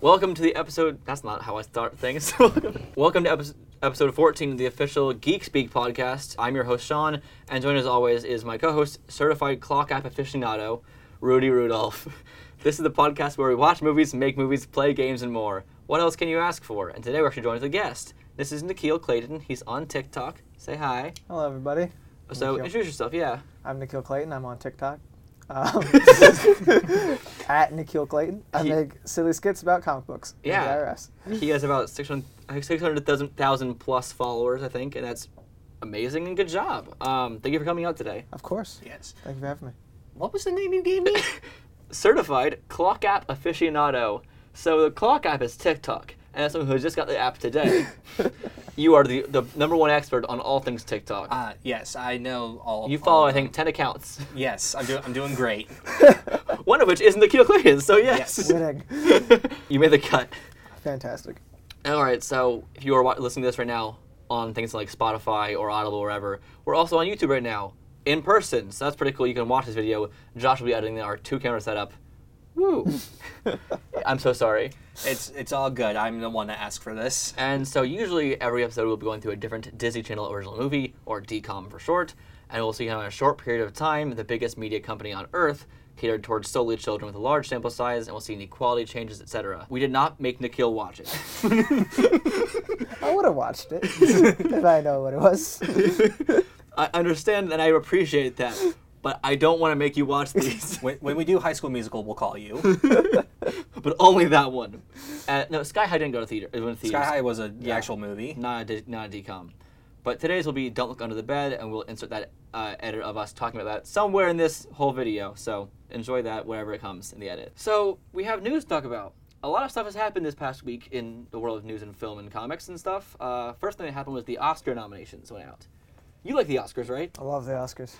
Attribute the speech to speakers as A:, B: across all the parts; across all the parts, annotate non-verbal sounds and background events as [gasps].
A: Welcome to the episode. That's not how I start things. [laughs] Welcome to episode, episode 14 of the official Geek Speak podcast. I'm your host, Sean, and joined as always is my co host, certified clock app aficionado, Rudy Rudolph. [laughs] This is the podcast where we watch movies, make movies, play games, and more. What else can you ask for? And today we're actually joined with a guest. This is Nikhil Clayton. He's on TikTok. Say hi.
B: Hello, everybody.
A: So
B: Nikhil.
A: introduce yourself, yeah.
B: I'm Nikhil Clayton. I'm on TikTok. [laughs] Um, at Nikhil Clayton. I make silly skits about comic books. and
A: Yeah.
B: the IRS.
A: He has about 600 uh, 600,000 plus followers, I think, and that's amazing and good job. Um, thank you for coming out today.
B: Of course.
C: Yes.
B: Thank you for [laughs] having me.
C: What was the name you gave me?
A: certified clock app aficionado. So the clock app is TikTok, and as someone who just got the app today, you are the, the number one expert on all things TikTok.
C: uh, yes, I know all.
A: you
C: all
A: follow, I
C: of them.
A: think, ten accounts,
C: Yes, I'm doing. I'm doing great.
A: [laughs] one of which is Nikhil Clayton. So yes,
C: Yes.
B: Winning.
A: [laughs] you made the cut.
B: Fantastic.
A: All right, so if you are wa- listening to this right now on things like Spotify or Audible or wherever, we're also on YouTube right now in person. So that's pretty cool. You can watch this video. Josh will be editing our two camera setup. Woo! I'm so sorry.
C: It's it's all good. I'm the one that asked for this.
A: And so usually every episode we'll be going through a different Disney Channel original movie, or DCOM for short, and we'll see how in a short period of time the biggest media company on earth catered towards solely children with a large sample size, and we'll see any quality changes, etc. We did not make Nikhil watch it.
B: I would have watched [laughs] it if I know what it was.
A: I understand and I appreciate that, but I don't want to make you watch
C: [laughs]
A: these.
C: When, when we do High School Musical, we'll call
A: [laughs]
C: you.
A: but only that one. Uh, no, Sky High didn't go to theater. It went to
C: Sky
A: theaters.
C: High was a actual movie.
A: not a, not a decom. But today's will be Don't Look Under the Bed, and we'll insert that uh, edit of us talking about that somewhere in this whole video. So enjoy that wherever it comes in the edit. So we have news to talk about. A lot of stuff has happened this past week in the world of news and film and comics and stuff. Uh, first thing that happened was the Oscar nominations went out. You like the Oscars, right?
B: I love the Oscars.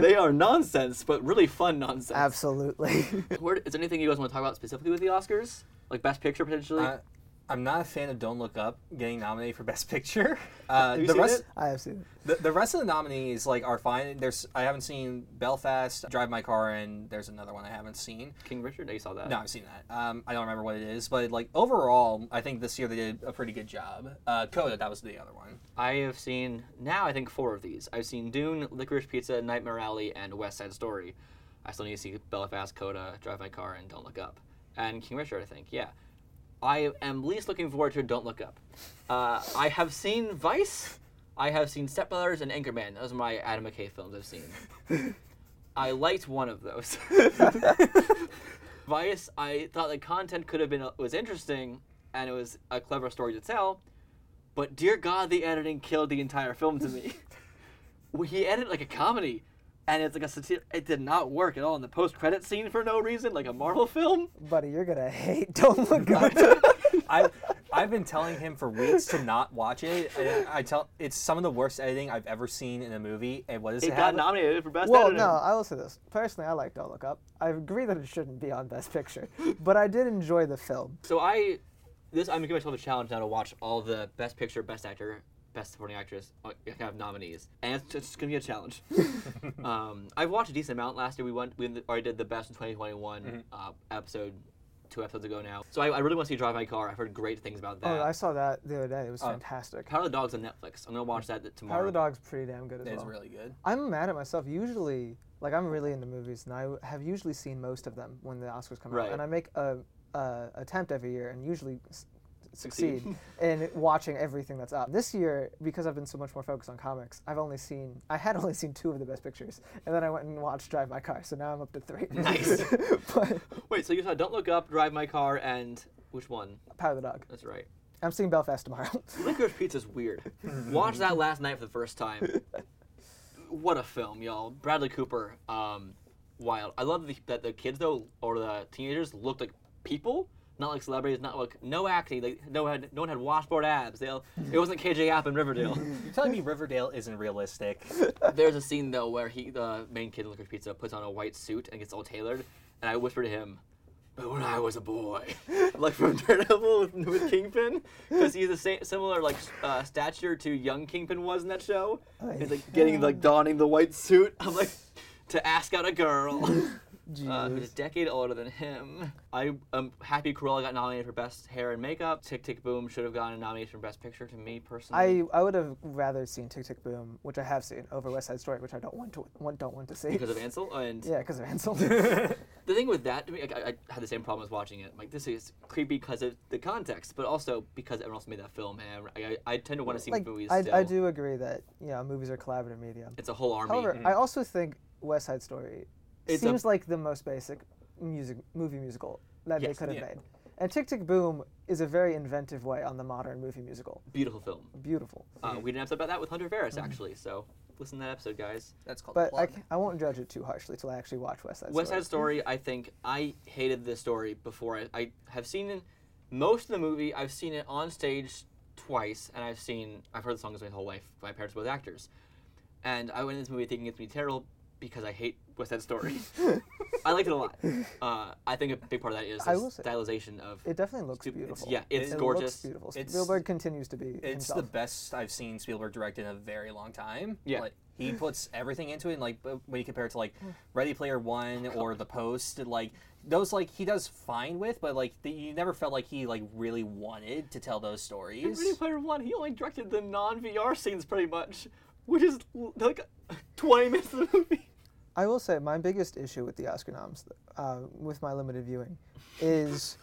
A: they are nonsense, but really fun nonsense.
B: Absolutely.
A: Where, is there anything you guys want to talk about specifically with the Oscars? Like Best Picture potentially?
C: Uh, I'm not a fan of Don't Look Up getting nominated for [laughs] Best
A: [laughs]
C: Picture. Uh,
A: you
C: the
A: seen
C: rest.
A: it?
B: I have seen it.
C: The, the rest of the nominees like are fine. There's I haven't seen Belfast, Drive My Car, and there's another one I haven't seen.
A: King Richard? No, you saw that.
C: No, I've seen that. Um, I don't remember what it is, but like overall, I think this year they did a pretty good job. Uh, Coda, that was the other one.
A: I have seen now I think four of these. I've seen Dune, Licorice Pizza, Nightmare Alley, and West Side Story. I still need to see Belfast, Coda, Drive My Car, and Don't Look Up, and King Richard. I think yeah. I am least looking forward to Don't Look Up. Uh, I have seen Vice. I have seen Step Brothers and Anchorman. Those are my Adam McKay films I've seen. I liked one of those. Vice, I thought the content could have been was interesting, and it was a clever story to tell. But dear God, the editing killed the entire film to me. Well, he edited like a comedy, and it's like a satir- It did not work at all in the post-credit scene for no reason, like a Marvel film.
B: Buddy, you're going to hate [laughs] Don't Look Up.
C: I I've been telling him for weeks to not watch it. And I tell it's some of the worst editing I've ever seen in a movie. And what does
A: It
C: it,
A: got
C: have?
A: nominated for best
B: Well,
A: editing.
B: no, I will say this. Personally, I like Don't Look Up. I agree that it shouldn't be on Best Picture, but I did enjoy the film.
A: So I, this I'm giving myself a challenge now to watch all the best picture, best actor, best supporting actress uh, kind of nominees, and it's just gonna be a challenge. um, I've watched a decent amount last year. We went, we already did the best in 2021 uh, episode, two episodes ago now. So I, I really want to see Drive My Car. I've heard great things about that.
B: Oh, I saw that the other day. It was fantastic.
A: Power of the Dog's on Netflix. I'm gonna watch that th- tomorrow.
B: Power of the Dog's pretty damn good as
C: It's
B: well.
C: really good.
B: I'm mad at myself. Usually, like I'm really into movies, and I w- have usually seen most of them when the Oscars come
A: Right.
B: out, and I make a, a attempt every year, and usually. S- succeed [laughs] in watching everything that's up this year because i've been so much more focused on comics i've only seen i had [laughs] only seen two of the best pictures and then i went and watched drive my car so now i'm up to three nice but
A: [laughs] Wait, so you saw Don't Look Up, Drive My Car, and which one?
B: [laughs] power the dog
A: That's right.
B: i'm seeing belfast tomorrow [laughs]
A: Licorice Pizza's weird. Watched that last night for the first time. What a film, y'all. Bradley Cooper, um, wild. I love the, that the kids though, or the teenagers, looked like people, not like celebrities, not like no acting. Like no had no one had washboard abs. They, all- it wasn't KJ App in Riverdale.
C: You're telling me Riverdale isn't realistic?
A: There's a scene though where he, the main kid in Licorice Pizza, puts on a white suit and gets all tailored, and I whisper to him, "But when I was a boy, [laughs] like from Daredevil with, with Kingpin, because he's a sa- similar like s- uh, stature to young Kingpin was in that show. He's like getting like donning the white suit. I'm like to ask out a girl." Uh, who's a decade older than him. I am happy Cruella got nominated for Best Hair and Makeup. Tick Tick Boom should have gotten a nomination for Best Picture to me personally.
B: I, I would have rather seen Tick Tick Boom, which I have seen, over West Side Story, which I don't want to want, don't want to see.
A: because of Ansel and
B: yeah, because of Ansel. [laughs] yeah,
A: the thing with that to me, like, I, I had the same problem as watching it. Like this is creepy because of the context, but also because everyone else made that film, and I, I, I tend to want to see
B: like
A: movies.
B: I,
A: still.
B: I do agree that you know movies are collaborative media.
A: It's a whole army.
B: However, I also think West Side Story
A: It's a-
B: seems like the most basic music movie musical that they
A: Yes.
B: could have
C: Yeah.
B: made. And Tick Tick Boom is a very inventive way on the modern movie musical.
A: Beautiful film.
B: Beautiful.
A: Uh, we did an episode about that with Hunter Ferris
B: Mm-hmm.
A: actually, so listen to that episode, guys.
D: That's called
B: But I,
D: plug.
B: c- I won't judge it too harshly till I actually watch West Side
A: West
B: Story.
A: Side Story, I think I hated this story before. I, I have seen it- most of the movie. I've seen it on stage twice, and I've seen I've heard the songs my whole life. My parents were both actors, and I went into this movie thinking it's gonna be terrible because I hate West Side
B: [laughs]
A: Story. I liked it a lot. Uh, I think a big part of that is
B: I
A: the
B: will say-
A: stylization of
B: It definitely looks
A: It's-
B: beautiful.
A: yeah, it's
B: It
A: gorgeous.
B: Looks beautiful.
C: It's-
B: Spielberg continues to be
C: It's
B: himself.
C: the best I've seen Spielberg direct in a very long time.
A: Yeah.
C: Like, he puts everything into it, and like but when you compare it to like
B: Hmm.
C: Ready Player One or The Post, and, like those like he does fine with, but like the, you never felt like he like really wanted to tell those stories.
A: Ready Player One. He only directed the non VR scenes pretty much, which is l- like twenty minutes of the movie.
B: I will say my biggest issue with the Oscar noms, uh, with my limited viewing,
A: [laughs]
B: is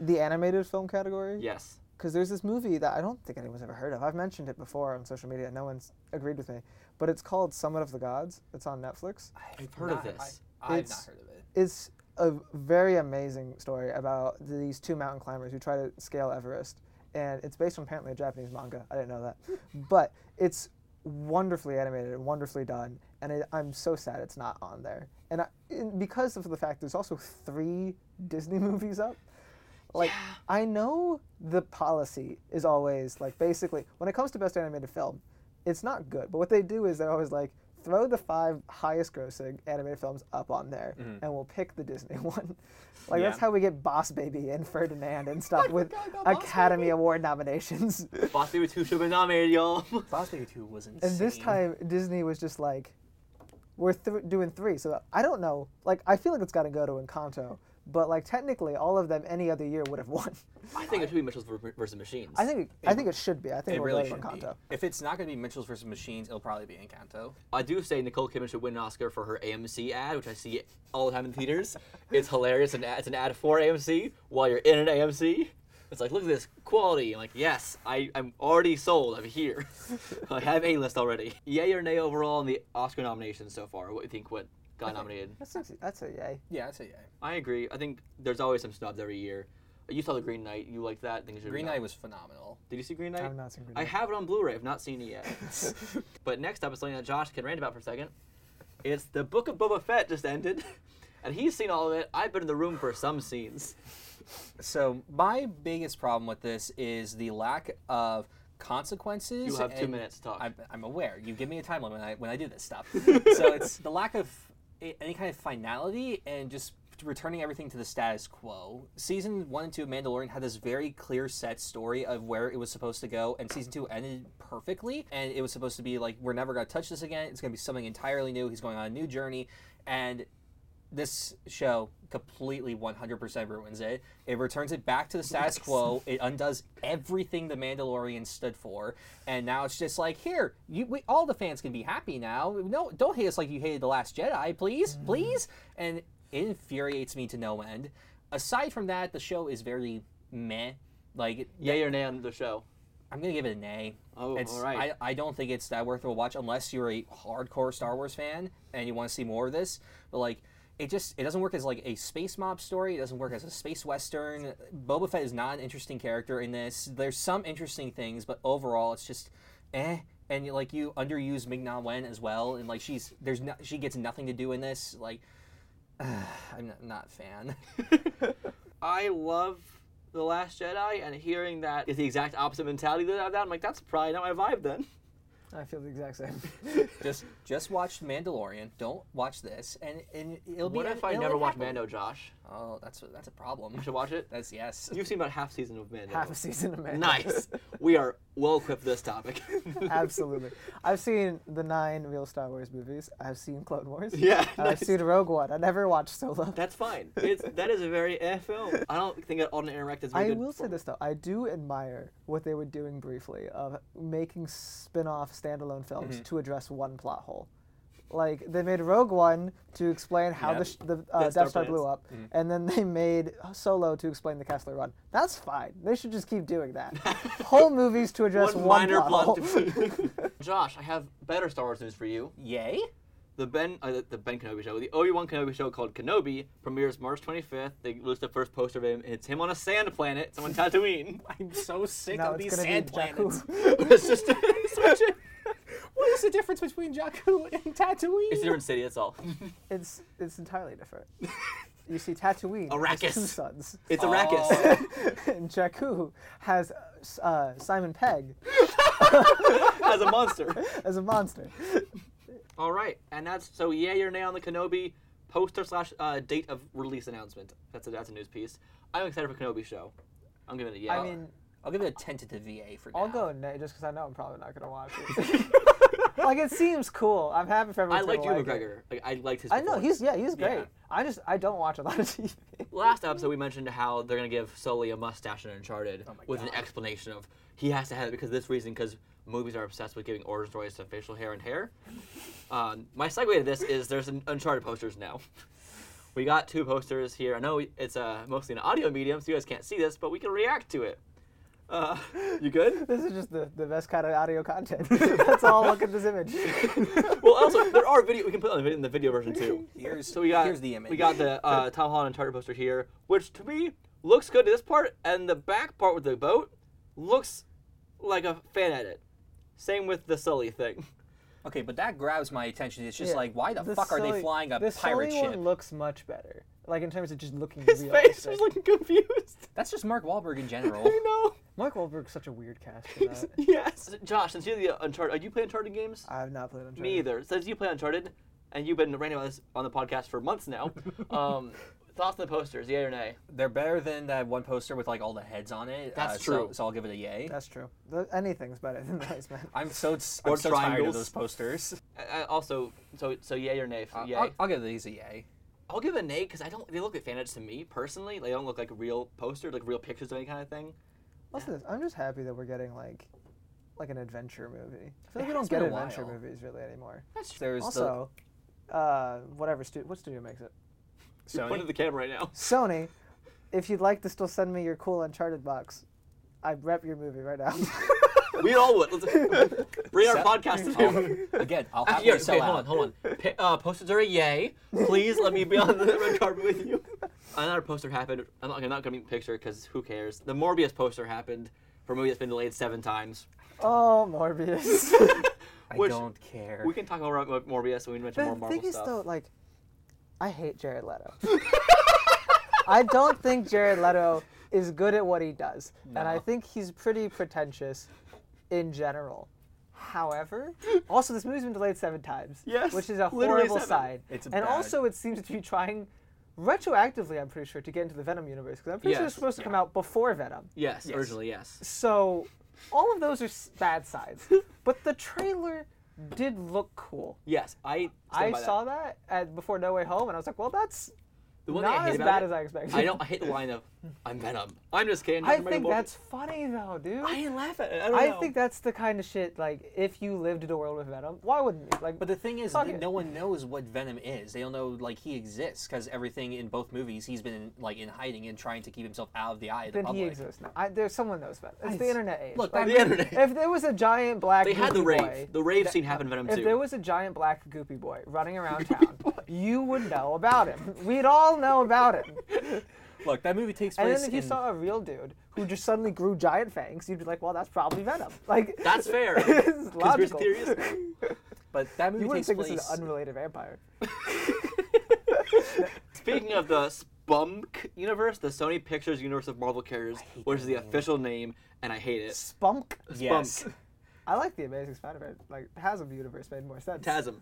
B: the animated film category.
A: Yes.
B: Because there's this movie that I don't think anyone's ever heard of. I've mentioned it before on social media. No one's agreed with me, but it's called Summit of the Gods. It's on Netflix.
A: I've heard of this.
C: I, I've not
B: It's-
C: heard of it.
B: It's a very amazing story about these two mountain climbers who try to scale Everest, and it's based on apparently a Japanese manga. I didn't know that, but it's wonderfully animated and wonderfully done. And I, I'm so sad it's not on there. And, I, and because of the fact there's also three Disney [laughs] movies up, like I know the policy is always like basically when it comes to best animated film, it's not good. But what they do is they're always like throw the five highest grossing animated films up on there, and we'll pick the Disney [laughs] one. Like that's
C: Yeah.
B: how we get Boss Baby and Ferdinand and stuff with Academy Award nominations.
A: Boss Baby 2 should have been nominated, [laughs] y'all.
C: Boss Baby Two was insane.
B: And this time, Disney was just like, we're th- doing three. So I don't know. Like, I feel like it's got to go to Encanto. But, like, technically, all of them any other year would have won.
A: I think it should be Mitchell's ver- versus Machines.
B: I think I think it should be. I think
C: it
B: we'll
C: really
B: go
C: should
B: to
C: be.
B: Encanto.
C: If it's not going to be Mitchell's versus Machines, it'll probably be Encanto.
A: I do say Nicole Kidman should win an Oscar for her AMC ad, which I see all the time in
C: [laughs]
A: theaters. It's hilarious. An ad, it's an ad for AMC while you're in an AMC. It's like, look at this quality. I'm like, yes, I, I'm already sold. I'm
C: [laughs]
A: here. I have A list already. Yay or nay overall in the Oscar nominations so far? What do you think? What got nominated?
B: That's, actually- that's a yay.
C: Yeah, I'd say yeah.
A: I agree. I think there's always some snubs every year. You saw the Green Knight. You liked that. I think it should
C: Green
A: be
C: Knight was phenomenal.
A: Did you see Green Knight?
B: I've not seen Green
A: I
B: Knight.
A: have it on Blu-ray. I've not seen it
B: [laughs]
A: yet. but next up is something that Josh can rant about for a second. It's the Book of Boba Fett just ended, [laughs] and he's seen all of it. I've been in the room for some scenes.
C: So my biggest problem with this is the lack of consequences.
A: You have two
C: and-
A: minutes to talk.
C: I'm, I'm aware. You give me a time limit when I, when I do
A: [laughs]
C: this stuff. so it's the lack of a- any kind of finality and just returning everything to the status quo. Season one and two of Mandalorian had this very clear set story of where it was supposed to go, and season two ended perfectly. And it was supposed to be like, we're never going to touch this again. It's going to be something entirely new. He's going on a new journey. And this show completely 100% ruins it. It returns it back to the status quo. It undoes everything the Mandalorian stood for, and now it's just like here, you we, all the fans can be happy now. No, don't hate us like you hated the Last Jedi, please, please. And it infuriates me to no end. Aside from that, the show is very meh. Like
A: Yay or nay on the show.
C: I'm gonna give it an A.
A: Oh,
C: it's,
A: all right.
C: I, I don't think it's that worth of a watch unless you're a hardcore Star Wars fan and you want to see more of this. But like, it just it doesn't work as like a space mob story. It doesn't work as a space western. Boba Fett is not an interesting character in this. There's some interesting things, but overall, it's just eh. And like you underuse Ming Na Wen as well, and like she's there's no, she gets nothing to do in this. Like, [sighs] I'm not, not a fan. [laughs]
A: I love The Last Jedi, and hearing that is the exact opposite mentality that I have. I'm like, that's probably not my vibe then.
B: I feel the exact same.
C: [laughs]
B: [laughs]
C: just just watch Mandalorian. Don't watch this, and and it'll be.
A: What if I
C: it'll
A: never watch
C: happen.
A: Mando, Josh?
C: Oh, that's a- that's a problem. [laughs]
A: You should watch it. [laughs]
C: That's yes.
A: You've seen about half season of Mando.
B: Half a season of
C: [laughs]
B: Mando. [laughs]
A: Nice. we are well equipped for this topic. [laughs]
B: Absolutely. I've seen the nine real Star Wars movies. I've seen Clone Wars.
A: Yeah,
B: And I've seen Rogue One. I never watched Solo.
A: That's fine. It's, that is a very eh film. I don't think that Alden Interact is.
B: I will say this though, I do admire what they were doing briefly of making spin-off standalone films
A: Mm-hmm.
B: to address one plot hole. Like they made Rogue One to explain how
A: Yeah.
B: the, sh- the
A: Death Star
B: uh,
A: Mm-hmm.
B: Death Star blew
A: plans.
B: up, and then they made Solo to explain the Kessler Run. That's fine. They should just keep
A: [laughs]
B: doing that. Whole movies to address
A: One
B: one,
A: minor
B: plot
A: plot.
B: hole.
A: [laughs]
C: [laughs]
A: Josh, I have better Star Wars news for you.
C: Yay!
A: The Ben, uh, the- the Ben Kenobi show, the Obi Wan Kenobi show called Kenobi premieres March 25th. They released the first poster of him. and It's him on a sand planet. It's on Tatooine.
C: [laughs] I'm so sick
B: No,
C: of
B: it's
C: these
B: gonna be
C: sand
B: Jakku. [laughs]
C: planets.
A: [laughs] it's just
C: [laughs] Such a- what is the difference between Jakku and Tatooine?
A: it's a different city. That's all.
C: [laughs]
B: It's it's entirely different. you see,
A: [laughs]
B: Tatooine
A: Arrakis.
B: has two sons,
A: It's Arrakis.
B: [laughs] and Jakku has uh, Simon Pegg
C: Oh.
A: [laughs] as a monster.
C: [laughs]
B: as a monster.
A: All right, and that's so. Yeah, your nay on the Kenobi poster slash uh, date of release announcement. That's a that's a news piece. I'm excited for Kenobi show. I'm giving it a yeah.
B: I mean,
C: I'll give it a tentative VA for now.
B: I'll [laughs] go nay just because I know I'm probably not gonna watch it. [laughs] like it seems cool. I'm happy for everyone.
A: I liked you,
B: like it.
A: McGregor. Like, I liked his.
B: I know he's yeah he's great.
C: Yeah.
B: I just I don't watch a lot of [laughs] TV.
A: Last episode, we mentioned how they're gonna give Sully a mustache in Uncharted with an explanation of he has to have it because of this reason because movies are obsessed with giving origin stories to facial hair and hair. Um, my segue to this is there's an Uncharted posters now. [laughs] We got two posters here. I know it's uh, mostly an audio medium, so you guys can't see this, but we can react to it. Uh, you
B: [laughs]
A: good?
B: this is just the, the best kind of audio
C: [laughs]
B: content. Let's all look at this image.
A: well, also there are video. We can put on the video, in the video version too.
C: Here's-
A: so we got
C: here's the image.
A: We got the uh, Tom Holland Uncharted poster here, which to me looks good to this part, and the back part with the boat looks like a fan edit. Same with the Sully thing.
C: Okay, but that grabs my attention. It's just
B: Yeah.
C: like, why the, fuck are they
B: Sully-
C: flying a
B: the Sully
C: pirate ship?
B: one looks much better. Like in terms of just looking
A: His
B: real.
A: [laughs] face was looking confused. [laughs]
C: That's just Mark Wahlberg in general.
A: You know?
B: Mark Wahlberg's such a weird cast
C: [laughs]
B: for that.
A: Yes. Josh, since you're the Uncharted, do you play Uncharted games?
B: I have not played on.
A: Me either. Since you play Uncharted, and you've been ranting about this on the podcast for months [laughs] now, um, thoughts on the posters, yay or nay?
C: They're better than that one poster with like all the heads on it.
A: That's
C: uh, so-
A: true.
C: So, I'll give it a yay.
B: That's true. Th- anything's better than [laughs] those man.
C: I'm so I'm
A: Or
C: so tired
A: triangles.
C: of
A: [laughs]
C: those posters.
A: I, I also, so so yay or nay? For, yay.
C: Uh, I'll, I'll give these a yay.
A: I'll give it an A because I don't. They look like fan edits to me personally. They don't look like real posters, like real pictures of any kind of thing.
B: Listen, to this. I'm just happy that we're getting like like an adventure movie. I feel like we
C: has
B: don't get
C: been a
B: adventure
C: while.
B: movies really anymore.
C: There's
B: Also, uh, whatever studio, what studio makes it?
C: the Sony.
A: Point
C: [laughs]
A: at the camera right
B: [laughs]
A: now.
B: Sony. If you'd like to still send me your cool Uncharted box, I rep your movie right now. [laughs]
A: We all would. Let's [laughs] bring our
C: So-
A: podcast
C: [laughs]
A: to them.
C: Again, [laughs] I'll
A: Ah,
C: have
A: Here,
C: to
A: okay,
C: sell
A: hold on,
C: out.
A: hold on. [laughs] P- uh, posters are a yay. Please let me be on the red carpet with you. Another poster happened. I'm not, I'm not gonna picture because who cares? The Morbius poster happened for a movie that's been delayed seven times.
B: oh, Morbius.
C: I
A: Which-
C: don't care.
A: We can talk more about Morbius when we mention
B: the
A: more Marvel
B: thing is
A: stuff.
B: though, like, I hate Jared Leto. [laughs] I don't think Jared Leto is good at what he does, and I think he's pretty pretentious in general. However, also this movie's been delayed seven times,
A: Yes,
B: which is a
A: literally
B: horrible
A: seven.
B: sign.
C: It's
B: and
C: bad.
B: also it seems to be trying retroactively. I'm pretty sure to get into the Venom universe because I'm pretty sure
A: Yes,
B: it's supposed to come out before Venom.
A: yes, originally yes. [laughs]
B: So all of those are s- bad signs. but the trailer did look cool.
A: Yes, I.
B: I
A: stand by
B: saw that at, before No Way Home, and I was like, well, that's
A: The one thing I
B: not
A: hate
B: as
A: about
B: bad
A: it-
B: as [laughs] I expected.
A: I don't. I
C: [laughs]
A: hate the line of "I'm Venom." I'm just kidding. Dr.
B: I
A: Michael
B: think
A: Morbius."
B: that's funny though, dude.
A: I didn't laugh at it. I don't
B: I
A: know.
B: think that's the kind of shit like if you lived in a world with Venom, why wouldn't you? Like,
C: But the thing is,
B: Fuck
C: that
B: it.
C: no one knows what Venom is. They don't know like he exists because everything in both movies he's been in, like in hiding and trying to keep himself out of the eye of the
B: then
C: public.
B: he exists now. I, there's someone knows Venom. It's the internet age.
C: Look,
B: Like,
C: that-
A: the internet.
B: if there was a giant black
A: They had the
B: goopy
A: rave.
B: boy-
A: The rave scene happened in Venom
B: if there
A: too.
B: was a giant black goopy boy
A: [laughs]
B: running around town, you would know about him. We'd all know
A: [laughs]
B: about him.
C: Look, that movie takes
B: And
C: place.
B: then if you
C: in- [laughs]
B: saw a real dude who just suddenly grew giant fangs, you'd be like, well, that's probably Venom. [laughs] Like,
A: That's
B: [laughs]
A: fair.
B: it's
A: Conspiracy
B: logical. [laughs]
A: theories.
C: but that movie
B: You wouldn't
C: takes
B: think
C: place.
B: this is an unrelated vampire.
A: Speaking of the Spunk universe, the Sony Pictures universe of Marvel characters, which is the official name, and I hate it.
B: Spunk.
C: yes.
A: Spunk.
B: I like the Amazing Spider-Man. Like, Hasm universe made more sense.
A: Tasm.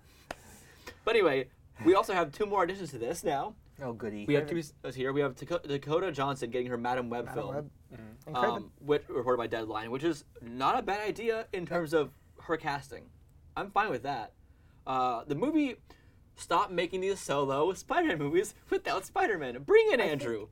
A: But anyway, we also have two more additions to this now.
C: Oh goody.
A: We have two us here. We have Daco- Dakota Johnson getting her Madam Web film,
B: Web. And Craven.
A: um, which reported by Deadline, which is not a bad idea in terms of her casting. I'm fine with that. Uh, the movie stopped making these solo Spider-Man movies without Spider-Man. Bring in Andrew.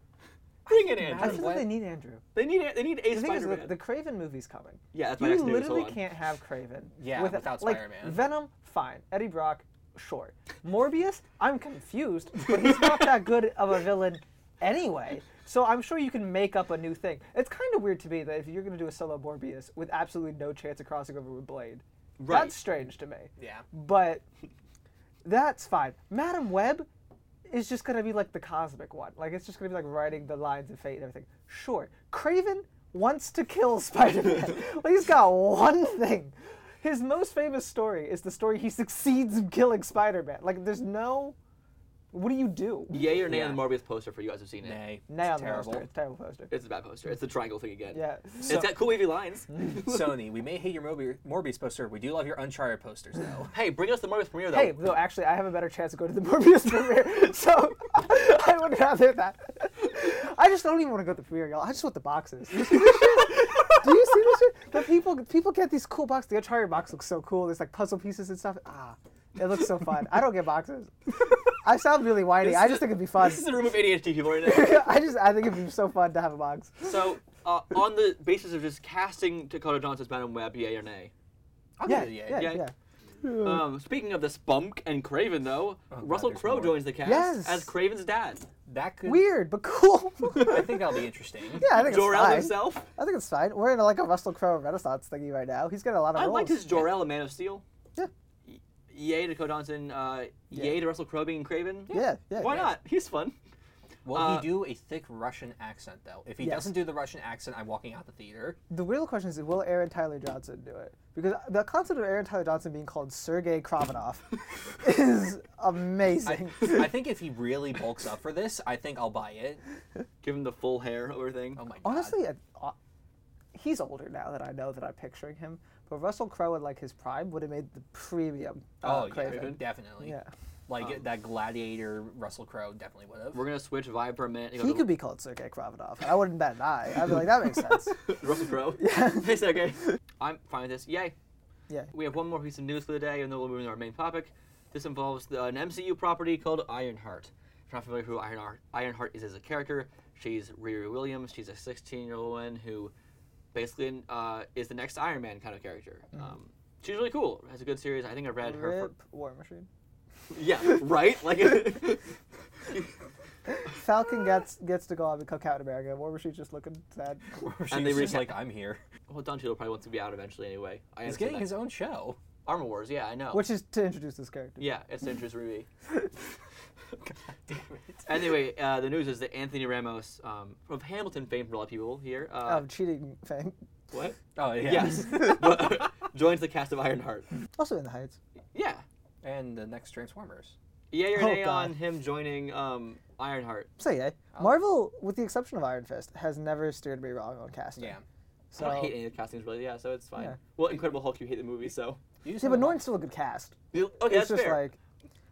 A: Bring in
B: I
A: Andrew.
B: feel like they need Andrew.
A: They need a- they need a
B: The thing is,
A: Spider-Man.
B: look, the Craven movie's coming.
A: Yeah, that's my
B: you
A: next news,
B: literally
A: hold on.
B: can't have Craven.
C: Yeah, without Spider-Man.
B: Like, Venom, fine. Eddie Brock, sure. Morbius, I'm confused, but he's
A: [laughs]
B: not that good of a villain anyway. So I'm sure you can make up a new thing. It's kind of weird to me that if you're going to do a solo Morbius with absolutely no chance of crossing over with Blade,
A: Right.
B: that's strange to me.
C: Yeah.
B: But that's fine. Madam Web is just gonna be like the cosmic one. Like it's just gonna be like writing the lines of fate and everything. Sure. Craven wants to kill [laughs]
C: [laughs]
B: Spider-Man. like he's got one thing. His most famous story is the story he succeeds in killing Spider-Man. Like there's no what do you do?
A: Yay or nay on the Morbius poster for you guys have seen it.
C: Nay.
B: Nail
C: it's terrible.
B: poster. It's a terrible poster.
A: It's a bad poster. It's the triangle thing again.
B: Yeah.
A: it's got cool wavy
B: [laughs]
A: lines.
C: [laughs] Sony, we may hate your Morbi- Morbius poster. We do love your Uncharted posters
B: [laughs]
C: though.
A: hey, bring us the Morbius premiere though.
B: Hey, no, actually, I have a better chance of going to the [laughs] Morbius premiere, so [laughs] I would rather that. I just don't even want to go to the premiere, y'all. I just want the boxes. You see this shit? Do you see this shit? The people, people get these cool boxes. The Uncharted box looks so cool. There's like puzzle pieces and stuff. Ah, it looks so fun. I don't get boxes. I sound really whiny. I just think it'd be fun.
A: [laughs] This is a room of ADHD people right now.
B: [laughs] I just, I think it'd be so fun to have a box.
A: so, uh, on the basis of just casting Dakota Johnson's Madam Web, yay or nay?
C: I'll
B: Yeah,
C: give it a yay.
B: yeah,
A: Yeah.
B: yeah. Hmm.
A: Um, speaking of the Spunk and Craven, though, Russell
C: Oh, there's
A: Crowe
C: more.
A: joins the cast
B: Yes.
A: as Craven's dad.
C: That could.
B: Weird, but cool. [laughs]
C: I think that'll be interesting.
B: yeah, I think it's
A: Jor-El
B: fine.
A: himself.
B: I think it's fine. We're in a, like a Russell Crowe Renaissance thingy right now. He's got a lot of
A: I
B: roles.
A: liked his Jor-El in Man of Steel.
B: Yeah.
A: Y- Yay to Dakota Johnson. Uh, Yay to Russell Crowe being Craven.
B: Yeah, yeah,
A: Why
B: yeah.
A: not? He's fun.
C: Will he do a thick Russian accent though? If he doesn't do the Russian accent, I'm walking out the theater.
B: The real question is, will Aaron Tyler Johnson do it? Because the concept of Aaron Tyler Johnson being called Sergei Kravinov is amazing. [laughs]
C: I think if he really bulks up for this, I think I'll buy it.
A: Give him the full hair over thing.
C: Oh my god.
B: Honestly, I- uh, he's older now that I know that I'm picturing him. But Russell Crowe in like his prime would have made the premium. Uh,
C: Oh, yeah,
B: Craven.
C: definitely.
B: Yeah.
C: Like that gladiator Russell Crowe definitely would have. [laughs]
A: We're gonna switch vibe for a minute. and go
B: He
A: to
B: could be called Sergei Kravinov. and I wouldn't bet an eye. I'd be like, that makes sense.
A: Russell
B: [laughs]
A: Crowe. Yeah. [laughs] hey, Sergey. I'm fine with this. Yay.
B: Yeah.
A: We have one more piece of news for the day, and then we'll move into our main topic. This involves the, an MCU property called Ironheart. If you're not familiar who Ironheart, Ironheart is as a character, she's Riri Williams. She's a 16-year-old woman who basically uh, is the next Iron Man kind of character.
C: Mm-hmm.
A: Um, she's really cool. Has a good series. I think I read her.
B: Rip War Machine.
A: For, [laughs] yeah, right.
C: [laughs]
A: Like, [laughs]
B: Falcon gets gets to go on and become Captain America. War Machine's just looking sad.
C: and
A: they
C: they just
A: recast-
C: like I'm here.
A: well, Don Cheadle probably wants to be out eventually anyway. I
C: [laughs] He's
A: understand
C: getting
A: that.
C: his own show.
A: Armor Wars. Yeah, I know.
B: Which is to introduce this character.
A: Yeah, it's Citrus
B: [laughs]
A: Ruby. Anyway, uh, the news is that Anthony Ramos, um, of Hamilton fame for a lot of people here, uh,
B: Of cheating thing. [laughs]
A: what?
C: Oh yeah.
A: Yes, [laughs] but, joins the cast of Ironheart.
B: Also in the Heights.
A: Yeah,
C: [laughs] And the next Transformers.
A: yeah, you're
B: Oh,
A: nay
B: God.
A: on him joining um, Ironheart.
B: say yay. Marvel, with the exception of Iron Fist, has never steered me wrong on casting.
C: Yeah.
B: So,
A: I don't hate any of the castings really. Yeah, so it's fine. Well, Incredible Hulk, you hate the movie, so
C: You just
B: yeah,
C: have
B: but
C: a-
B: Norton's still a good cast.
A: You- okay, that's
B: it's just
A: fair.
B: like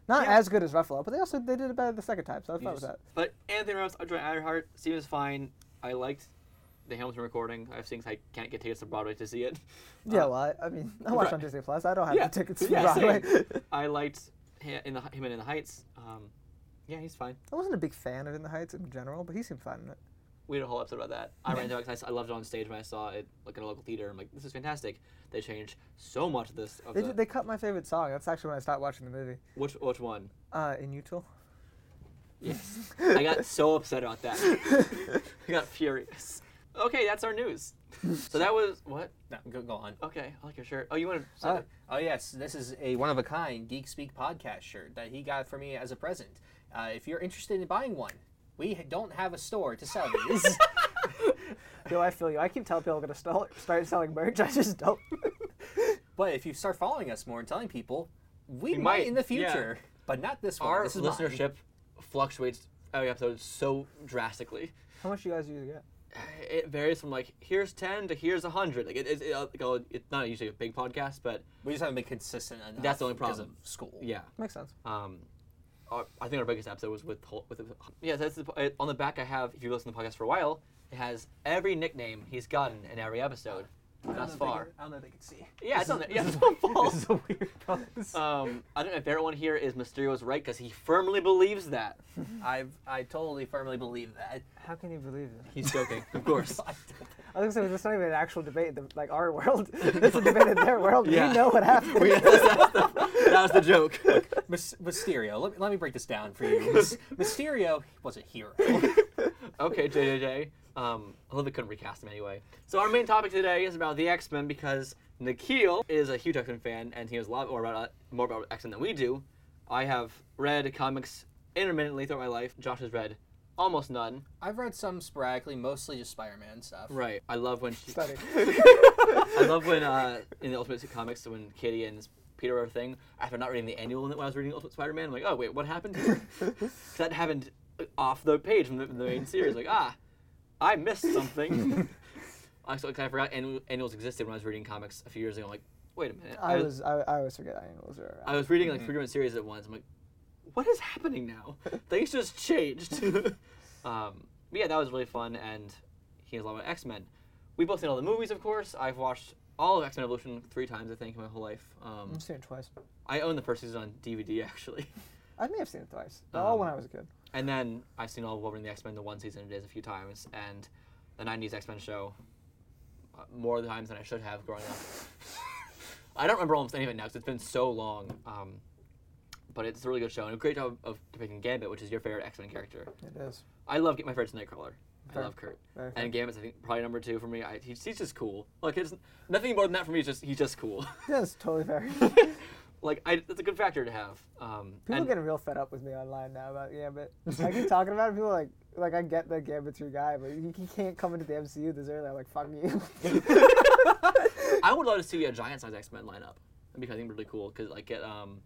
B: not as good as Ruffalo, but they also they did it better the second time, so I was fine with that.
A: But Anthony Ramos joining Ironheart seems fine. I liked the Hamilton recording. I've seen I can't get tickets to Broadway to see it.
B: Yeah, well, I, I mean, I watch on Disney Plus. I don't have
A: Yeah.
B: the [laughs] tickets to
A: Yeah, same.
B: Broadway.
A: I liked hi- in the, him in the Heights. Um, yeah, he's fine.
B: I wasn't a big fan of In the Heights in general, but he seemed fine in it.
A: We did a whole episode about that. I ran into it 'cause I, s- I loved it on stage when I saw it like in a local theater. I'm like, this is fantastic. They changed so much of this. Of
B: They,
A: the-
B: did, they cut my favorite song. That's actually when I stopped watching the movie.
A: which which
B: [laughs]
A: one?
B: Uh, Inutil.
A: Yes. I got so upset about that.
B: [laughs]
A: I got furious. Okay, that's our news. So that was what?
C: No, go, go on.
A: Okay, I like your shirt. Oh, you want to?
B: Uh, Ah.
C: Oh yes, this is a one of a kind Geek Speak podcast shirt that he got for me as a present. Uh, if you're interested in buying one, we ha- don't have a store to sell [laughs] these.
B: Yo, I feel you. I keep telling people I'm gonna stall- start selling merch. I just don't.
C: but if you start following us more and telling people, we, might,
A: might,
C: in the
A: yeah.
C: future, but not this one.
A: our
C: this is mine.
A: listenership fluctuates every episode so drastically.
B: [laughs] How much do you guys usually get?
A: It varies from like here's ten to here's hundred. Like it is, it, like, uh, it's not usually a big podcast, but
C: We just haven't been consistent enough.
A: That's the only
C: because
A: problem.
C: of school.
A: yeah.
B: Makes sense.
A: Um, our, I think our biggest episode was with Hol- with yeah. That's the, uh, on the back. I have if you listen to the podcast for a while, it has every nickname he's gotten in every episode thus far.
C: I don't know if they can see.
A: Yeah, it's on there.
C: [laughs]
A: Yeah, it's on Paul.
C: It's a weird
A: Um, I don't know. My favorite one here is Mysterio's right because he firmly believes that.
C: [laughs] I've I totally firmly believe that.
B: How can you believe this?
A: He's joking, of course.
C: [laughs]
B: I was gonna say it's not even an actual debate. The, like our [laughs] world, it's a debate in their world.
A: Yeah.
B: We know what happened.
A: that was the joke.
C: [laughs] Mys- Mysterio, let me, let me break this down for
A: [laughs]
C: you. Mys- Mysterio was a hero.
A: okay, JJJ. Um, I love they couldn't recast him anyway. So our main topic today is about the X Men because Nikhil is a huge X Men fan and he knows a lot more about more about X Men than we do. I have read comics intermittently throughout my life. Josh has read almost none.
C: I've read some sporadically, mostly just Spider-Man stuff.
A: Right. I love when she,
B: Funny.
A: I love when uh, in the Ultimate Comics when Kitty and Peter are a thing. After not reading the annual when I was reading Ultimate Spider-Man, I'm like, oh wait, what happened? here?" 'Cause that happened uh, off the page from the, the main series. Like ah, I missed something. I, so, 'cause I forgot annu- annuals existed when I was reading comics a few years ago. I'm like, wait a minute.
B: I was I, I always forget Iron Wolves are around.
A: I was reading like three different series at once. I'm like, what is happening now? Things just changed. [laughs] um, but yeah, that was really fun, and he has a lot of X Men. We both seen all the movies, of course. I've watched all of X Men Evolution three times, I think, in my whole life. Um,
B: I've seen it twice.
A: I own the first season on DVD [laughs] actually,
B: I may have seen it twice. all when I was a kid.
A: and then I've seen all of Wolverine and the X Men the one season it is a few times, and the '90s X Men show uh, more times than I should have growing
B: [laughs]
A: up. I don't remember almost any of it now because it's been so long. Um, but it's a really good show and a great job of depicting Gambit, which is your favorite X Men character.
B: It is.
A: I love my favorite's Nightcrawler. I love Kurt.
B: Very fair.
A: And Gambit's I think probably number two for me. I, he's, he's just cool. Like it's nothing more than that for me. He's just he's just cool. [laughs]
B: Yeah, it's totally [laughs] fair.
A: like I, that's a good factor to have. Um,
B: People
A: and-
B: are getting real fed up with me online now about Gambit. I keep talking about it. People are like, like I get that Gambit's your guy, but he, he can't come into the MCU this early. I'm like, fuck you.
A: I would love to see a giant size X Men lineup. That'd be I think really cool because like get um,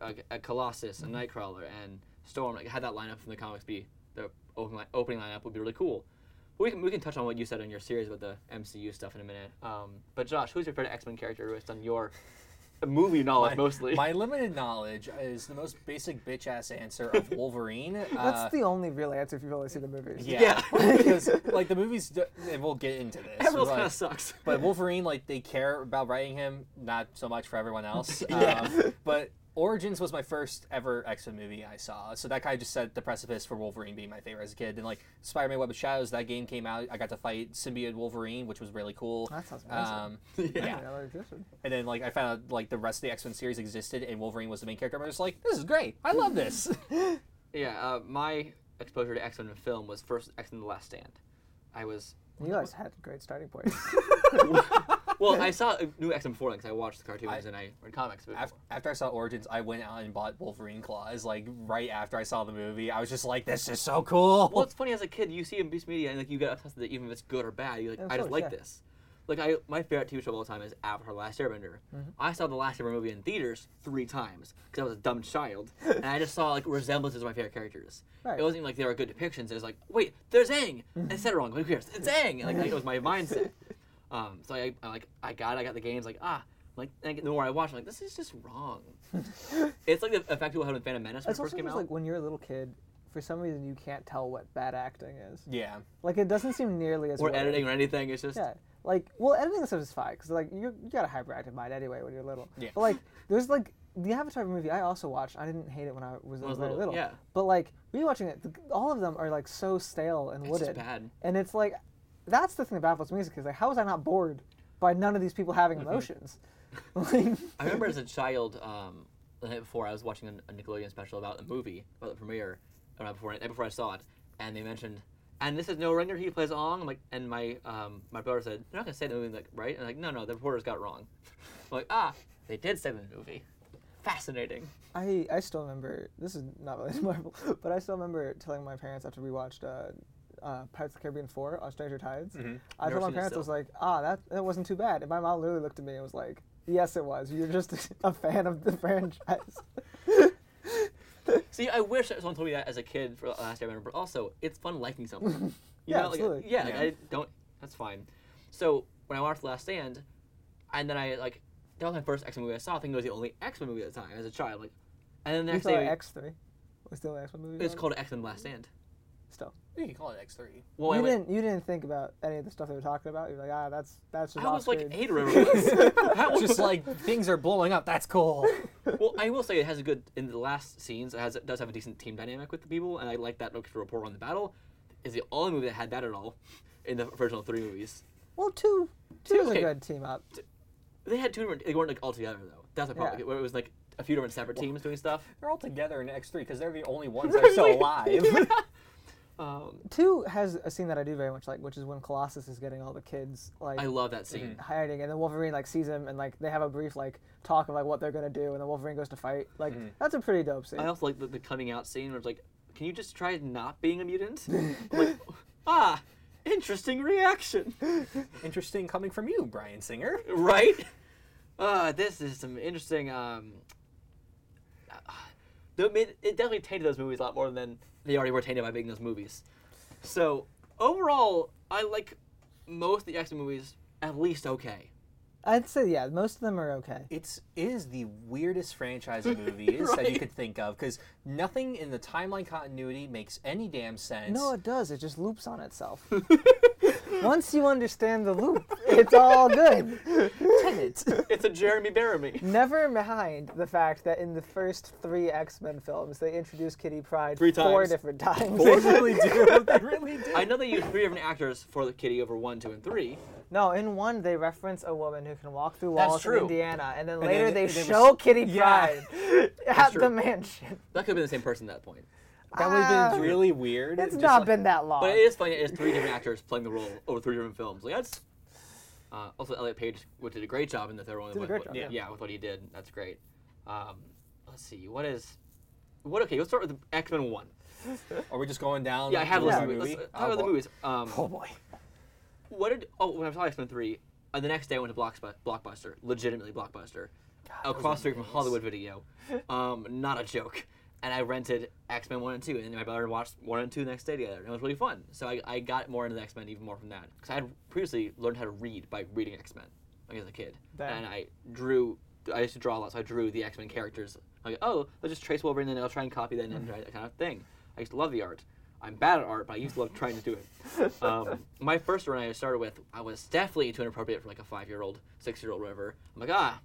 A: a, a Colossus and Nightcrawler and Storm like had that lineup from the comics be the open li- opening lineup would be really cool. But we can we can touch on what you said in your series about the MCU stuff in a minute. Um, but Josh, who's your favorite X Men character based on your movie knowledge mostly? [laughs]
C: My limited knowledge is the most basic bitch ass answer of
A: [laughs]
C: Wolverine. uh,
B: [laughs] That's the only real answer if you've only seen the movies.
C: [laughs] yeah, because like the movies, d- and we'll get into this.
A: Everyone
C: but-
A: kind of sucks. [laughs]
B: [laughs]
C: But Wolverine, like they care about writing him, not so much for
B: [laughs]
C: everyone else. um, but Origins was my first ever X Men movie I saw, so that kind of just set the precipice for Wolverine being my favorite as a kid. And like Spider Man Web of Shadows, that game came out. I got to fight symbiote Wolverine, which was really cool. Um,
B: That sounds amazing.
C: yeah.
B: [laughs] Yeah, like, this one.
C: And then like I found out like the rest of the X Men series existed, and Wolverine was the main character. I was just like, this is great. I
B: [laughs]
C: love this. [laughs]
A: yeah, uh, my exposure to X Men in film was first X Men: The Last Stand. I was
B: You guys had a great starting point.
A: well, [laughs] I saw a new X Men before because I watched the cartoons and I read comics. But
C: Af- after I saw Origins, I went out and bought Wolverine claws. Like right after I saw the movie, I was just like, this is so cool.
A: Well, it's funny as a kid, you see in Beast Media, and like you get obsessed with it, even if it's good or bad. You're like, I just
B: course,
A: like
B: Oh, yeah.
A: this. Like I, my favorite TV show of all time is Avatar: The Last Airbender.
B: Mm-hmm.
A: I saw the Last Airbender movie in theaters three times because I was a dumb
B: [laughs]
A: child, and I just saw like resemblances of my favorite characters.
B: Right. Mm-hmm.
A: It wasn't even like they were good depictions. It was like, wait, there's Aang. I said it wrong. Who cares? It's Aang. Like, like it was my mindset.
B: [laughs]
A: Um, so I, I like I got it, I got the games like ah like and the more I watch I'm like this
B: [laughs]
A: is just wrong. it's like the effect people had with Phantom Menace when it
B: It's
A: first
B: also
A: came
B: just
A: out.
B: like when you're a little kid, for some reason you can't tell what bad acting is.
C: [laughs] Yeah.
B: Like it doesn't seem nearly as.
A: or
B: well-
A: editing or anything. It's just
B: Yeah. Like, well, editing stuff is fine because like you you got a hyperactive mind anyway when you're little.
C: Yeah.
B: But like, there's like the Avatar movie I also watched. I didn't hate it when I was,
A: was
B: very
A: little,
B: little.
A: yeah.
B: But like rewatching it, the, all of them are like so stale and
A: just
B: wooded.
A: bad.
B: And it's like, that's the thing that baffles me is 'cause, like, how was I not bored by none of these people having
A: Mm-hmm.
B: emotions? [laughs] like,
A: I remember as a child, um, the night before I was watching a- a Nickelodeon special about the movie, about the premiere, or not before, night before I saw it, and they mentioned, and this is no ringer he plays Ong. I'm like, and my um, my brother said, they're not gonna say the movie, like, right? And I'm like, no, no, the reporters got it wrong. [laughs] I'm like, ah, they did say the movie. Fascinating.
B: I I still remember this is not related to [laughs] Marvel, but I still remember telling my parents after we watched uh, uh, Pirates of the Caribbean Four on Stranger Tides. I
A: Mm-hmm. Never
B: told my
A: seen it
B: parents I
A: still.
B: was like, ah, that that wasn't too bad, and my mom literally looked at me and was like, yes, it was. You're just [laughs] a fan of the
A: [laughs]
B: franchise.
A: See, I wish that someone told me that as a kid for last year. I remember, but also it's fun liking something. You
B: Yeah,
A: know, like, uh,
B: absolutely.
A: yeah, like, I don't. That's fine. So when I watched The Last Stand, and then I like that was my first X Men movie I saw. I think it was the only X Men movie at the time as a child. Like, and then the
B: you
A: next
B: saw
A: day
B: X three. Was still an X Men movie.
A: it's
B: on?
A: called X Men Last Stand.
B: still.
C: You can call it X3.
A: Well, I,
B: you
A: went-
B: didn't. You didn't think about any of the stuff they were talking about. You're like, ah, that's that's just.
A: I
B: off
A: was like
B: screen."
A: eight. I
B: [laughs]
A: Remember? this. That was-
C: Just like things are blowing up. That's cool.
A: well, I will say it has a good in the last scenes. It has it does have a decent team dynamic with the people, and I like that look to report on the battle. Is the only movie that had that at all in the original three movies.
B: Well, two. Two is
A: okay.
B: a good team up.
A: They had two different. They weren't like all together though. That's a problem.
B: Yeah.
A: Where it was like a few different separate teams doing stuff.
C: They're all together in X3 because they're the only ones that are still
B: [laughs]
C: alive.
B: Two has a scene that I do very much like, which is when Colossus is getting all the kids like
A: I love that scene.
B: hiding, and then Wolverine like sees him, and like they have a brief like talk of like what they're gonna do, and then Wolverine goes to fight. Like that's a pretty dope scene.
A: I also like the, the coming out scene where it's like, can you just try not being a mutant? I'm like, ah, interesting reaction,
C: Interesting coming from you, Brian Singer.
A: right? Uh, this is some interesting. Um, uh, it definitely tainted those movies a lot more than they already were tainted by making those movies. So overall, I like most of the X Men movies at least okay.
B: I'd say yeah, most of them are okay.
C: It's it is the weirdest franchise
B: [laughs]
C: of movies that you could think of because nothing in the timeline continuity makes any damn sense.
B: No, it does. It just loops on itself.
A: [laughs]
B: Once you understand the loop, it's all good.
C: Tenet.
A: It's a Jeremy Baramy.
B: [laughs] Never mind the fact that in the first three X Men films, they introduced Kitty Pride
A: Three
B: four
A: times.
B: different times.
C: [laughs] they really do. They really do.
A: I know they use three different actors for the kitty over one, two, and three.
B: [laughs] No, in one they reference a woman who can walk through
A: That's
B: walls
A: true.
B: in Indiana, and then
C: then
B: later
C: they-
B: they,
C: they were
B: show
C: s-
B: Kitty
C: Yeah.
B: Pryde at the
A: true.
B: mansion.
A: That could have been the same person at that point.
C: [laughs] That would have been really weird.
B: Ah. It's
C: Just
B: not
C: like-
B: been that long.
A: But it is funny. It's three different actors playing the role over three different films. Like that's uh, also Elliot Page, which did a great job in the third one. with
B: a
A: what-
B: great
A: yeah.
B: job,
A: with what he did, that's great. Um, let's see, what is what? Okay, let's start with X Men One.
C: Are we just going down?
A: Yeah, I have
C: movie
A: this
C: by
A: movie. Let's
C: movie?
A: talk
C: Oh,
A: about the
C: boy.
A: movies. Um,
C: Oh boy.
A: what did? Oh, when I saw X Men Three, uh, the next day I went to Blocksp- Blockbuster, legitimately Blockbuster, across the street from Hollywood Video. Um, not a joke. And I rented X Men One and Two, and then my brother watched One and Two the next day together, and it was really fun. So I, I got more into the X Men even more from that because I had previously learned how to read by reading X Men like as a kid, and I drew. I used to draw a lot, so I drew the X Men characters. Like, oh, I'll just trace Wolverine, and I'll try and copy that, and try that kind of thing. I used to love the art. I'm bad at art, but I used to love trying to do it. Um, my first run I started with, I was definitely too inappropriate for like a five year old, six year old, whatever. I'm like, ah,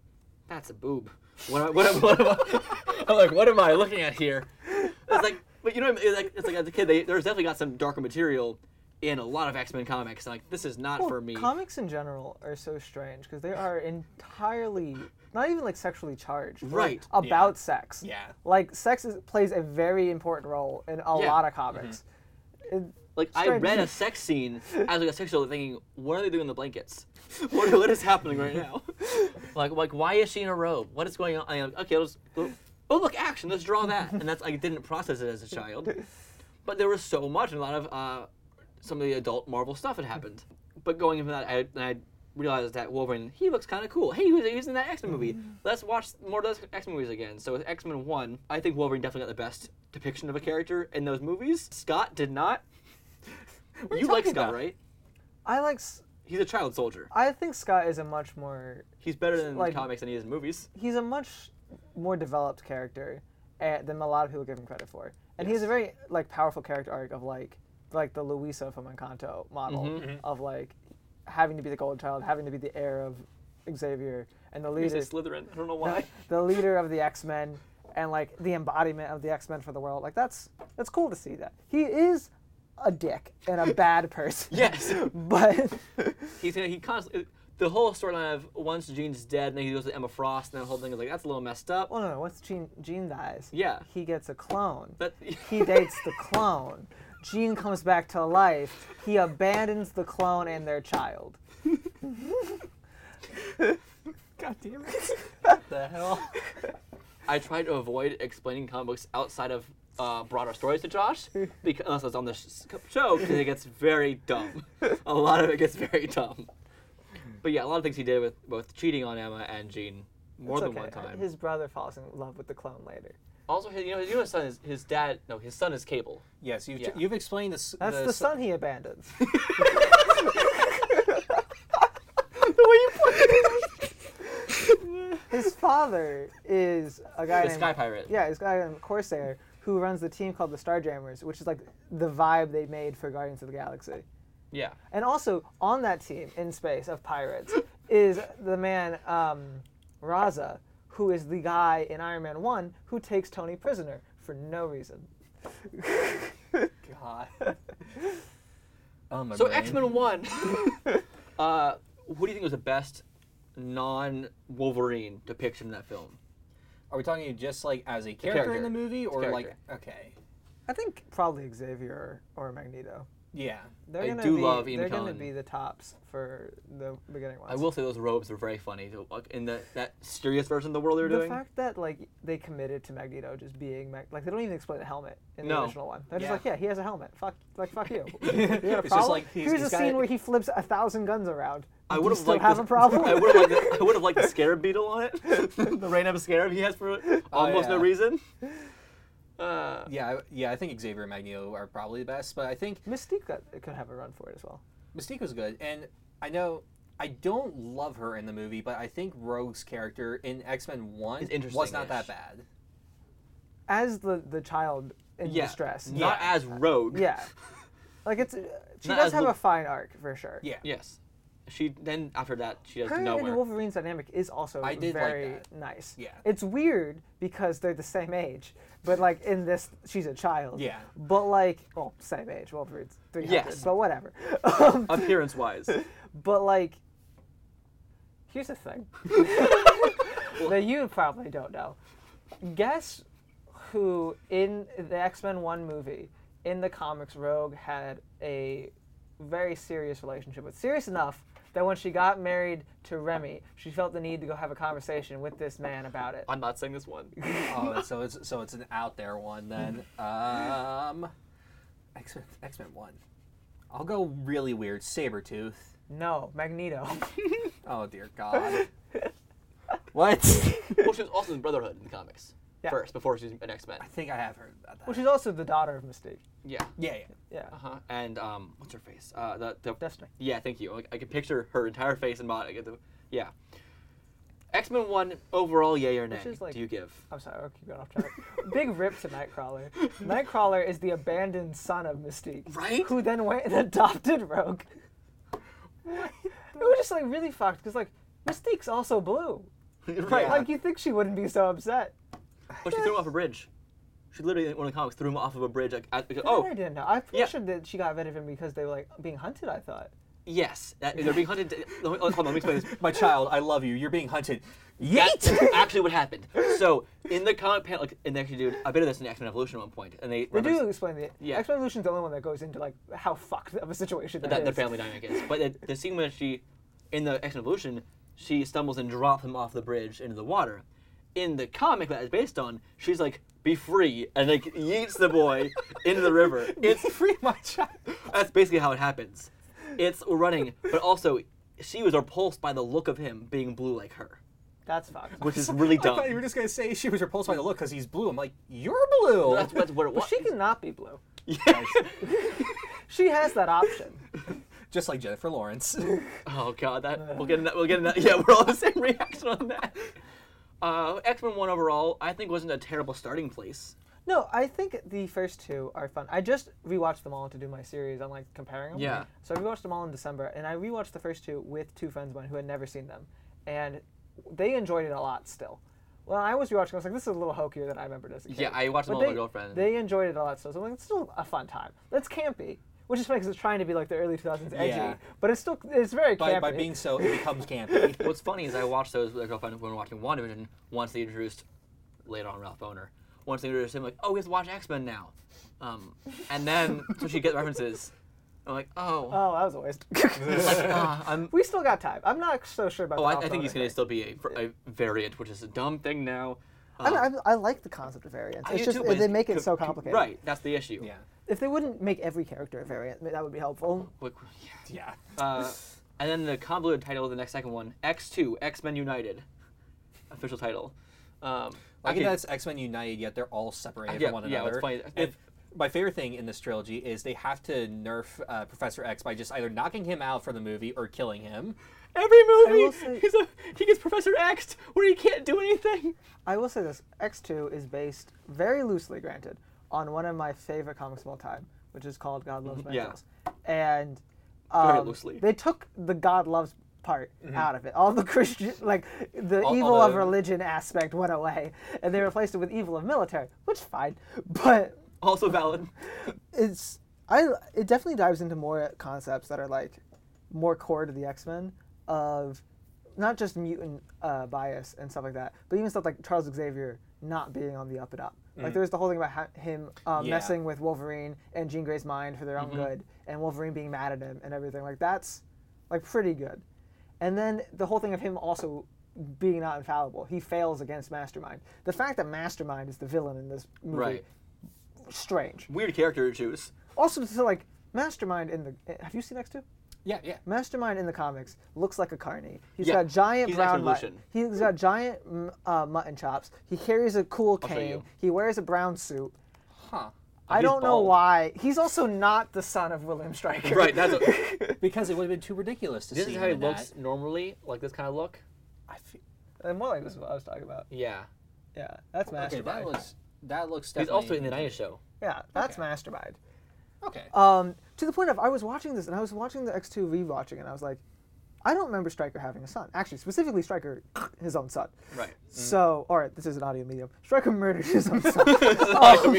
A: that's a boob. What am, I- what am, what am I? [laughs] I'm like, what am I looking at here? It's like, but you know, what I mean? it's like, it's like as a kid, they, there's definitely got some darker material in a lot of X Men comics. and like, this is not
B: Well,
A: for me.
B: Oh, Comics in general are so strange because they are entirely not even like sexually charged, but, like,
A: Right.
B: about sex.
C: Yeah.
B: like sex is, plays a very important role in a lot
A: Mm-hmm.
B: of comics.
A: Like I
B: Strange.
A: read a sex scene as like a six-year-old, thinking, "What are they doing in the blankets? [laughs] What, what is happening right now? [laughs] like, like why is she in a robe? What is going on?" I'm like, okay, let's. Oh, look, action! Let's draw that. And that's I didn't process it as a child, but there was so much, and a lot of uh, some of the adult Marvel stuff had happened. But going into that, I, and I realized that Wolverine, he looks kind of cool. Hey, he was, he was in that X Men movie. Let's watch more of those X Men movies again. So with X Men One, I think Wolverine definitely got the best depiction of a character in those movies. Scott did not. You like
C: talking
A: Scott,
C: about?
A: right?
B: I like. s-
A: He's a child soldier.
B: I think Scott is a much more
A: He's better than
B: Like-
A: the comics than he is in movies.
B: he's a much more developed character eh, than a lot of people give him credit for. and he has a very like powerful character arc of like like the Luisa from Encanto model
A: Mm-hmm.
B: of like having to be the golden child, having to be the heir of Xavier, and the
A: You
B: leader
A: say Slytherin. I don't know why.
B: [laughs] the leader of the X Men and like the embodiment of the X Men for the world. Like that's that's cool to see that. He is a dick and
A: [laughs]
B: a bad person.
A: [laughs] yes.
B: But
A: He's gonna, he constantly. The whole storyline of once Jean's dead, and then he goes to Emma Frost, and that whole thing is like that's a little messed up.
B: well no no, once Jean Jean dies,
A: Yeah.
B: he gets a clone.
A: That- [laughs]
B: he dates the clone. Jean comes back to life. He abandons the clone and
A: [laughs]
B: their child.
C: God damn it. the hell?
A: I try to avoid explaining comic books outside of uh, broader stories to
B: [laughs]
A: Josh, because, unless it's on the show, because it gets very dumb.
B: [laughs]
A: a lot of it gets very dumb. But yeah, a lot of things he did with both cheating on Emma and Jean more
B: It's
A: than
B: okay.
A: one time.
B: His brother falls in love with the clone later.
A: also, his, you know, his youngest son is his dad. No, his son is Cable.
C: Yes, you've,
A: Yeah.
C: you've explained this.
B: That's the, son
A: [laughs]
B: he abandons. His father is a guy
A: The
B: named
A: Sky Pirate.
B: Yeah, this guy named Corsair who runs the team called the Starjammers, which is like the vibe they made for Guardians of the Galaxy.
A: Yeah.
B: And also on that team in space of pirates is the man um, Raza, who is the guy in Iron Man One who takes Tony prisoner for no reason. [laughs]
C: God. Oh, my
A: So
C: brain.
A: X Men One.
B: [laughs]
A: uh, who do you think was the best non Wolverine depiction in that film?
C: Are we talking just like as a character, in
A: character.
C: the movie,
A: It's
C: or like
A: character.
C: okay,
B: I think probably Xavier or Magneto.
C: yeah,
B: They're
A: I
B: gonna
A: do
B: be,
A: love Ian
B: They're going
A: Cullen.
B: to be the tops for the beginning ones.
A: I will say those robes were very funny to- in the, that serious version of the world they were
B: The
A: doing.
B: fact that like they committed to Magneto just being Mag- like they don't even explain the helmet in the
A: No.
B: original one. They're just
C: Yeah.
B: like, yeah, he has a helmet. Fuck, like
A: [laughs]
B: fuck you. [laughs] You got a
C: just
B: problem?
C: like he's-
B: Here's
C: he's
B: a
C: got
B: scene
C: it-
B: where he flips a thousand guns around.
A: I
B: Do
A: would
B: you
A: have
B: still
A: liked
B: have
A: the-
B: a
A: [laughs]
B: problem.
A: I would have liked. The, I would have liked the scarab beetle on it. the rain up scarab he has for
B: Oh,
A: Uh, almost no
C: yeah.
A: reason.
C: yeah, I- yeah. I think Xavier and Magneto are probably the best, but I think
B: [laughs] Mystique got, could have a run for it as well.
C: Mystique was good, and I know I don't love her in the movie, but I think Rogue's character in X Men One was not that
A: interesting-ish.
C: bad.
B: As the the child in
A: Yeah.
B: distress.
A: Not as rogue.
B: Yeah.
A: [laughs]
B: Like it's she
A: Not
B: does
A: as
B: have
A: Lu-
B: a fine arc for sure.
C: Yeah.
A: Yes. She then after that she does
B: Her
A: nowhere.
B: and [laughs] Wolverine's dynamic is also
C: I did like
B: very
C: that.
B: nice.
C: Yeah.
B: It's weird because they're the same age, but like in this, she's a child.
C: Yeah.
B: But like, well, same age. Wolverine's 300,
A: Yes.
B: but whatever.
A: Appearance wise,
B: but like, here's the thing [laughs] that you probably don't know. Guess who in the X Men 1 movie, in the comics, Rogue had a very serious relationship with. Serious enough that when she got married to Remy, she felt the need to go have a conversation with this man about it.
A: I'm not saying this
B: [laughs]
A: one.
C: Oh, so it's so it's an out there one then. Um, X Men X Men One. I'll go really weird. Sabretooth.
B: No, Magneto. [laughs]
C: Oh dear God. what? I
A: Well, she was also in Brotherhood in the comics first before she was an X Men.
C: think I have heard about that.
B: Well, she's also the daughter of Mystique.
A: Yeah.
C: yeah, yeah.
B: Yeah.
A: Uh-huh. And um, what's her face? Uh, the, the
B: Destiny.
A: Yeah, thank you. I, I can picture her entire face and body. I get the- yeah. X Men One overall, yay or nay?
B: is, like-
A: do you
B: [laughs]
A: give?
B: I'm sorry, I'll keep going off track. [laughs] Big rip to Nightcrawler. Nightcrawler is the abandoned son of Mystique.
A: Right?
B: Who then went and [laughs] adopted Rogue. it was just like really fucked because like Mystique's also blue.
A: right.
B: Like you think she wouldn't be so upset.
A: But she threw him off a bridge. She literally, in one of the comics, threw him off of a bridge. Like, at, because,
B: I
A: oh,
B: didn't know. I'm pretty
A: Yeah.
B: sure that she got rid of him because they were like being hunted, I thought.
A: yes, that, they're being hunted. Let me, hold on, let me explain this.
B: [laughs]
C: My child, I love you. You're being hunted.
A: That's
C: Yeet!
A: [laughs] actually what happened. So in the comic panel, like, and they actually do a bit of this in X Men Evolution at one point, and they,
B: They
A: reference
B: do explain the
A: Yeah.
B: X Men Evolution's the only one that goes into like how fucked of a situation that
A: that the
B: is.
A: family dynamic is. But the, the scene when she, in the X Men Evolution, she stumbles and drops him off the bridge into the water. In the comic that is based on, she's like, "Be free," and like yeets the
C: [laughs]
A: boy into the river. It's
C: Free my child.
A: That's basically how it happens. It's running, but also she was repulsed by the look of him being blue like her,
B: That's fucked.
A: which is really
C: [laughs] I thought you were
A: dumb.
C: just gonna say she was repulsed by the look because he's blue. I'm like, you're blue.
A: That's, that's what it was.
B: But she cannot be
A: [laughs]
B: blue. [laughs] She has that option.
C: [laughs] just like
A: [laughs]
C: Jennifer Lawrence.
A: Oh god,
C: [laughs]
A: that we'll get in that. We'll get in that. Yeah, we're all the same reaction on that. Uh, X Men One overall, I think wasn't a terrible starting place.
B: No, I think the first two are fun. I just rewatched them all to do my series on like comparing them.
A: Yeah.
B: So I rewatched them all in December, and I rewatched the first two with two friends of mine who had never seen them, and they enjoyed it a lot still. When I was rewatching, I was like, "This is a little hokier than I remembered as a kid."
A: Yeah, I watched them
B: But
A: all with
B: they-
A: my girlfriend.
B: They enjoyed it a lot still. So I'm like, it's still a fun time. That's campy, which is funny because it's trying to be like the early 2000s edgy,
C: Yeah.
B: but it's still it's very
C: By,
B: campy.
C: by being so, it
A: [laughs]
C: becomes campy.
A: What's funny is I watched those with a girlfriend when we were watching WandaVision. Once they introduced later on Ralph Boner, once they introduced him, like, oh, we have to watch X Men now, um, and then so she gets references. I'm like, oh,
B: Oh, that was a
C: [laughs]
B: waste. [laughs]
A: like, ah, I'm.
B: we still got time. I'm not so sure about.
A: Oh,
B: the
A: I,
B: Ralph
A: I think he's
B: Boner
A: gonna still be a, fr- a variant, which is a dumb thing now. Uh,
B: thing. I, I, I like the concept of variants.
A: Um, I
B: It's
A: do
B: just
A: too, but
B: they
A: it's
B: make it
A: co-
B: so
A: co-
B: complicated.
A: Right, that's the issue.
C: yeah.
B: If they wouldn't make every character a variant, that would be helpful.
A: Like, yeah.
C: Yeah.
A: Uh, and then the convoluted title of the next second one, X2, X Men United, official title. Um,
C: I
A: actually-
C: get that it's X Men United, yet they're all separated
A: Yeah,
C: from one
A: yeah,
C: another.
A: it's funny.
C: If- my favorite thing in this trilogy is they have to nerf uh, Professor X by just either knocking him out for the movie or
A: [laughs]
C: killing him.
A: every
B: will
A: movie,
B: say-
A: he's a, he gets Professor X where he can't do anything.
B: I will say this: X2 is based very loosely, granted, on one of my favorite comics of all time, which is called God Loves My
A: Mm-hmm, Yeah.
B: Angels. And
A: Very
B: um,
A: loosely. Mm-hmm.
B: they took the God loves part out of it. All the [laughs] Christian, like the
C: all
B: evil of
C: the-
B: religion aspect, went away, and they replaced it with evil of military, which fine, [laughs] but
A: Also valid.
B: it's I it definitely dives into more concepts that are like more core to the X Men of not just mutant uh, bias and stuff like that, but even stuff like Charles Xavier not being on the up and up. Like there was the whole thing about ha- him um,
C: Yeah.
B: messing with Wolverine and Jean Grey's mind for their own good, and Wolverine being mad at him and everything. Like that's like pretty good. And then the whole thing of him also being not infallible. He fails against Mastermind. The fact that Mastermind is the villain in this movie,
A: Right.
B: strange
A: Weird character to choose.
B: also so like mastermind in the have you seen x2
C: Yeah, yeah.
B: mastermind in the comics looks like a carney He's
A: Yeah,
B: got giant
A: he's
B: brown
A: X-Men
B: mutton. he's got giant mm, uh, mutton chops he carries a cool
A: show
B: cane
A: you.
B: he wears a brown suit
C: Huh.
B: i
A: he's
B: don't know
A: bald.
B: why he's also not the son of william stryker [laughs]
A: Right, that's [laughs] a,
C: Because it would have been too ridiculous to
A: this
C: see
A: is
C: him
A: how he
C: in
A: looks
C: that.
A: normally, like this kind of look.
C: I feel,
B: and more like this is what i was talking about
A: Yeah,
B: yeah that's
C: okay,
B: mastermind
C: that looks that looks
A: he's
C: definitely
A: also in the '90s show.
B: yeah that's mastermind
C: Okay.
B: um, to the point of I was watching this and I was watching the X2 rewatching and I was like, I don't remember Stryker having a son. Actually, specifically Stryker, his own son.
A: Right. Mm-hmm.
B: So, all right, this is an audio medium. Stryker murdered his own
A: [laughs]
B: son. Um,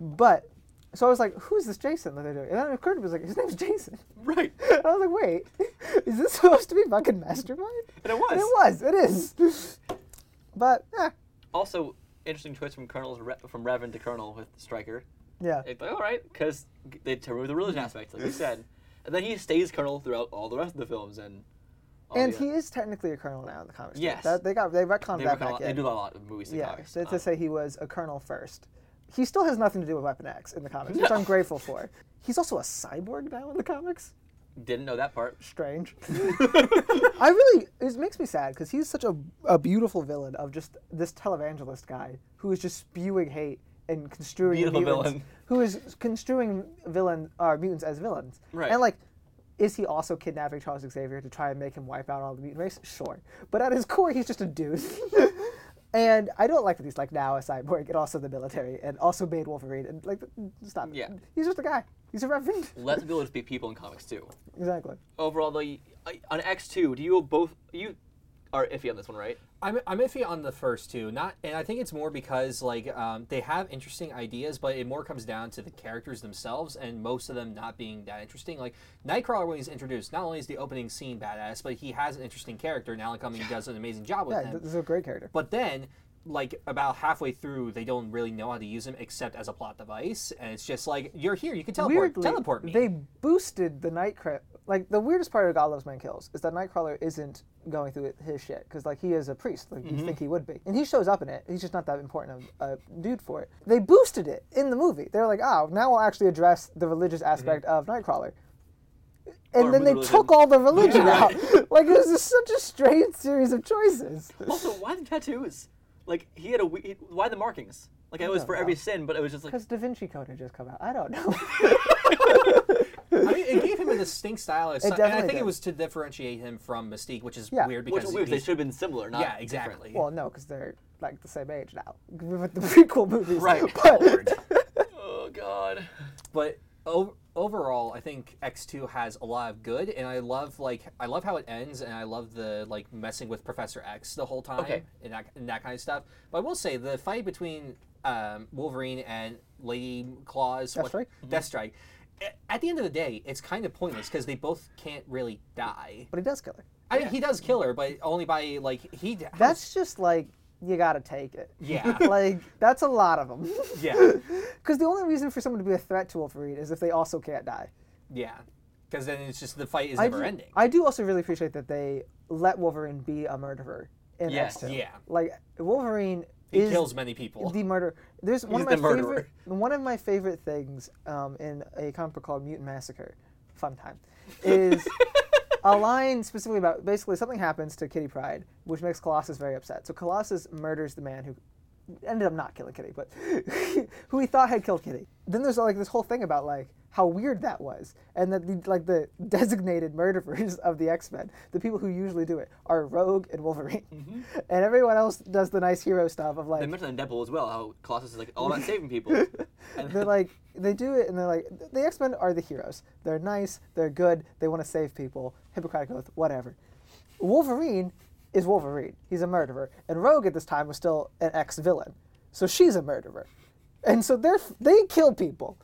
B: [laughs] but so I was like, who's this Jason that they're doing? And then it occurred to me, I was like, his name's Jason.
A: [laughs] Right.
B: And I was like, wait, [laughs] is this supposed to be fucking Mastermind?
A: And it was.
B: And it was. It is. But eh,
A: Also, interesting twist from Colonel's Re- from Revan to Colonel with Stryker.
B: yeah.
A: It's like, all right, because they took away the religion aspect, like you said, and then he stays Colonel throughout all the rest of the films, and all
B: and
A: the-
B: he is technically a colonel now in the comics.
A: Yes.
B: That, they got they retconned
A: they,
B: that
A: work on a
B: back
A: lot-
B: in.
A: they do that a lot in movies. and
B: Yeah,
A: comics.
B: so
A: Um,
B: to say he was a colonel first. He still has nothing to do with Weapon X in the comics, which I'm grateful for. He's also a cyborg now in the comics.
A: didn't know that part. [laughs]
B: Strange. I really, it makes me sad because he's such a, a beautiful villain of just this televangelist guy who is just spewing hate and construing
A: Beautiful
B: mutants,
A: villain.
B: who is construing villain uh, mutants as villains.
A: Right.
B: And like, is he also kidnapping Charles Xavier to try and make him wipe out all the mutant race? Sure, but at his core, he's just a
A: [laughs]
B: dude. and I don't like that he's like now a cyborg and also the military and also made Wolverine and like stop. it.
A: Yeah.
B: He's just a guy. He's a reverend.
A: Let's be able to be people in comics too.
B: exactly.
A: Overall, though, you- I- on X two, do you both you are iffy on this one, right?
C: I'm, I'm iffy on the first two, not, and I think it's more because like um, they have interesting ideas, but it more comes down to the characters themselves, and most of them not being that interesting. Like Nightcrawler, when he's introduced, not only is the opening scene badass, but he has an interesting character, and Alan Cumming does an amazing job with
B: Yeah,
C: him.
B: th- this is a great character.
C: But then, like about halfway through, they don't really know how to use him except as a plot device, and it's just like you're here, you can teleport,
B: Weirdly,
C: teleport me.
B: they boosted the Nightcrawler. Like the weirdest part of God Loves Man Kills is that Nightcrawler isn't going through it- his shit because like he is a priest, like
C: Mm-hmm.
B: you think he would be, and he shows up in it. He's just not that important of a dude for it. They boosted it in the movie. They're like, oh, now we'll actually address the religious
C: Mm-hmm.
B: aspect of Nightcrawler. And
A: Or
B: then
A: with
B: they
A: religion.
B: took all
C: [laughs]
B: the religion out. like it was just such a strange series of choices.
A: Also, why the tattoos? Like he had a we- he, why the markings? Like it was for every sin, but it was just like
B: Because Da Vinci Code had just come out. I don't
C: [laughs]
B: know.
C: I
B: [laughs]
C: mean, it gave him a distinct style, as- and I
B: definitely
C: think
B: did.
C: it was to differentiate him from Mystique, which is
B: Yeah.
C: weird
A: which
C: because
A: is weird. They
C: he's-
A: should have been similar, not
C: yeah,
A: different.
C: exactly.
B: [laughs] well, no, because they're like the same age now with the prequel movies.
C: Right.
B: [laughs] But
A: Oh God.
C: but o- overall i think x2 has a lot of good and i love like i love how it ends and i love the like messing with professor x the whole time
A: Okay.
C: and, that, and that kind of stuff but i will say the fight between um, wolverine and lady claws death
B: Strike?
C: death strike a- at the end of the day it's kind of pointless because they both can't really die
B: but he does kill her.
C: i mean he does kill her but only by like he d-
B: That's just like you gotta take it.
C: yeah
B: [laughs] Like that's a lot of [laughs] them.
C: yeah
B: Because the only reason for someone to be a threat to Wolverine is if they also can't die.
C: yeah because then it's just the fight is
B: I
C: never
B: do,
C: ending
B: I do also really appreciate that they let Wolverine be a murderer in
A: Yes,
B: X2.
C: yeah.
B: Like Wolverine
C: he
B: is
C: kills many people
B: the murderer. There's one of
A: He's
B: my
A: the
B: favorite
A: murderer.
B: one of my favorite things um, in a comic book called Mutant Massacre. Fun time.
A: [laughs]
B: Is a line specifically about basically something happens to Kitty Pride, which makes Colossus very upset. So Colossus murders the man who ended up not killing Kitty, but [laughs] who he thought had killed Kitty. Then there's like this whole thing about like how weird that was, and that the, like the [laughs] designated murderers of the X Men, the people who usually do it, are Rogue and Wolverine,
A: Mm-hmm.
B: and everyone else does the nice hero stuff of like
A: They mentioned in Deadpool as well how Colossus is like all [laughs] about saving people. And
B: [laughs] they're like they do it and they're like the x-men are the heroes they're nice they're good they want to save people hippocratic oath whatever wolverine is wolverine he's a murderer and rogue at this time was still an ex-villain so she's a murderer and so they're they
A: [laughs]
B: kill people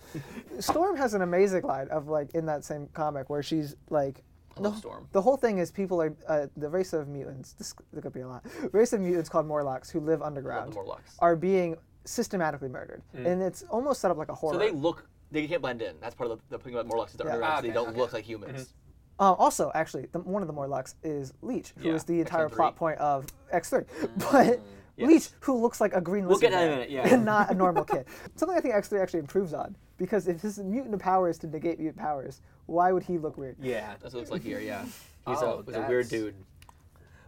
B: storm has an amazing line of like in that same comic where she's like
A: I love Storm.
B: the whole thing is people are uh, the race of mutants. This, there could be a lot. Race of mutants called Morlocks who live underground
A: Morlocks.
B: are being systematically murdered, and it's almost set up like a horror.
A: Hmm. So they look. They can't blend in. That's part of the, the thing about Morlocks is they're underground, so
C: Ah, Okay,
A: they don't
C: okay. Mm-hmm.
A: look like humans.
B: Uh, also, actually, the, one of the Morlocks is Leech, who is
A: Yeah,
B: the entire
A: X-Men
B: plot
A: three.
B: point of X3. [laughs] But Leech, who looks like a green
A: Hmm, We'll
B: lizard
A: get to that in a
B: man,
A: minute, yeah.
B: and not
A: [laughs]
B: a normal kid. Something I think X3 actually improves on, because if his mutant power is to negate mutant powers, why would he look weird?
C: yeah
A: That's what it looks like here. Yeah. [laughs] He's a,
C: Oh,
A: he's a weird
C: that's-
A: dude.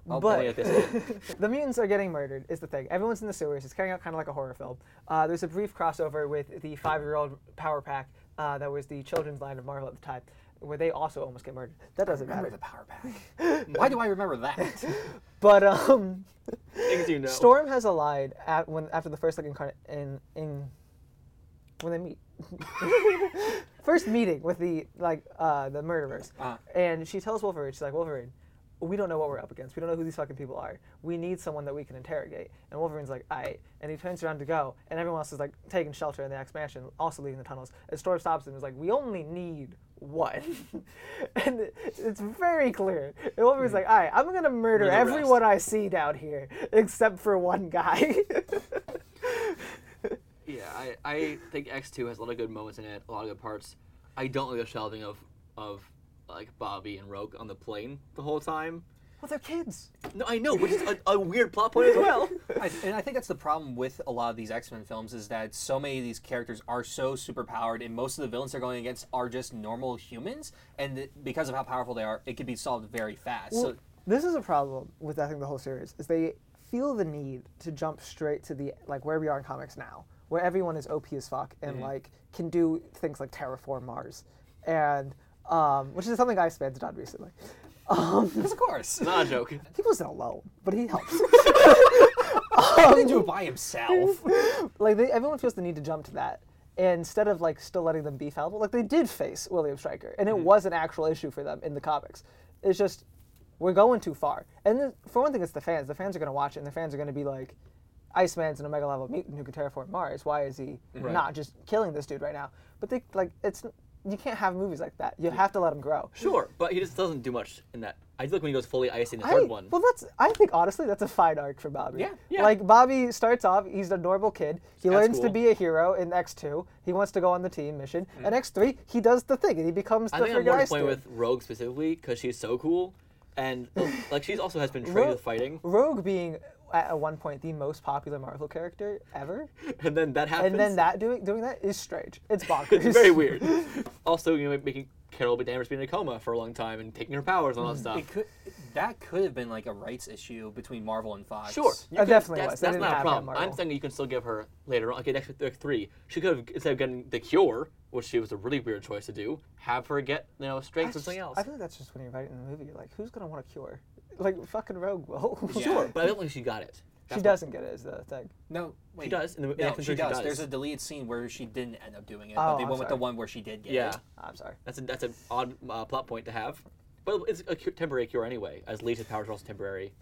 B: but
A: Only at this point.
B: [laughs] the mutants are getting murdered is the thing. Everyone's in the sewers. It's carrying out kind of like a horror film. Uh, there's a brief crossover with the five-year-old Power Pack uh, that was the children's line of Marvel at the time, where they also almost get murdered. That doesn't
C: remember
B: matter.
C: the power
A: [laughs]
C: pack. Why do I remember that?
B: But um,
A: Things you know.
B: Storm has a line at when after the first like incarnate in in when they meet. first meeting with the like uh, the murderers, and she tells Wolverine, she's like, Wolverine, we don't know what we're up against. We don't know who these fucking people are. We need someone that we can interrogate. And Wolverine's like, I. And he turns around to go, and everyone else is like taking shelter in the X mansion, also leaving the tunnels. And Storm stops him and is like, we only need one. [laughs] and it- it's very clear. And Wolverine's like, all right, I'm gonna murder
A: rest.
B: everyone I see down here except for one guy. [laughs]
A: Yeah, I, I think X2 has a lot of good moments in it, a lot of good parts. I don't like the shelving of of like Bobby and Rogue on the plane the whole time.
B: well, they're kids.
A: No, I know, which is a, a weird plot point as
B: [laughs]
A: well.
C: I, and I think that's the problem with a lot of these X Men films is that so many of these characters are so superpowered, and most of the villains they're going against are just normal humans. And th- because of how powerful they are, it can be solved very fast. so
B: This is a problem with I think the whole series is they feel the need to jump straight to the like where we are in comics now, where everyone is OP as fuck and like can do things like terraform Mars, and um, which is something I expanded on recently. [laughs] Um,
C: 'Cause of
A: [laughs] [laughs]
C: course, [laughs]
A: Not a joke.
B: he wasn't alone, but he [laughs] helps.
C: he
A: [laughs]
C: didn't do it by himself.
B: like they, everyone feels the need to jump to that instead of like still letting them be fallible. Like they did face William Stryker, and it was an actual issue for them in the comics. It's just we're going too far. And then, for one thing, it's the fans. The fans are going to watch it, and the fans are going to be like, "Iceman's an omega level mutant who can terraform Mars. Why is he not just killing this dude right now?" But they like it's you can't have movies like that. You have to let him grow.
A: Sure, but he just doesn't do much in that. I feel like when he goes fully icy in the
B: I,
A: third one.
B: Well, that's. I think honestly, that's a fine arc for Bobby.
A: Yeah, yeah.
B: Like Bobby starts off, he's a normal kid. He
A: That's
B: learns to
A: cool. Mm.
B: be a hero in X two. He wants to go on the team mission. And X three, he does the thing, and he becomes
A: I
B: the
A: think I'm
B: freaking
A: more
B: ice
A: playing
B: dude.
A: with Rogue specifically because she's so cool,
B: [laughs]
A: and oh, like she's also has been trained
B: Rogue-
A: with fighting,
B: Rogue being at at one point the most popular Marvel character
A: [laughs]
B: ever,
A: and then that happens.
B: and then that doing doing that is strange. It's
A: [laughs]
B: bonkers.
A: It's very
B: [laughs]
A: weird. also, you know, making Carol B. Danvers be in a coma for a long time and taking her powers
B: Mm.
A: and all that stuff.
C: It could, that could have been like a rights issue between Marvel and Fox.
A: Sure, you
B: That
A: could-
B: definitely
A: that's,
B: was. They
A: That's
B: didn't
A: not a
B: have that
A: problem. I'm
B: Marvel.
A: saying you can still give her later on. Okay, next like three, she could have instead of getting the cure, which she was a really weird choice to do, have her get you know strength or something else.
B: I feel like that's [laughs] just when you write it in the movie. You're like, who's gonna want a cure? Like fucking Rogue will.
C: Yeah.
A: But I don't think she got it.
B: she doesn't get it. Is the thing?
C: No, wait.
A: does. In the- in the
C: no,
A: episode,
C: she
A: she
C: does.
A: does.
C: There's a deleted scene where she didn't end up doing it,
B: Oh,
C: but they
B: I'm
C: went with the
B: sorry.
C: one where she did get
A: Yeah.
C: it.
B: I'm sorry.
A: That's a, that's an odd uh, plot point to have. But it's a cu- temporary cure anyway, as Lisa's powers are also temporary.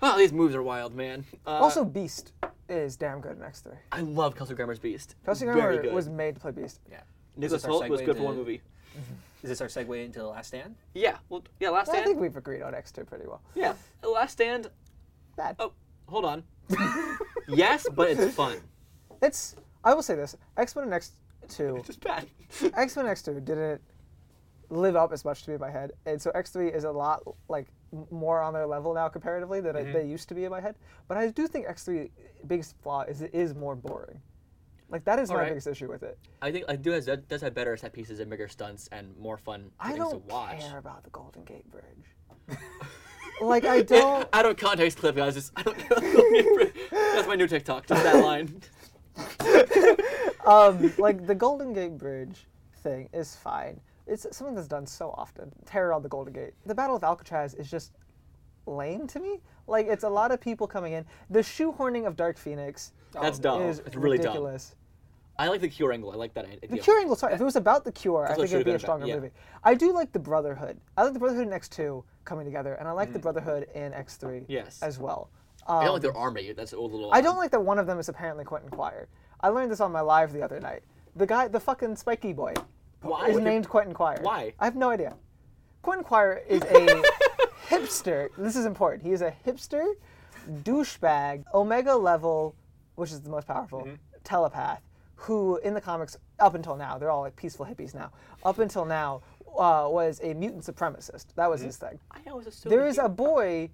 A: Well, these moves are wild, man. Uh,
B: also, Beast is damn good in X three.
A: I love Kelsey Grammer's Beast.
B: Kelsey
A: Very
B: Grammer
A: good.
B: was made to play Beast.
C: Yeah.
A: Nicholas
C: Is this our
A: Holt was
C: segue
A: good for
C: to-
A: one movie.
C: Is this our segue into The
A: [laughs]
C: Last Stand?
A: Yeah, well, yeah, Last
B: I
A: Stand.
B: think we've agreed on X two pretty well.
A: Yeah, Last Stand.
B: Bad.
A: Oh, hold on. yes, but it's fun.
B: It's. I will say this: X Men and X two,
A: It's bad.
B: X Men and X two didn't live up as much to me in my head, and so X three is a lot like m- more on their level now comparatively than I-
A: Mm-hmm.
B: they used to be in my head. But I do think X three biggest flaw is it is more boring. Like that is my
A: Alright.
B: biggest issue with it.
A: I think I do has does have better set pieces and bigger stunts and more fun
B: I
A: things to
B: don't
A: watch.
B: care about the Golden Gate Bridge. [laughs] like I don't.
A: [laughs] I don't context clip, guys. Just, I don't care. [laughs] That's my new TikTok. Just that line.
B: um, like the Golden Gate Bridge thing is fine. It's something that's done so often. Terror on the Golden Gate. The Battle of Alcatraz is just lame to me. Like it's a lot of people coming in. The shoehorning of Dark Phoenix
A: That's dumb.
B: is
A: It's really dumb.
B: ridiculous.
A: I like the cure angle. I like that idea.
B: The Cure angle, sorry. If it was about the Cure, I
A: what
B: think it would
A: it
B: be
A: should've been
B: a
A: about,
B: stronger
A: yeah.
B: movie. I do like the Brotherhood. I like the Brotherhood in X two coming together, and I like the Brotherhood in X three
A: Mm. Yes.
B: as well.
A: I don't like their army. That's a little.
B: I don't like that one of them is apparently Quentin Quire. I learned this on my live the other night. The guy, the fucking spiky boy,
A: Why
B: is
A: would you-
B: named Quentin Quire.
A: Why?
B: I have no idea. Quentin Quire is
A: [laughs]
B: a hipster. This is important. He is a hipster, douchebag, Omega level, which is the most powerful
A: Mm-hmm.
B: telepath. Who in the comics up until now they're all like peaceful hippies now. Up until now uh, was a mutant supremacist. That
A: Mm-hmm.
B: was his thing.
A: I was just so
B: There is a boy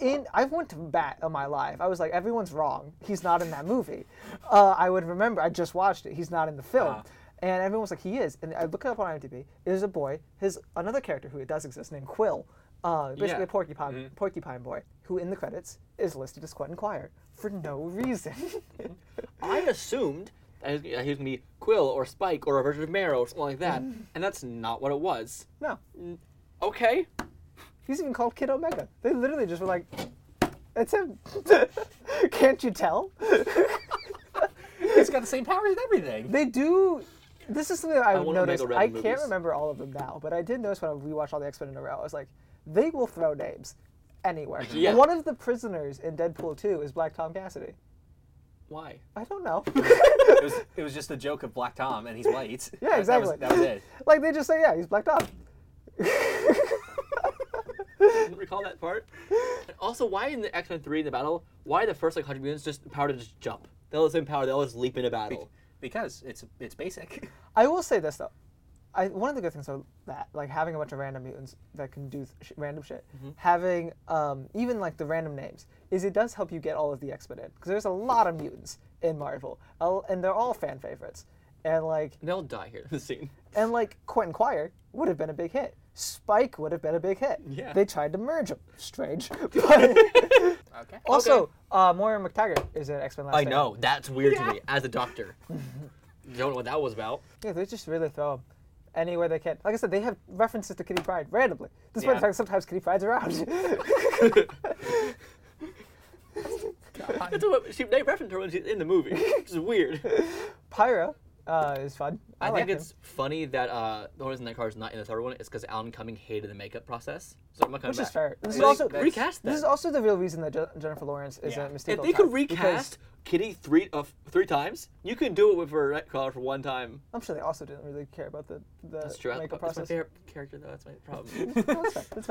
B: in. I went to bat on my life. I was like, everyone's wrong. He's not in that movie. Uh, I would remember. I just watched it. He's not in the film.
A: Ah.
B: And everyone was like, he is. And I look it up on IMDb. There's a boy. His another character who does exist named Quill. Uh, basically
A: Yeah. Mm-hmm.
B: a porcupine, porcupine boy who in the credits is listed as Quentin Quire for no reason. [laughs]
A: I assumed that he was gonna- he was gonna be Quill or Spike or a version of Marrow or something like that, and that's not what it was.
B: no,
A: Okay.
B: he's even called Kid Omega. They literally just were like, it's him. [laughs] Can't you tell? [laughs]
C: It's got the same powers and everything.
B: They do. This is something that I,
A: want
B: noticed.
A: Omega Red
B: I
A: in
B: can't
A: movies.
B: remember all of them now, but I did notice when I rewatched all the X Men in a row. I was like, they will throw names
C: [laughs]
B: anywhere.
A: Yeah.
B: One of the prisoners in Deadpool 2 is Black Tom Cassidy.
A: Why?
B: I don't know. [laughs]
C: it, was, it was just a joke of Black Tom and he's white.
B: Yeah,
C: That-
B: exactly.
C: That was, that was it.
B: [laughs] like they just say, yeah, he's Black Tom. [laughs]
A: [laughs] Didn't recall that part. And also, why in the X Men Three in the battle? Why the first like hundred mutants just the power to just jump? They all have the same power. They all just leap into battle.
C: Because it's it's basic.
B: I will say this though. I, one of the good things of that, like having a bunch of random mutants that can do sh- random shit,
A: Mm-hmm.
B: having um, even like the random names, is it does help you get all of the X Men in because there's a lot of mutants in Marvel, I'll- and they're all fan favorites. And like,
A: And they'll die here in [laughs] the scene.
B: and like Quentin Quire would have been a big hit. Spike would have been a big hit.
A: Yeah.
B: They tried to merge them.
A: [laughs]
B: Strange. [laughs] But Also,
A: Okay.
B: uh, Moira McTaggart is an X Men.
A: I know. That's weird to me as a [laughs] doctor. Don't know what that was [laughs] about.
B: Yeah, they just really throw 'em anywhere they can. Like I said, they have references to Kitty Pride randomly. Despite the fact sometimes Kitty Pride's around. [laughs]
A: That's what she, they referenced her when she's in the movie, which is weird.
B: Pyro uh, is fun.
A: [laughs]
B: I,
A: I,
B: like
A: think
B: him.
A: it's funny that uh, the only reason that car is not in the third one is because Alan Cumming hated the makeup process. So I'm not coming
B: Which
A: back.
B: is fair. This is
A: Like,
B: also
C: that's-
A: recast that.
B: This is also the real reason that Je- Jennifer Lawrence is
C: Yeah.
B: a
C: If
B: mistake.
A: if they could recast Kitty three uh, three times, you could do it with her color for one time.
B: I'm sure they also didn't really care about the, the
A: That's true.
B: makeup
A: That's my
B: process.
A: favorite character though. That's my [laughs] problem.
B: That's fair. That's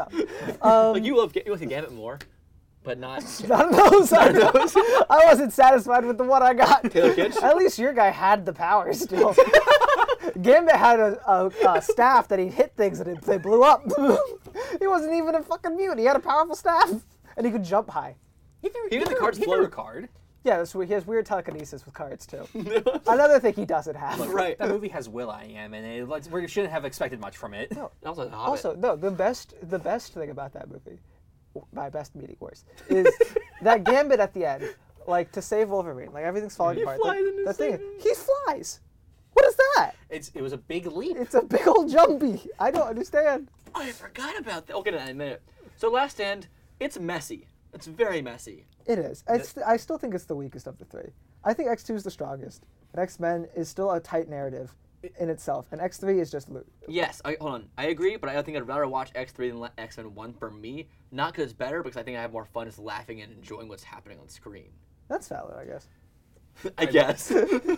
B: [laughs] fair.
A: like you love Ga- you like Gambit more, but
C: [laughs]
A: not
B: None of those are those. I wasn't satisfied with the one I got.
A: Taylor
B: [laughs]
A: Kitsch?
B: At least your guy had the power still. Gambit had a, a, a staff that he hit things and it, they blew up. [laughs] he wasn't even a fucking mute. He had a powerful staff and he could jump high.
A: even the cards
C: He
A: flow.
C: threw a card.
B: Yeah, that's weird. He has weird telekinesis with cards too. Another thing he doesn't have.
A: Right.
C: That movie has Will I Am, and it, like, we shouldn't have expected much from it.
A: Also, the Hobbit.
B: Also, no, the best the best thing about that movie, my best meeting worse, is that Gambit at the end, like to save Wolverine, like everything's falling apart. the-
A: flies into
B: the thing, he flies. What is that?
C: It's it was a big leap.
B: It's a big old jumpy. I don't understand.
A: oh, I forgot about that. We'll get to that in a minute. So Last Stand, it's messy. It's very messy.
B: It is. It's, I still think it's the weakest of the three. I think X2 is the strongest. And X Men is still a tight narrative in itself. And X3 is just loot.
A: Yes, I, hold on. I agree, but I think I'd rather watch X3 than let X-Men 1 for me. Not because it's better, because I think I have more fun just laughing and enjoying what's happening on screen.
B: That's valid, I guess.
A: [laughs] I guess.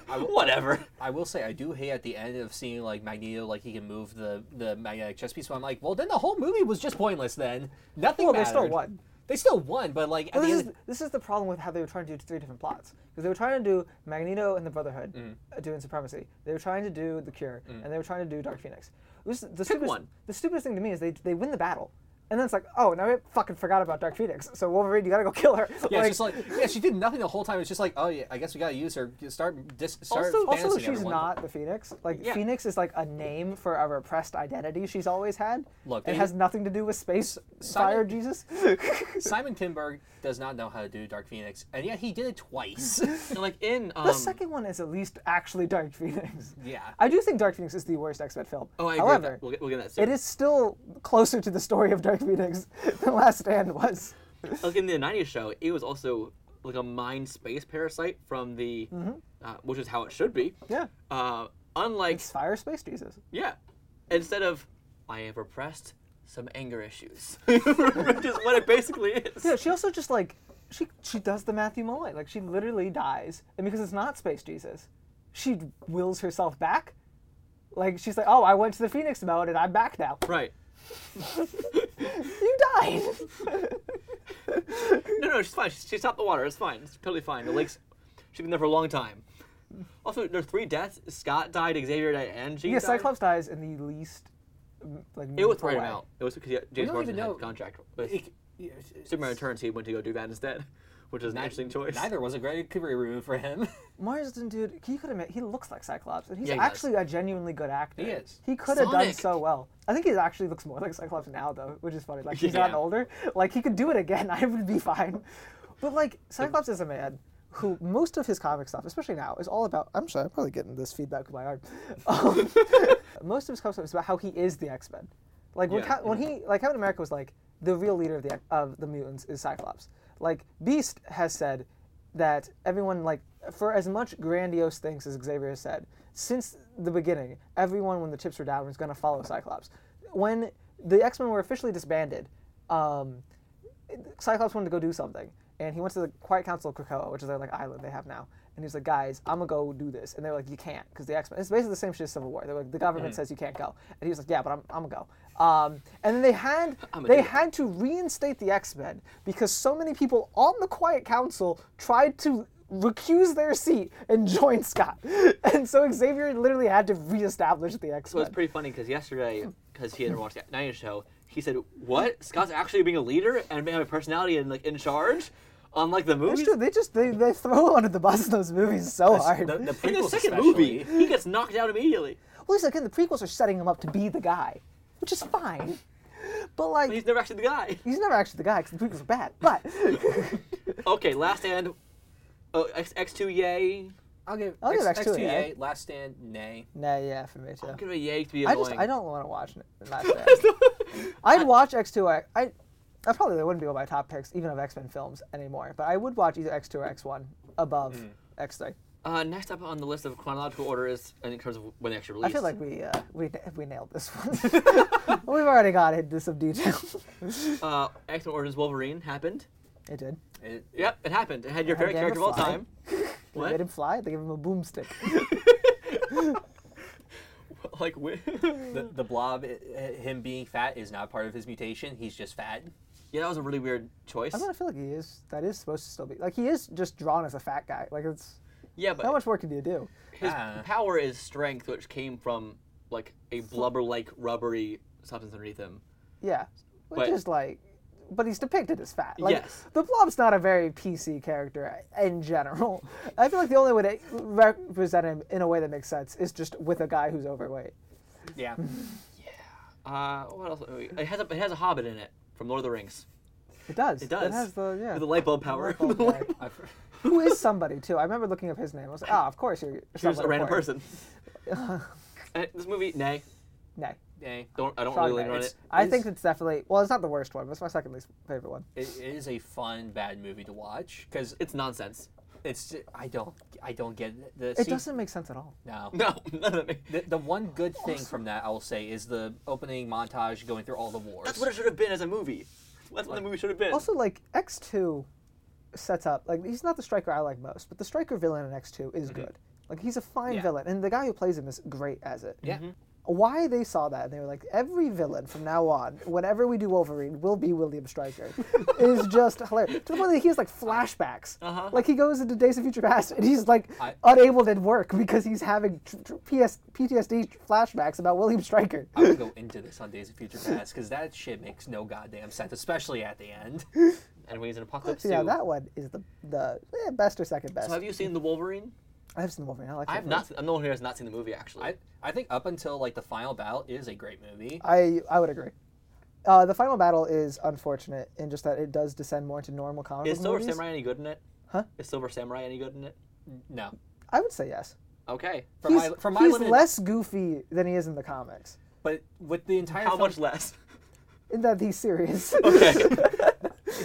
A: [laughs] Whatever.
C: I will say I do hate at the end of seeing like Magneto like he can move the the magnetic chess piece. But I'm like, well, then the whole movie was just pointless. Then nothing.
B: Well, they still
C: mattered.
B: won.
C: They still won, but like at
B: Well,
C: the
B: this
C: end,
B: is this is the problem with how they were trying to do three different plots because they were trying to do Magneto and the Brotherhood
C: Mm.
B: uh, doing supremacy. They were trying to do the Cure, and they were trying to do Dark Phoenix. It was the stupidest,
A: one.
B: The stupidest thing to me is they they win the battle, and then it's like, oh, now we fucking forgot about Dark Phoenix. So Wolverine, you gotta go kill her.
C: yeah, it's just like yeah, she did nothing the whole time. It's just like oh yeah, I guess we gotta use her. Just Start dis- start
A: Also-
C: fantasizing
B: also, she's
C: everyone.
B: not the Phoenix. Like
A: Yeah.
B: Phoenix is like a name for a repressed identity she's always had.
C: Look,
B: it
C: they-
B: has nothing to do with space
C: Simon-
B: fire Jesus. [laughs]
C: Simon Kinberg does not know how to do Dark Phoenix, and yet he did it twice.
A: And, like in um,
B: The second one is at least actually Dark Phoenix.
C: Yeah.
B: I do think Dark Phoenix is the worst X Men film.
A: Oh, I agree. with
B: However,
A: that. We'll, get, we'll get that soon.
B: it is still closer to the story of Dark Phoenix [laughs] than Last Stand was.
A: like in the '90s show, it was also like a mind space parasite from the,
C: Mm-hmm.
A: uh, which is how it should be.
B: Yeah.
A: Uh, unlike
B: It's Fire Space Jesus.
A: yeah, instead of I have repressed some anger issues, [laughs] which is what it basically is.
B: Yeah, she also just like she she does the Matthew Mullet. Like she literally dies, and because it's not Space Jesus, she wills herself back. Like she's like, oh, I went to the Phoenix mode and I'm back now. [laughs]
A: Right.
B: You died.
A: No, no, she's fine. She, she stopped the water. It's fine. It's totally fine. The lake's she's been there for a long time. Also, there are three deaths. Scott died. Xavier died, and Jean
B: yeah,
A: died.
B: Cyclops dies in the least m- like
A: It was
B: meaningful
A: right
B: way.
A: amount. It was because James
C: don't
A: Marsden
C: even
A: had
C: know-
A: a contract with
C: It- it-
A: Superman Returns. He went to go do that instead, [laughs] which is an interesting choice.
C: Neither was a great career move for him.
B: Marsden, dude, he could have made. He looks like Cyclops, and he's
A: Yeah, he does.
B: actually a genuinely good actor.
C: He is.
B: He could have done
A: Sonic!
B: so well. I think he actually looks more like Cyclops now, though, which is funny. Like he's gotten
A: Yeah.
B: older. Like he could do it again. [laughs] I would be fine. But like Cyclops is a man who most of his comic stuff, especially now, is all about. I'm sorry, I'm probably getting this feedback with my arm. [laughs] Um, most of his comic stuff is about how he is the X Men. Like when,
A: Yeah.
B: Cap- when he like Captain America was like the real leader of the of the mutants is Cyclops. Like Beast has said that everyone like for as much grandiose things as Xavier has said since the beginning, everyone when the chips were down was going to follow Cyclops. When the X Men were officially disbanded, um, Cyclops wanted to go do something, and he went to the Quiet Council of Krakoa, which is their like island they have now. And he's like, guys, I'm gonna go do this, and they're like, you can't, because the X Men. It's basically the same shit as Civil War. They're like, the government
A: Mm.
B: says you can't go, and he's like, yeah, but I'm, I'm gonna go. Um, and then
A: [laughs]
B: they had they had to reinstate the X Men because so many people on the Quiet Council tried to recuse their seat and [laughs] join Scott, and so Xavier literally had to reestablish the X
A: So it's
B: Men.
A: pretty funny because yesterday, because he hadn't watched the Night Show, he said, "What? Scott's actually being a leader and having a personality and like in charge, unlike the movies."
B: They just they, they throw him under the bus in those movies so hard. [laughs]
C: the, the
A: in the
C: prequels
A: second
C: especially.
A: movie, he gets knocked out immediately.
B: Well, he's again, the prequels are setting him up to be the guy, which is fine. But like,
A: He's never actually the guy. [laughs]
B: he's never actually the guy because the prequels are bad. But
A: Okay, last and oh, X X two yay.
C: I'll give
B: I'll give
C: X,
B: X2
C: X2
B: a
C: yay.
B: yay.
C: Last Stand nay.
B: nah, yeah, for me too.
A: Give it a yay to be
B: I
A: annoying.
B: just I don't want to watch it.
A: [laughs]
B: Last Stand. I'd watch X two. I I I probably wouldn't be one of my top picks even of X Men films anymore. But I would watch either X two or X one above
A: Mm-hmm.
B: X three.
A: Uh, next up on the list of chronological order is in terms of when they actually
B: I
A: released.
B: feel like we uh, we we nailed
A: [laughs]
B: this one. [laughs] We've already got into some detail. [laughs]
A: uh, X Men Origins Wolverine happened.
B: it did.
C: It,
A: Yep, it happened. It had your
B: Had
A: favorite
B: Daniel
A: character of all
B: Fly.
A: time.
B: [laughs] They made
A: what?
B: him fly. They gave him a boomstick.
A: [laughs] Like [laughs] wi-
C: the, the blob, i i- him being fat is not part of his mutation. He's just fat.
A: Yeah, that was a really weird choice.
B: I don't feel like he is. That is supposed to still be like he is just drawn as a fat guy. Like it's
A: Yeah, but
B: how much more can you do?
A: his power is strength, which came from like a blubber-like rubbery substance underneath him.
B: Yeah,
A: But-
B: which is like, but he's depicted as fat. Like,
A: Yes.
B: the Blob's not a very PC character in general. I feel like the only way to represent him in a way that makes sense is just with a guy who's overweight.
C: Yeah.
A: Uh, what else? It has a, it has a hobbit in it from Lord of the Rings.
B: It does.
A: It does.
B: It has the yeah.
A: With the light bulb power.
B: light bulb guy.
A: [laughs]
B: Who is somebody too? I remember looking up his name. I was like, ah, of course you're.
A: He was a
B: [laughs] someone
A: random
B: important."
A: person. Uh, this movie, nay.
B: Nay.
C: eh,
A: Don't I don't
B: Frog
A: really
B: Night.
A: run
B: It's-
A: it.
B: I think it's definitely well. It's not the worst one, but it's my second least favorite one.
C: it it is a fun bad movie to watch because
A: It's nonsense. [laughs]
C: it's I don't I don't get it. the
B: It
C: se-
B: doesn't make sense at all.
C: no.
A: No, none of it.
C: The, the one good thing from that I will say is the opening montage going through all the wars.
A: That's what it should have been as a movie. That's what the movie should have been.
B: Also, like X two sets up like he's not the striker I like most, but the striker villain in X two is
A: Mm-hmm.
B: good. Like he's a fine villain, and the guy who plays him is great as it.
A: Mm-hmm.
B: Yeah. Why they saw that and they were like, every villain from now on, whenever we do Wolverine, will be William
A: [laughs]
B: Stryker. is just hilarious. To the point that he has like flashbacks. Uh-huh. Like he goes into Days of Future Past and he's like unable to work because he's having tr- tr- PS- PTSD flashbacks about William Stryker. [laughs]
C: I would go into this on Days of Future Past because that shit makes no goddamn sense, especially at the end.
A: and we need an apocalypse
B: yeah,
A: too.
B: that one is the the eh, best or second best.
A: So have you seen the Wolverine?
B: I've seen Wolverine. I like
A: I have
B: Wolverine.
A: not. Seen, I'm the one who has not seen the movie actually.
C: I, I think up until like the final battle is a great movie.
B: I I would agree. Uh, the final battle is unfortunate in just that it does descend more into normal comic
A: Is
B: book
A: Silver
B: movies.
A: Samurai any good in it? Huh? Is Silver Samurai any good in it?
C: No,
B: I would say yes.
A: Okay.
C: from
B: He's,
C: my from my
B: he's
C: limited,
B: less goofy than he is in the comics.
C: but with the entire
A: How
C: film-
A: much less?
B: In that he's serious. [laughs]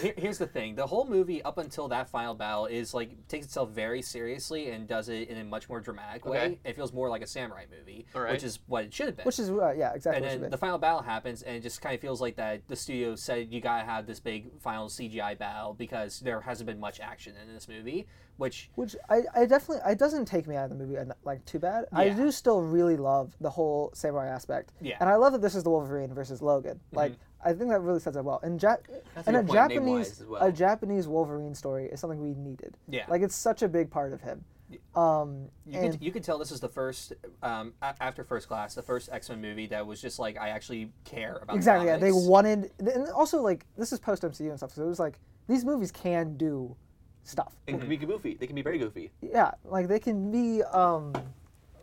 C: Here, here's the thing: the whole movie up until that final battle is like takes itself very seriously and does it in a much more dramatic way.
A: Okay.
C: It feels more like a samurai movie,
A: Alright.
C: which is what it should have been.
B: Which is uh, yeah, exactly.
C: and
B: what it should be.
C: then the final battle happens, and it just kind of feels like that the studio said you gotta have this big final CGI battle because there hasn't been much action in this movie. Which
B: Which I, I definitely it doesn't take me out of the movie uh, like too bad. I
C: Yeah.
B: do still really love the whole samurai aspect.
C: Yeah. Mm-hmm.
B: And I love that this is the Wolverine versus Logan. Like I think that really sets it well. And, ja- and
A: a
B: a
A: good point, name-wise
B: Japanese
A: as well.
B: a Japanese Wolverine story is something we needed.
C: Yeah.
B: Like it's such a big part of him.
C: you could, you could tell this is the first um, a- after First Class, the first X Men movie that was just like I actually care about. the
B: Exactly. Yeah. They
C: comics.
B: wanted and also like this is post MCU and stuff. So it was like these movies can do stuff.
A: They can be goofy. They can be very goofy.
B: yeah like they can be um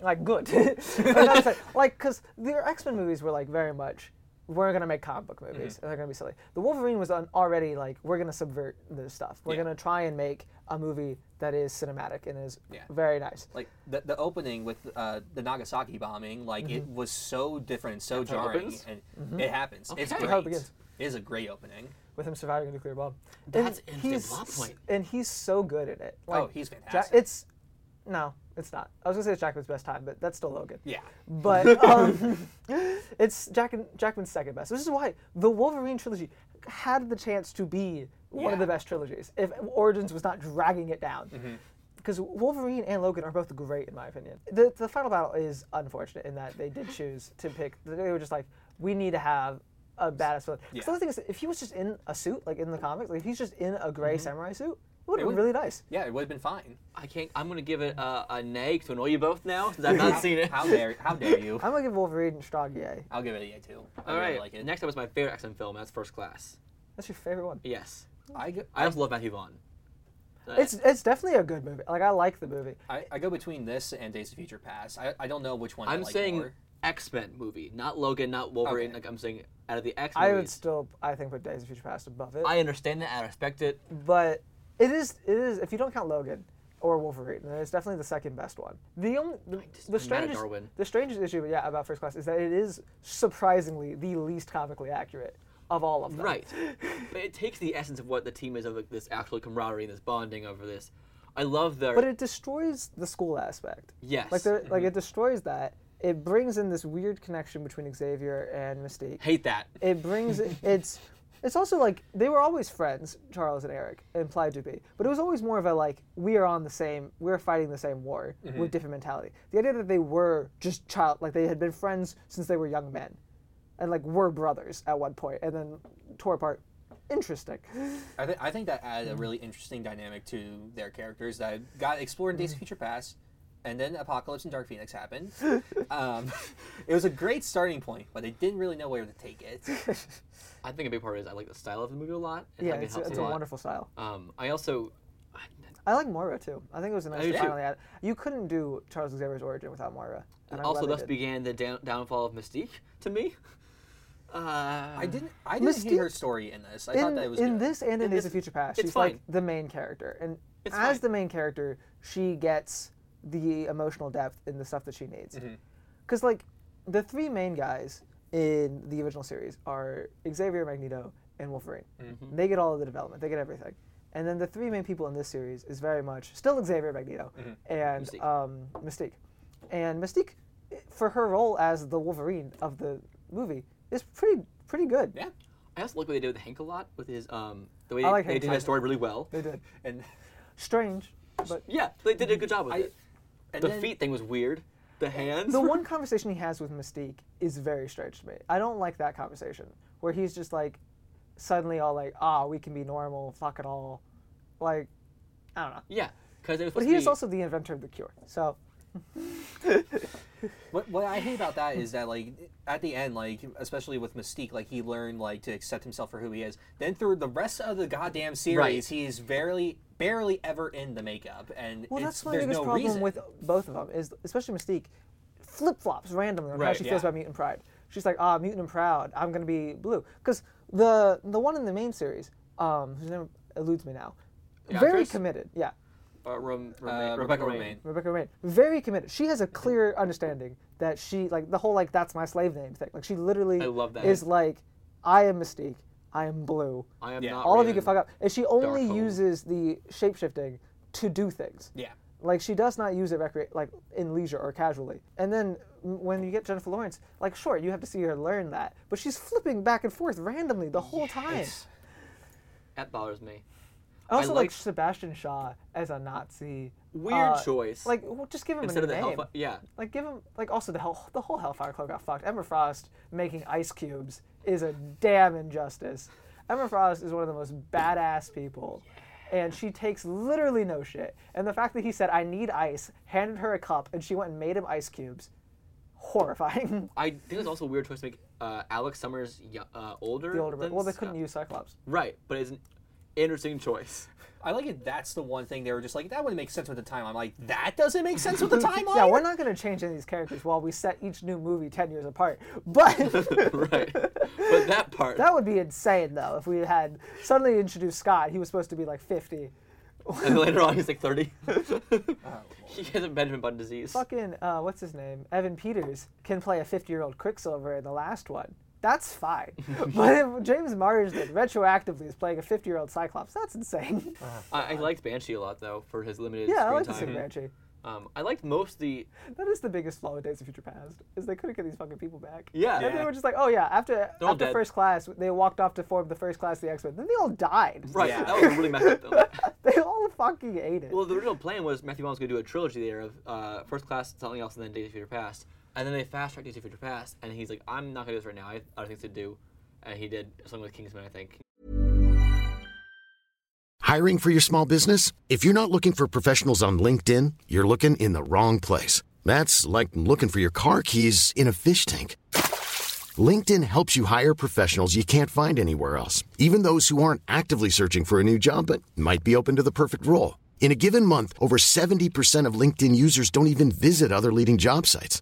B: like good [laughs] Like, not to say- like because their x-men movies were like very much we're gonna make comic book movies and they're gonna be silly the wolverine was on already like we're gonna subvert this stuff we're gonna try and make a movie that is cinematic and is
C: Yeah.
B: very nice
C: like the, the opening with uh, the Nagasaki bombing, like it
B: Mm-hmm.
C: was so different, and so
A: how it
C: jarring,
A: opens?
C: and it happens. It's
A: Okay.
C: great.
B: How it begins.
C: It is a great opening.
B: with him surviving a nuclear bomb And
A: That's an interesting
B: he's
A: plot
B: s-
A: point.
B: and he's so good at it
C: Oh,
B: Like,
C: he's
B: Jack-
C: fantastic.
B: it's no it's not i was gonna say it's jackman's best time but that's still logan
C: yeah,
B: but um, [laughs] it's Jack Jackman's second best. This is why the Wolverine trilogy had the chance to be one of
C: Yeah.
B: the best trilogies if Origins was not dragging it down. Because Wolverine and Logan are both great, in my opinion. The, the final battle is unfortunate in that they did choose to pick. They were just like, we need to have a badass villain. 'Cause the other thing is, if he was just in a suit, like in the comics, like if he's just in a gray samurai suit, it would have been really nice.
C: yeah, it would have been fine.
A: I can't. I'm gonna give it a, a nag to annoy you both now since I've not seen it.
C: How dare how dare
A: [laughs]
C: you?
B: I'm gonna give Wolverine strong yay.
C: I'll give it a yeah too. I
A: All
C: really
A: right.
C: like it.
A: Next up is my favorite X Men film. That's First Class.
B: That's your favorite one.
A: Yes.
C: I go,
A: I also love Matthew Vaughn. Uh,
B: It's it's definitely a good movie. Like I like the movie.
C: I, I go between this and Days of Future Past. I, I don't know which one. I
A: I'm
C: like
A: saying
C: more.
A: X Men movie, not Logan, not Wolverine.
C: Okay.
A: Like I'm saying, out of the X
B: I
A: Men,
B: would still, I think, put Days of Future Past above it.
A: I understand that. I respect it.
B: but it is, it is. If you don't count Logan or Wolverine, then it's definitely the second best one. The only, the, the
A: mad at
B: strangest,
A: Darwin.
B: the strangest issue, yeah, about First Class is that it is surprisingly the least comically accurate of all of them.
C: [laughs]
A: Right. but it takes the essence of what the team is of like, this actual camaraderie and this bonding over this. I love their.
B: But it destroys the school aspect.
A: Yes. Mm-hmm.
B: Like, there- like it destroys that. It brings in this weird connection between Xavier and Mystique.
A: hate that.
B: it brings
A: [laughs]
B: it's it's also like they were always friends charles and eric implied to be but it was always more of a like we are on the same we're fighting the same war
A: Mm-hmm.
B: with different mentality the idea that they were just child like they had been friends since they were young men and like were brothers at one point and then tore apart
A: [laughs]
B: interesting
C: I, th- I think that added
B: Mm-hmm.
C: a really interesting dynamic to their characters that got explored in Days
B: Mm-hmm.
C: of Future Past, and then Apocalypse and Dark Phoenix
B: [gasps]
C: happened. um, it was a great starting point, but they didn't really know where to
B: [laughs]
C: take it.
A: I think a big part is I like the style of the movie a lot. And
B: yeah
A: I think it
B: it's,
A: helps
B: it's
A: a,
B: a
A: lot.
B: wonderful style
A: Um, I also. I,
B: i like moira too i think it was a nice
A: do too.
B: finally add you couldn't do charles xavier's origin without moira and I'm
A: also,
B: glad they
A: thus
B: did.
A: began the down, downfall of Mystique to me. Uh,
C: I didn't. I didn't
B: Mystique-
C: hear her story in this. I
B: in,
C: thought that it was
B: in
C: good.
B: this and in Days of Future Past,
A: it's
B: she's like
A: fine.
B: the main character, and
A: It's
B: as
A: fine.
B: the main character, she gets
C: Mm-hmm.
B: the emotional depth and the stuff that she needs. Because like the three main guys in the original series are Xavier, Magneto, and Wolverine.
C: Mm-hmm.
B: They get all of the development. They get everything. And then the three main people in this series is very much still Xavier, Magneto,
C: Mm-hmm.
B: and Mystique. Um, Mystique. And Mystique, i- for her role as the Wolverine of the movie, is pretty pretty good.
C: Yeah.
A: I also like what they did with Hank a lot with his um the way
B: I
A: they,
B: like
A: they
B: Hank
A: did
B: too.
A: his story really well.
B: They did.
C: And
B: Strange, but
A: Yeah, they did a good job with
C: I-
A: it.
C: and
A: The
C: then-
A: feet thing was weird. The hands.
B: the one conversation he has with Mystique is very strange to me. I don't like that conversation where he's just like suddenly all like, ah, we can be normal, fuck it all. Like, I don't know.
A: yeah, because it was.
B: But
A: supposed
B: he
A: to
B: is
A: be-
B: also the inventor of the cure. So,
C: What, what I hate about that is that like at the end, like especially with Mystique, like he learned like to accept himself for who he is. Then through the rest of the goddamn series,
A: Right.
C: he's barely barely ever in the makeup, and
B: well,
C: it's,
B: that's my
C: there's
B: biggest
C: no
B: problem
C: reason.
B: with both of them is, especially Mystique, flip flops randomly on how
A: Right,
B: she feels
C: yeah.
B: about mutant pride. She's like, ah, mutant and proud. I'm gonna be blue because the the one in the main series, um, whose name eludes me now, very
A: actress?
B: committed. Yeah,
A: uh, Rom- Roma-
C: Uh,
A: Rebecca
C: Rebecca
A: Romaine.
B: Rebecca Rain, very committed. She has a clear understanding that she like the whole like that's my slave name thing. Like she literally
A: I love that.
B: is like, I am Mystique, I am Blue.
A: I am not.
B: All of you
A: Raven.
B: can fuck up. And she only
A: Darkhold.
B: uses the shapeshifting to do things.
C: yeah,
B: Like she does not use it recre- like in leisure or casually. And then m- when you get Jennifer Lawrence, like sure you have to see her learn that, but she's flipping back and forth randomly the whole time.
A: That bothers me.
B: I also like
A: liked-
B: Sebastian Shaw as a Nazi. uh,
A: Weird choice.
B: Like w- just give him
A: Instead
B: a
A: of
B: new
A: the
B: name.
A: Hellfire. Yeah.
B: Like give him like also the hell the whole Hellfire Club got fucked. Emma Frost making ice cubes is a damn injustice. Emma Frost is one of the most badass people. And she takes literally no shit. And the fact that he said, I need ice, handed her a cup, and she went and made him ice cubes, horrifying. [laughs]
A: I think it's also a weird choice to make uh, Alex Summers yo- uh, older.
B: the older
A: than
B: brother. Well, they
A: Scott.
B: couldn't use Cyclops.
A: Right, but it's an interesting
B: [laughs]
A: choice.
C: I like it. That's the one thing they were just like that wouldn't make sense with the timeline. Like that doesn't make sense with the
B: [laughs]
C: timeline.
B: Yeah, we're not going to change any of these characters while we set each new movie 10 years apart. [laughs] But.
A: right. But that part.
B: That would be insane, though, if we had suddenly introduced Scott. He was supposed to be like 50.
A: and then later on, he's like
B: [laughs]
A: 30.
B: Oh,
A: he has a Benjamin Button disease.
B: Fucking, uh, what's his name? Evan Peters can play a 50 year old Quicksilver in the last one.
A: [laughs]
B: That's fine. [laughs] but if James Marsden retroactively is playing a 50 year old Cyclops,
A: [laughs]
B: that's insane.
A: I, I liked Banshee a lot, though, for his limited Uh-huh.
B: yeah, I
A: screen
B: like to see
A: time.
B: Banshee.
A: um, I liked most of the.
B: That is the biggest flaw with Days of Future Past, is they couldn't get these fucking people back.
A: Yeah.
B: And they were just like, oh yeah, after
A: all
B: after
A: dead.
B: first class, they walked off to form the first class of the X Men. Then they all died.
A: Right,
C: Yeah.
A: that was really messed up,
B: [laughs]
A: though.
B: They all fucking ate it.
A: Well, the original plan was Matthew Vaughn was going to do a trilogy there of uh, First Class, something else, and then Days of Future Past. And then they fast tracked Days of Future Past, and he's like, "I'm not going to do this right now. I have other things to do." And he did something with Kingsman, I think.
D: Hiring for your small business? If you're not looking for professionals on LinkedIn, you're looking in the wrong place. That's like looking for your car keys in a fish tank. LinkedIn helps you hire professionals you can't find anywhere else, even those who aren't actively searching for a new job but might be open to the perfect role. In a given month, over 70% of LinkedIn users don't even visit other leading job sites.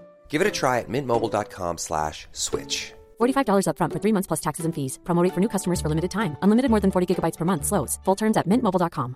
E: Give it a try at mintmobile.com slash switch.
F: $45 upfront for three months plus taxes and fees. Promo rate for new customers for limited time. Unlimited more than 40 gigabytes per month. Slows. Full terms at mintmobile.com.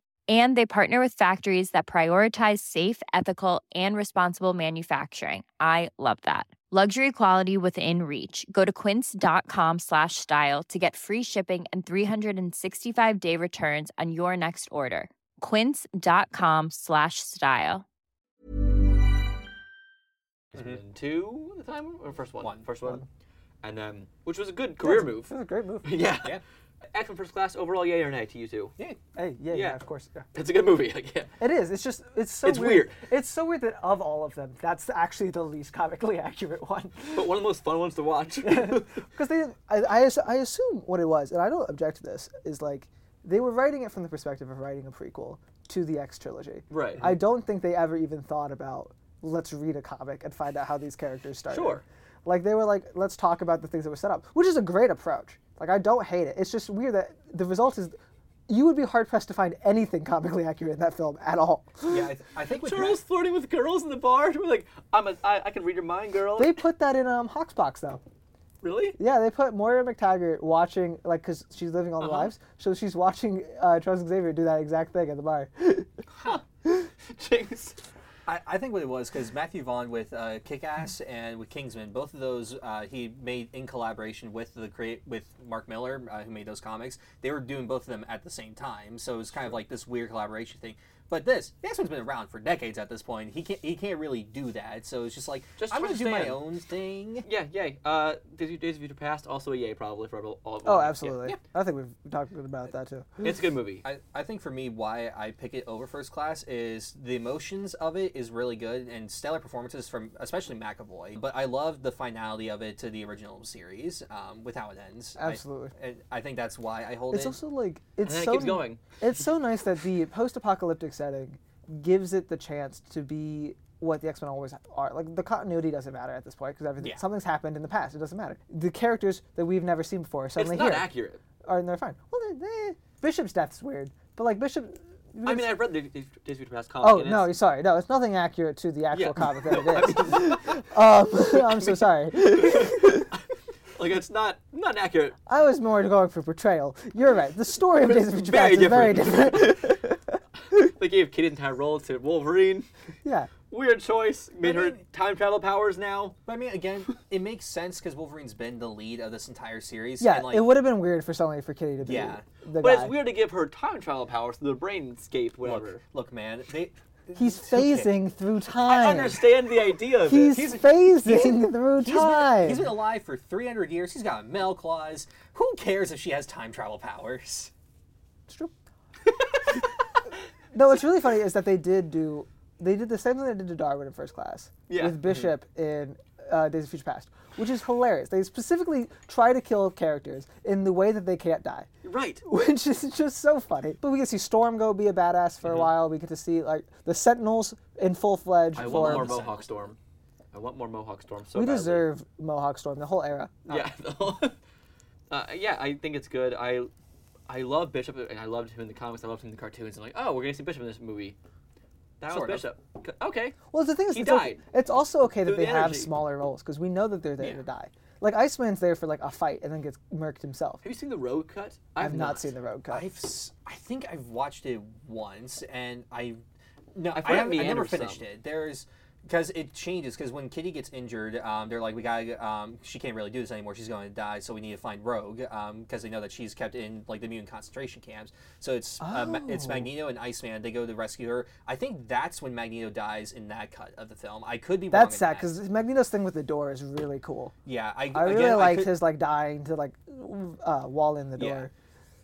G: And they partner with factories that prioritize safe, ethical, and responsible manufacturing. I love that. Luxury quality within reach. Go to quince.com slash style to get free shipping and 365 day returns on your next order. Quince.com slash style.
A: And two at the time or first Mm-hmm. one?
C: One.
A: First one. And um, which was a good career move.
B: This is a great
A: [laughs]
B: movie.
A: yeah.
C: Yeah.
A: X Men First Class overall, yay or nay to you two?
C: Yeah.
B: Hey, yeah, yeah,
A: Yeah.
B: of course. Yeah.
A: It's a good movie. [laughs] Like, yeah.
B: It is. It's just. It's so.
A: It's weird.
B: It's so weird that of all of them, that's actually the least comically [laughs] accurate one.
A: But one of the most fun ones to watch. yeah.
B: Because they, I, I, as- I assume what it was, and I don't object to this, is like they were writing it from the perspective of writing a prequel to the X trilogy.
A: Right.
B: I don't think they ever even thought about let's read a comic and find out how these characters started.
A: Sure.
B: Like they were like, let's talk about the things that were set up, which is a great approach. Like I don't hate it. It's just weird that the result is you would be hard pressed to find anything comically accurate in that film at all. [laughs]
C: Yeah, I, th- I think with
A: Charles
C: Matt,
A: flirting with girls in the bar. [laughs] We're like, I'm a, I, I can read your mind, girl.
B: They put that in um, Hawksbox though.
A: really?
B: Yeah, they put Moira McTaggart watching, like, because she's living
A: Uh-huh.
B: all the lives. So she's watching uh, Charles Xavier do that exact thing at
A: [laughs]
B: the bar.
A: Jinx.
C: I, I think what it was because Matthew Vaughn with uh, Kick
A: Hmm.
C: Ass and with Kingsman, both of those uh, he made in collaboration with the create with Mark Miller, uh, who made those comics. They were doing both of them at the same time, so it was kind of like this weird collaboration thing. But this, the X Men's been around for decades at this point. He can't, he can't really do that. So it's just like
A: Just
C: I'm gonna do my
A: understand.
C: own thing.
A: [laughs] [laughs] Yeah, yay. Uh, Days of- Days of Future Past, also a yay probably for all. all
B: [laughs] oh,
A: yeah.
B: absolutely. I think we've talked about that, too.
A: It's a good movie.
C: I, I think for me, why I pick it over First Class is the emotions of it is really good and stellar performances from especially McAvoy. But I love the finality of it to the original series um, with how it ends. I-
B: Absolutely.
C: and I, think that's why I hold
B: It's
C: it.
B: also, like, it's
A: then it
B: so.
A: keeps going.
B: It's so nice that the post apocalyptic setting gives it the chance to be what the X Men always are. Like, the continuity doesn't matter at this point because everything
C: Yeah.
B: something's happened in the past. It doesn't matter. The characters that we've never seen before are
A: It's
B: suddenly
A: not
B: here.
A: accurate.
B: Are, and they're fine. Well, they, eh, Bishop's death's weird. But, like, Bishop.
A: I mean, I've read the Days of Future Past comic.
B: Oh
A: and
B: no,
A: it's-
B: sorry, no, it's nothing accurate to the actual
A: Yeah.
B: comic that it is. [laughs] um, [laughs] I'm so sorry.
A: like it's not not accurate.
B: I was more going for portrayal. You're right. The story of Days of Future Past
A: Very
B: is very different.
A: They gave Kitty and Tyrell to Wolverine. [laughs]
B: yeah,
A: Weird choice. Made her
C: mean-
A: time travel powers now.
C: but I mean,
B: [laughs]
C: again, it makes sense because Wolverine's been the lead of this entire series.
B: yeah.
C: and, like,
B: it would have been weird for suddenly for Kitty to be
C: Yeah.
B: the
A: But
B: guy.
A: it's weird to give her time travel powers through the brainscape, whatever.
C: Look, man, they.
B: He's phasing through
A: I
B: time.
A: understand the idea [laughs] of
B: He's,
A: it.
B: phasing through
C: He's
B: time.
C: been, he's been alive for 300 years. He's got a mail clause. Who cares if she has time travel powers?
B: It's true. no, what's really funny is that they did do they did the same thing they did to Darwin in First Class
A: Yeah. Mm-hmm.
B: with Bishop in uh, Days of Future Past, which is hilarious. They specifically try to kill characters in the way that they can't die, [laughs]
A: Right.
B: which is just so funny. But we get to see Storm go be a badass
A: Mm-hmm.
B: for a while. We get to see like the Sentinels in full fledged
A: I want more
B: form.
A: Mohawk Storm. I want more Mohawk Storm. So
B: We
A: badly.
B: deserve Mohawk Storm, the whole era.
A: [laughs] Yeah. [laughs] uh, yeah, I think it's good. I I love Bishop, and I loved him in the comics. I loved him in the cartoons. I'm like, oh, we're gonna see Bishop in this movie. That
C: Sort of.
A: was Bishop. C- Okay.
B: Well, the thing is,
A: He
B: it's, okay-
A: died.
B: it's also okay that
A: Through
B: they
A: the
B: have
A: energy.
B: smaller roles because we know that they're there
A: Yeah.
B: to die. Like Iceman's there for like a fight and then gets murked himself.
A: Have you seen the Road Cut?
B: I've not seen the road cut.
C: I've s- I think I've watched it once, and I no,
A: I've
C: I've
A: heard
C: I,
A: it
C: haven't- I never
A: meanders
C: finished
A: some.
C: it. There's because it changes because when Kitty gets injured, um, they're like, we gotta, um, she can't really do this anymore. She's going to die, so we need to find Rogue because they know that she's kept in like the mutant concentration camps. So it's uh, Ma-
B: Oh.
C: it's Magneto and Iceman. They go to rescue her. I think that's when Magneto dies in that cut of the film. I could be wrong
B: That's
C: in
B: sad
C: that.
B: because Magneto's thing with the door is really cool.
C: yeah, I,
B: I
C: again,
B: really liked
C: could-
B: his like dying to like w- uh, wall in the
C: Yeah.
B: door.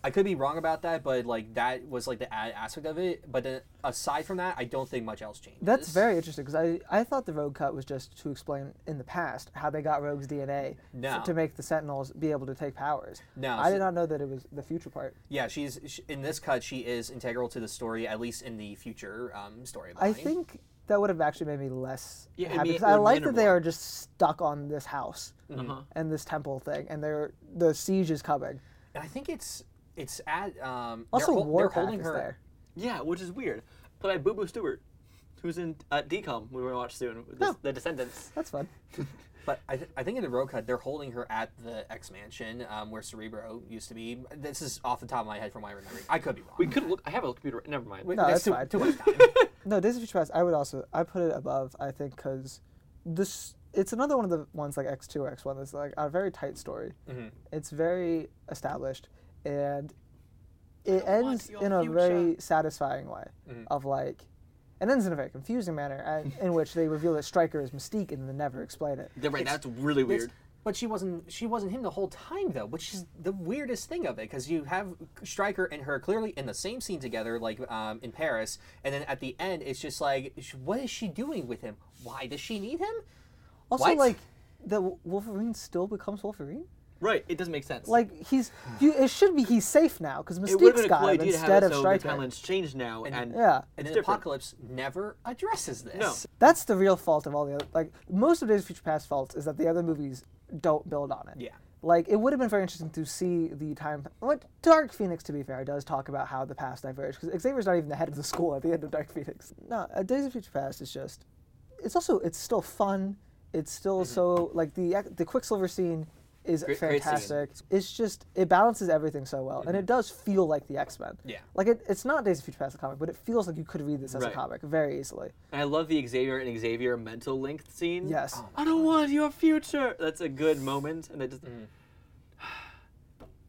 C: I could be wrong about that, but like that was like the added aspect of it. But then aside from that, I don't think much else changed.
B: That's very interesting because I, I thought the road cut was just to explain in the past how they got Rogue's DNA f-
C: No.
B: to make the Sentinels be able to take powers.
C: No,
B: I did
C: so-
B: not know that it was the future part.
C: Yeah, she's sh in this cut. She is integral to the story, at least in the future um, story.
B: I
C: line.
B: think that would have actually made me less
A: Yeah, it
B: happy
A: made-
B: because
A: it
B: I
A: would
B: like
A: mean
B: that they
A: more. Mm-hmm.
B: are just stuck on this house and this temple thing and they're the siege is coming.
C: And I think it's it's at um,
B: Also,
C: they're, hol- they're
B: Warpath
C: holding
B: is
C: her.
B: there.
A: Yeah, which is weird. But I Boo Boo Stewart. who's in uh, DCOM we were going to watch soon, with this, The Descendants.
B: That's fun.
C: But I, th- I think in the road cut, they're holding her at the X Mansion um, where Cerebro used to be. This is off the top of my head from my memory. I could be
B: [laughs]
C: wrong.
A: We could look. I have a computer. Never mind.
C: Wait,
B: No, that's
C: that's too,
B: fine.
C: too much time.
B: No, Days of Future Past. I would also I put it above. I think because this it's another one of the ones like X two or X one that's like a very tight story.
A: Mm-hmm.
B: It's very established and it ends in a very satisfying way
A: Mm-hmm.
B: of like and ends in a very confusing manner and, in which they reveal that Stryker is Mystique and then never explain it.
A: Right, that's really weird.
C: But she wasn't she wasn't him the whole time though, which is the weirdest thing of it because you have Stryker and her clearly in the same scene together, like um, in Paris, and then at the end it's just like, sh- what is she doing with him? Why does she need him?
B: Also,
C: What?
B: like the Wo- Wolverine still becomes Wolverine.
A: [laughs] Right, it doesn't make sense.
B: Like he's, you, it should be he's safe now because
A: it would
B: Mystique's
A: have been a
B: got
A: cool
B: him
A: idea to
B: instead
A: have it
B: of
A: so the
B: Stryker.
A: timelines changed now, and,
B: Yeah.
C: And
A: it's
C: then
A: different.
C: Apocalypse never addresses this.
A: No.
B: That's the real fault of all the other, like most of Days of Future Past faults is that the other movies don't build on it.
C: Yeah.
B: Like it would have been very interesting to see the time. What Dark Phoenix, to be fair, does talk about how the past diverged because Xavier's not even the head of the school at the end of Dark Phoenix. No, uh, Days of Future Past is just. It's also it's still fun. It's still so like the ac- the Quicksilver scene is
A: Mm-hmm. great scene. Mm-hmm.
B: fantastic. it's just it balances everything so well, and it does feel like the X Men.
C: Yeah.
B: Like it, it's not Days of Future Past a comic, but it feels like you could read this as
A: Right.
B: a comic very easily.
A: And I love the Xavier and Xavier mental link scene.
B: Yes.
A: I don't want your future. Mm-hmm. That's a good moment, and it just. [sighs]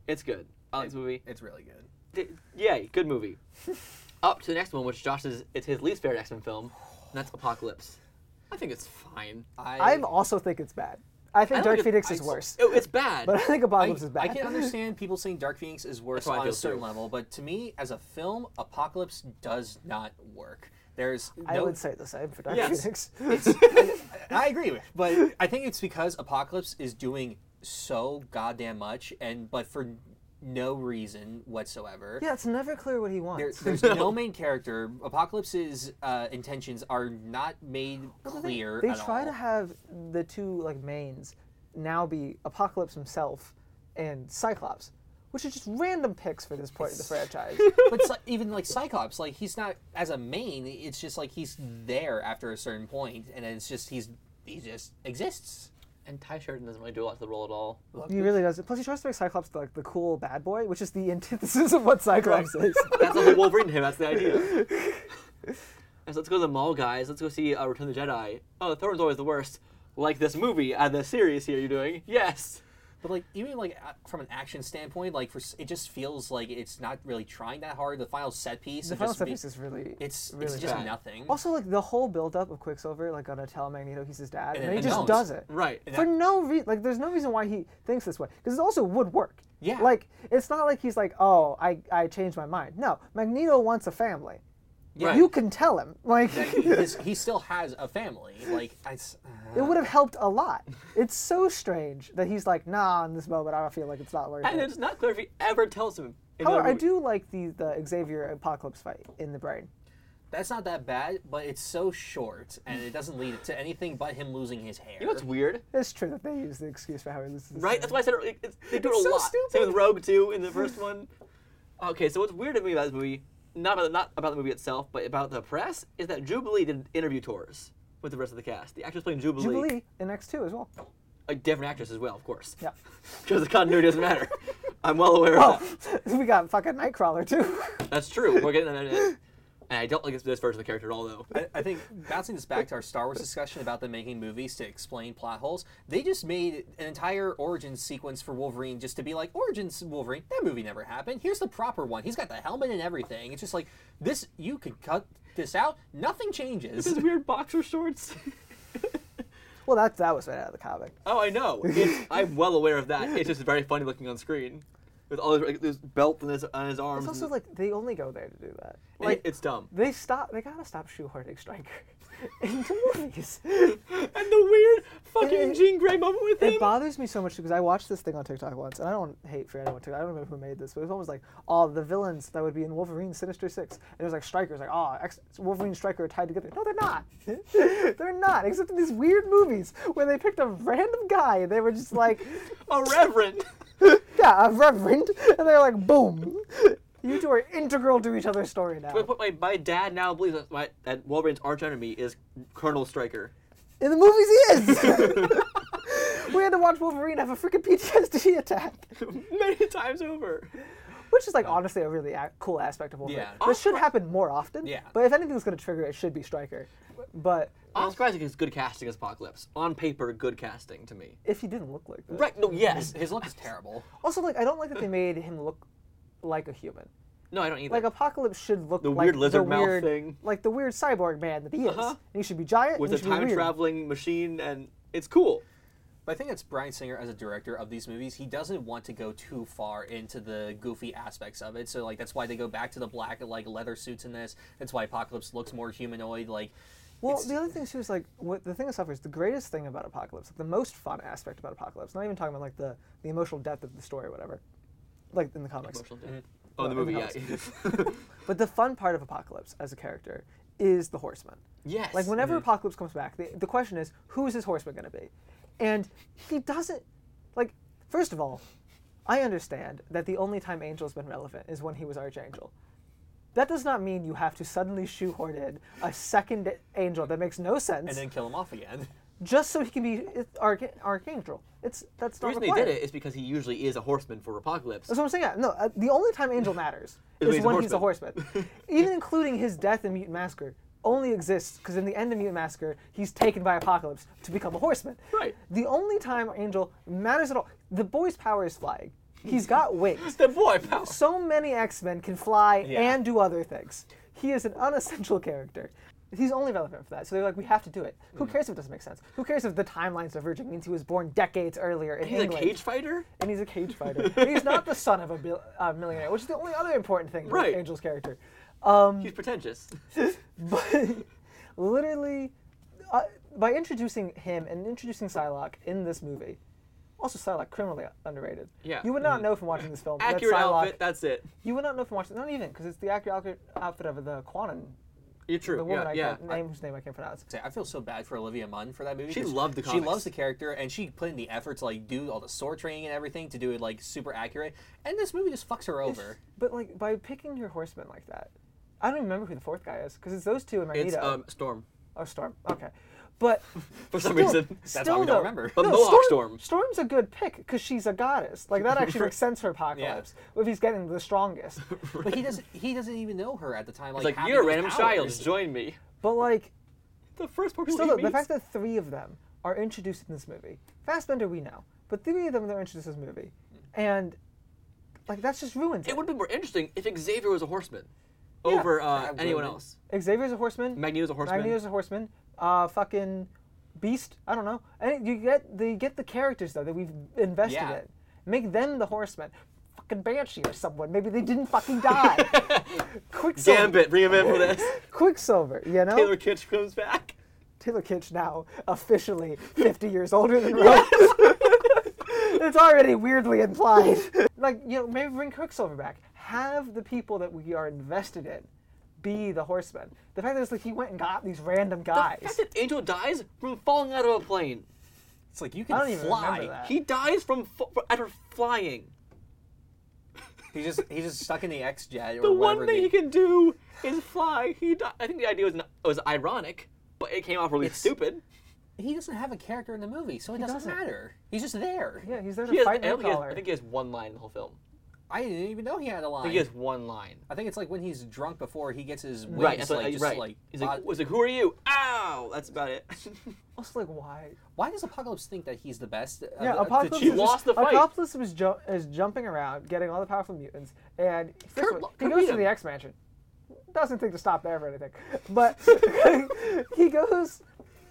A: It's good. I like this movie.
C: It's really good.
A: D- Yay, good movie. [laughs] Up to the next one, which Josh is it's his least favorite X Men film, and that's Apocalypse. I think it's fine.
C: I,
B: I also think it's bad. I
A: I
B: think
A: don't
B: Dark
A: think it-
B: Phoenix
A: I-
B: is worse,
A: It, it's bad.
B: [laughs] but I think Apocalypse is
C: I
B: bad.
C: can understand people saying Dark Phoenix is worse
A: how I
C: on a
A: feel,
C: certain
A: too.
C: level, but to me, as a film, Apocalypse does not work. There's no,
B: I would say the same for Dark
A: Yes.
B: Phoenix. [laughs]
C: [laughs] I agree with, but I think it's because Apocalypse is doing so goddamn much, and but for no reason whatsoever.
B: yeah, it's never clear what he [laughs]
C: There,
B: wants.
C: there's no main character. Apocalypse's uh, intentions are not made clear.
B: they
C: at
B: try to
C: all.
B: have the two like mains now be Apocalypse himself and Cyclops, which are just random picks for this point of the franchise.
C: but Cy- even like Cyclops, like he's not as a main. It's just like he's there after a certain point, and it's just he's he just exists.
A: and Ty Sheridan doesn't really do a lot to the role at all.
B: he really does. Plus, he tries to make Cyclops like the cool bad boy, which is the [laughs] antithesis of what Cyclops is.
A: [laughs] That's the whole Wolverine to him. That's the idea.
B: [laughs]
A: and so let's go to the mall, guys. Let's go see uh, Return of the Jedi. Oh, Thorne's always the worst. Like this movie and the series here you're doing. Yes.
C: But like even like uh, from an action standpoint, like for s- it just feels like it's not really trying that hard. The final set piece,
B: The
C: it
B: final
C: just
B: set
C: be-
B: piece is really,
C: it's
B: really
C: it's just
B: bad.
C: nothing. [laughs]
B: Also, like the whole buildup of Quicksilver, like on a Magneto, he's his dad, and,
C: then
B: then he
C: it
B: just
C: don't.
B: does it.
A: Right.
B: For no reason, like there's no reason why he thinks this way, because it also would work.
C: Yeah.
B: Like it's not like he's like, oh, I I changed my mind. No, Magneto wants a family.
A: Right.
B: You can tell him. [laughs] Like it
C: His- he still has a family. Like I, s- uh,
B: would have helped a lot. It's so strange that he's like, nah, in this moment, I don't feel like it's not worth
A: And
B: it.
A: it's not clear if he ever tells him. in the
B: However, I
A: movie.
B: do like the the Xavier Apocalypse fight in the brain.
C: that's not that bad, but it's so short, and it doesn't lead to anything but him losing his hair.
A: You know what's weird?
B: It's true that they use the excuse for how he loses. his
A: Right? That's why I said it, it's, they do it a
B: so
A: lot.
B: stupid.
A: Same with Rogue too [laughs] in the first one. Okay, so what's weird to me about this movie, not about not about the movie itself, but about the press, is that Jubilee did interview tours with the rest of the cast. The actress playing Jubilee,
B: Jubilee in X two as well.
A: a different actress as well, of course.
B: Yeah.
A: [laughs] Because the continuity doesn't [laughs] matter. I'm well aware of that.
B: [laughs] we got fucking Nightcrawler too. [laughs]
A: That's true. We're getting that. in it. And I don't like this, this version of the character at all, though.
C: [laughs] I, I think bouncing this back to our Star Wars discussion about them making movies to explain plot holes, they just made an entire origin sequence for Wolverine just to be like, Origins Wolverine, that movie never happened. Here's the proper one. He's got the helmet and everything. It's just like, this, you could cut this out, nothing changes.
A: These weird boxer shorts.
B: Well, that that was right out of the comic.
A: Oh, I know. It's, I'm well [laughs] aware of that. It's just very funny looking on screen, with all this, like, this belt on his on his arms.
B: It's also
A: and-
B: like they only go there to do that.
A: it-
B: Like
A: it's dumb.
B: they stop. They gotta stop shoehorning Striker [laughs] into
A: [laughs]
B: movies.
A: And the weird fucking
B: it-
A: Jean Grey moment with him.
B: It bothers me so much because I watched this thing on TikTok once, and I don't hate for anyone to. I don't remember who made this, but it was almost like, oh, the villains that would be in Wolverine Sinister Six, and it was like Strikers, like, oh, X- Wolverine and Striker are tied together. No, they're not. [laughs] they're not. Except in these weird movies where they picked a random guy, and they were just like,
A: [laughs] a reverend.
B: [laughs] yeah, a reverend, and they're like, boom. You two are integral to each other's story now.
A: But but my, my dad now believes that, my, that Wolverine's arch enemy is Colonel Stryker.
B: In the movies,
A: [laughs]
B: he is. we had to watch Wolverine have a freaking PTSD attack,
A: [laughs] Many times over.
B: which is like honestly a really a- cool aspect of Wolverine.
C: Yeah.
B: This should happen more often.
C: Yeah.
B: But if anything's gonna trigger, it it should be Striker. But
A: Oscar Isaac is good casting as Apocalypse. On paper, good casting to me.
B: if he didn't look like that,
A: Right, no, yes.
C: His look is terrible.
B: Also, like I don't like that they made him look like a human.
A: No, I don't either.
B: Like Apocalypse should look
A: The
B: like
A: weird lizard
B: the
A: mouth
B: weird,
A: thing. Uh-huh.
B: like the weird cyborg man that he is. And he should be giant
A: With
B: and
A: a
B: he should be
A: time
B: weird.
A: traveling machine, and it's cool.
C: But I think it's Brian Singer as a director of these movies. He doesn't want to go too far into the goofy aspects of it. So like that's why they go back to the black like leather suits in this. That's why Apocalypse looks more humanoid. Like
B: Well,
C: it's-
B: the other thing too is like what the thing that suffers. The greatest thing about Apocalypse, like the most fun aspect about Apocalypse, not even talking about like the, the emotional depth of the story or whatever, like in the comics.
A: Oh, in the movie, yeah.
B: But the fun part of Apocalypse as a character is the Horseman.
A: Yes.
B: Like whenever
C: Mm-hmm.
B: Apocalypse comes back, the, the question is who is his Horseman going to be, and he doesn't. Like first of all, I understand that the only time Angel's been relevant is when he was Archangel. That does not mean you have to suddenly shoehorn in a second angel that makes no sense
C: [laughs] and then kill him off again.
B: just so he can be arch- archangel. It's
A: [laughs]
B: that's
A: the
B: not
A: reason they
B: required.
A: did it is because he usually is a horseman for Apocalypse.
B: That's what I'm saying. Yeah, no, uh, the only time angel
A: [laughs]
B: matters
A: when
B: is
A: he's a
B: when he's a horseman.
A: [laughs]
B: Even including his death in Mutant Massacre only exists because in the end of Mutant Massacre, he's taken by Apocalypse to become a horseman.
A: Right.
B: The only time angel matters at all. The boy's power is flying. He's got wings.
A: The boy, pal.
B: so many X-Men can fly and do other things. He is an unessential character. He's only relevant for that. So they're like, we have to do it. Who
A: Hmm.
B: cares if it doesn't make sense? Who cares if the timeline's diverging means he was born decades earlier in
A: He's a
B: England?
A: cage fighter?
B: and he's a
A: [laughs]
B: cage fighter. And he's not the son of a bil- uh, millionaire, which is the only other important thing
A: Right.
B: about Angel's character.
A: He's pretentious.
B: But [laughs] literally, uh, by introducing him and introducing Psylocke in this movie, also Psylocke criminally underrated.
A: Yeah. Mm-hmm.
B: You would not know from watching this film that
A: Accurate
B: Psylocke
A: outfit, that's it.
B: you would not know from watching. Not even because it's the accurate outfit of the Quanon,
A: You're true.
B: the woman
A: yeah,
B: I
A: yeah.
B: can't name whose name I can't pronounce.
C: Say, I feel so bad for Olivia Munn for that movie.
A: She
C: 'cause
A: loved the
C: She
A: comics.
C: loves the character, and she put in the effort to like do all the sword training and everything to do it like super accurate. And this movie just fucks her over.
B: But like by picking your horseman like that, I don't remember who the fourth guy is because it's those two and Magneto
A: It's um, Storm.
B: or Storm. Okay, but
A: [laughs] For some
B: still-
A: reason.
C: why
B: still
C: we don't
B: though-
C: remember.
A: But Mohawk Storm.
B: Storm's a good pick because she's a goddess. Like that
A: [laughs]
B: actually makes sense for Apocalypse if he's getting the strongest.
C: But he doesn't. He doesn't even know her at the time. Like,
A: It's like,
C: having
A: you're a
C: those
A: random
C: powers.
A: child, just join me.
B: But like
A: The first person
B: Still,
A: he
B: though, the
A: meets.
B: fact that three of them are introduced in this movie, Fassbender we know, but three of them they're introduced in this movie, and like that's just ruins it.
A: It would have been more interesting if Xavier was a horseman over uh, anyone else.
B: Xavier's a horseman.
A: Magneto's a horseman.
B: Magneto's a horseman. Uh, fucking Beast. I don't know. And you get the get the characters though that we've invested
C: Yeah.
B: in. Make them the horsemen. Fucking Banshee or someone. Maybe they didn't
A: [laughs]
B: fucking die. Quicksilver.
A: Gambit, bring him in for this.
B: [laughs] Quicksilver. You know.
A: Taylor Kitsch comes back.
B: Taylor Kitsch now officially 50 years older than Rose. [laughs] it's already weirdly implied. Like, you know, maybe bring Quicksilver back. Have the people that we are invested in be the horsemen. The fact is, like, he went and got these random
A: The fact
B: guys.
A: that Angel dies from falling out of a plane.
C: It's like you
B: I
C: can
B: don't even
C: fly.
B: remember that.
A: He dies from fa- after flying.
C: He's just he's just stuck in the X jet or
A: The
C: whatever.
A: one thing
C: the-
A: he can do is fly. He di- I think the idea was not, was ironic, but it came off really stupid.
C: He doesn't have a character in the movie, so it doesn't,
B: doesn't.
C: matter. He's just there.
B: yeah, he's there
A: He
B: to
A: has,
B: fight
A: I, don't think he has-
B: Nightcrawler.
A: I think he has one line in the whole film.
C: I didn't even know he had a
A: I
C: line.
A: think he has one line.
C: I think it's like when he's drunk before he gets his wings,
A: Right, that's what-
C: like just
A: right.
C: like, uh,
A: he's like,
C: bod-
A: he's like, who are you? Ow! That's about it. [laughs]
B: Also, like, why?
C: why does Apocalypse think that he's the best? uh,
B: Yeah,
C: uh, to
B: Apocalypse,
A: she
C: choose?
B: is,
A: lost the fight.
B: Apocalypse was ju- is jumping around, getting all the powerful mutants, and first of all, he
A: Kurt
B: goes
A: beat
B: to the
A: him.
B: X Mansion. Doesn't think to stop there or anything, but [laughs] he goes,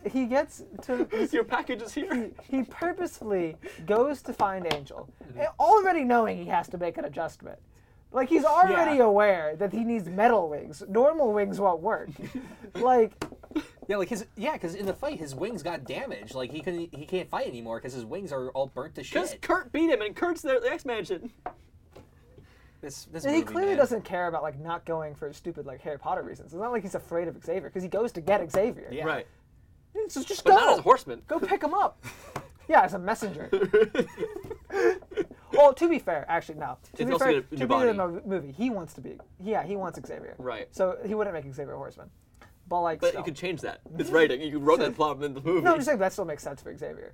B: he gets to this
A: Your package is here.
B: he purposefully goes to find Angel, and already knowing he has to make an adjustment. Like he's already
C: Yeah.
B: aware that he needs metal wings. Normal wings
A: [laughs]
B: won't work. like
C: Yeah, like his yeah, because in the fight his wings got damaged. Like he couldn't he can't fight anymore because his wings are all burnt to
A: Because
C: shit.
A: Kurt beat him, and Kurt's there at the X Mansion.
C: This, this
B: and he
C: movie,
B: clearly
C: man.
B: doesn't care about like not going for stupid like Harry Potter reasons. It's not like he's afraid of Xavier because he goes to get Xavier.
C: Yeah.
A: Right.
B: So just
A: But
B: go.
A: [laughs] not as a horseman. [laughs]
B: Go pick him up. yeah, as a messenger. well, to be fair, actually, no. To
A: It's
B: be
A: also
B: fair,
A: gonna-
B: to be in the
A: Nubani.
B: mo- movie, he wants to be. Yeah, he wants Xavier.
A: Right.
B: So he wouldn't make Xavier a horseman. But like,
A: But
B: still.
A: you could change that. It's writing. You wrote that plot in the movie.
B: No, I'm just saying that still makes sense for Xavier.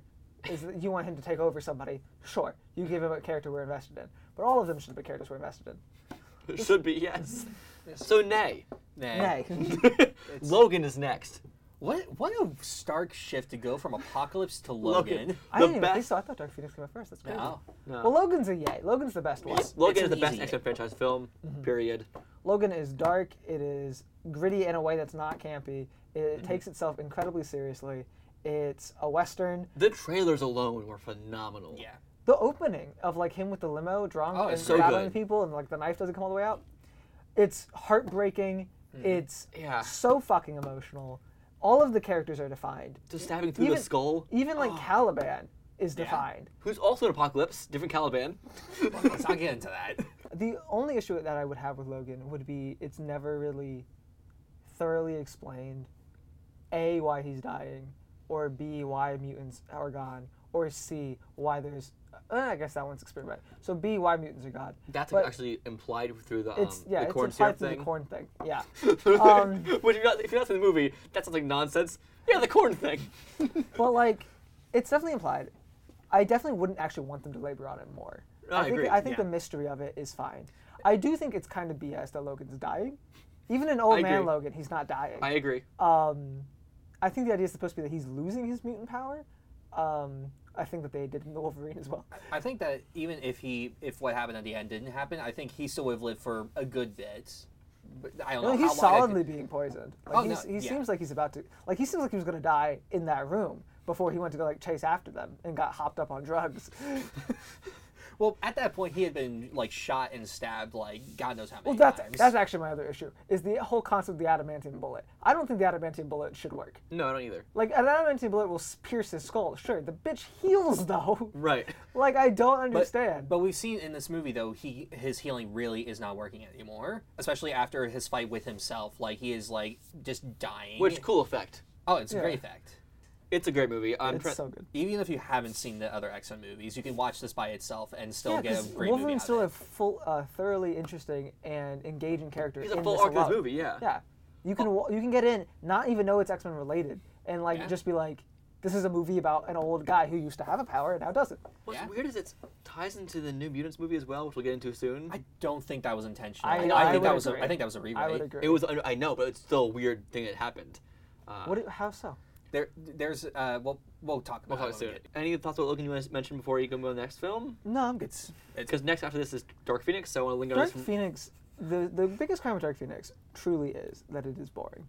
B: Is that you want him to take over somebody? Sure, you give him a character we're invested in, but all of them should be characters we're invested in.
A: It should be yes. So nay.
C: Nah.
B: Hey,
A: Logan is next.
C: What what a stark shift to go from Apocalypse to Logan.
B: I
A: The
B: didn't even think
A: best-
B: so. I thought Dark Phoenix came up first. That's crazy.
C: Wow.
B: Well, Logan's a yay. Logan's the best one.
A: Logan is
C: an
A: the best
C: easy
A: X Men franchise film. Period.
B: Logan is dark. It is gritty in a way that's not campy. It
A: Mm-hmm.
B: takes itself incredibly seriously. It's a western.
A: The trailers alone were phenomenal.
C: Yeah.
B: The opening of like him with the limo drunk
C: Oh,
B: and
C: it's so
B: battling
A: good.
B: people and like the knife doesn't come all the way out. It's heartbreaking. It's
A: Mm-hmm. Yeah.
B: so fucking emotional. All of the characters are defined.
A: Just stabbing through the skull.
B: Even like Caliban is defined.
A: Who's also an apocalypse? Different Caliban.
C: Let's not get into that.
B: The only issue that I would have with Logan would be it's never really thoroughly explained A, why he's dying, or B, why mutants are gone, or C, why there's. Uh, I guess that one's experiment. So B, why mutants are gone.
A: That's
B: But
A: actually implied through the um,
B: It's yeah,
A: the
B: it's
A: corn syrup
B: applied to the
A: thing.
B: corn thing.
A: [laughs]
B: Yeah. Um,
A: Which if you're, not, if you're not in the movie, that sounds like nonsense. Yeah, the corn thing.
B: but like, it's definitely implied. I definitely wouldn't actually want them to labor on it more.
A: I
B: think
A: agree,
B: I think
A: yeah.
B: the mystery of it is fine. I do think it's kind of BS that Logan's dying. Even in old
A: I
B: man
A: agree.
B: Logan, he's not dying.
A: I agree.
C: Uh,
B: I think the idea is supposed to be that he's losing his mutant power. Um, I think that they did in the Wolverine as well.
C: I think that even if he if what happened at the end didn't happen, I think he still would have lived for a good bit. But I don't
B: No,
C: know.
B: he's
C: how long that
B: solidly
C: could-
B: being poisoned. Like
C: Oh,
B: he's,
C: no,
B: he
C: yeah.
B: seems like he's about to. Like he seems like he was going to die in that room before he went to go like chase after them and got hopped up on
C: [laughs]
B: drugs.
C: Well, at that point, he had been like shot and stabbed like God knows how many
B: Well, that's
C: times.
B: that's actually my other issue is the whole concept of the adamantium bullet. I don't think the adamantium bullet should work.
A: no, I don't either.
B: Like an adamantium bullet will s- pierce his skull. Sure, the bitch heals though.
A: Right.
B: Like I don't
C: But-
B: understand.
C: But we've seen in this movie though he his healing really is not working anymore, especially after his fight with himself. Like he is like just dying.
A: Which cool effect.
C: oh, it's a great effect.
A: It's a great movie. I'm pre-
B: it's so good.
C: Even if you haven't seen the other X Men movies, you can watch this by itself and still
B: Yeah,
C: get a
B: because
C: great movie out
B: Wolverine's still
C: of
B: a
C: it.
B: full, uh, thoroughly interesting and engaging character.
A: He's a
B: in
A: full
B: this
A: arc of this
B: alone.
A: movie, yeah.
B: Yeah, you can wa- you can get in, not even know it's X Men related, and like just be like, this is a movie about an old guy who used to have a power and now doesn't.
A: What's weird is it ties into the New Mutants movie as well, which we'll get into soon.
C: I don't think that was intentional.
B: I-
C: I,
B: I
C: I think
B: would
C: that was a,
B: agree.
C: I think that was uh, a rewrite.
B: I would agree.
A: it was. I I know, but it's still a weird thing that happened.
B: what? do- How so?
C: There, there's uh, we'll we'll talk about
A: We'll
C: it
A: talk
C: when
A: soon.
C: we get-
A: Any thoughts about Logan you want to mention before you go to the next film?
B: No, I'm good.
A: Because next after this is Dark Phoenix, so I want to linger on
B: Dark
A: this. From,
B: Phoenix. The the biggest crime with Dark Phoenix truly is that it is boring.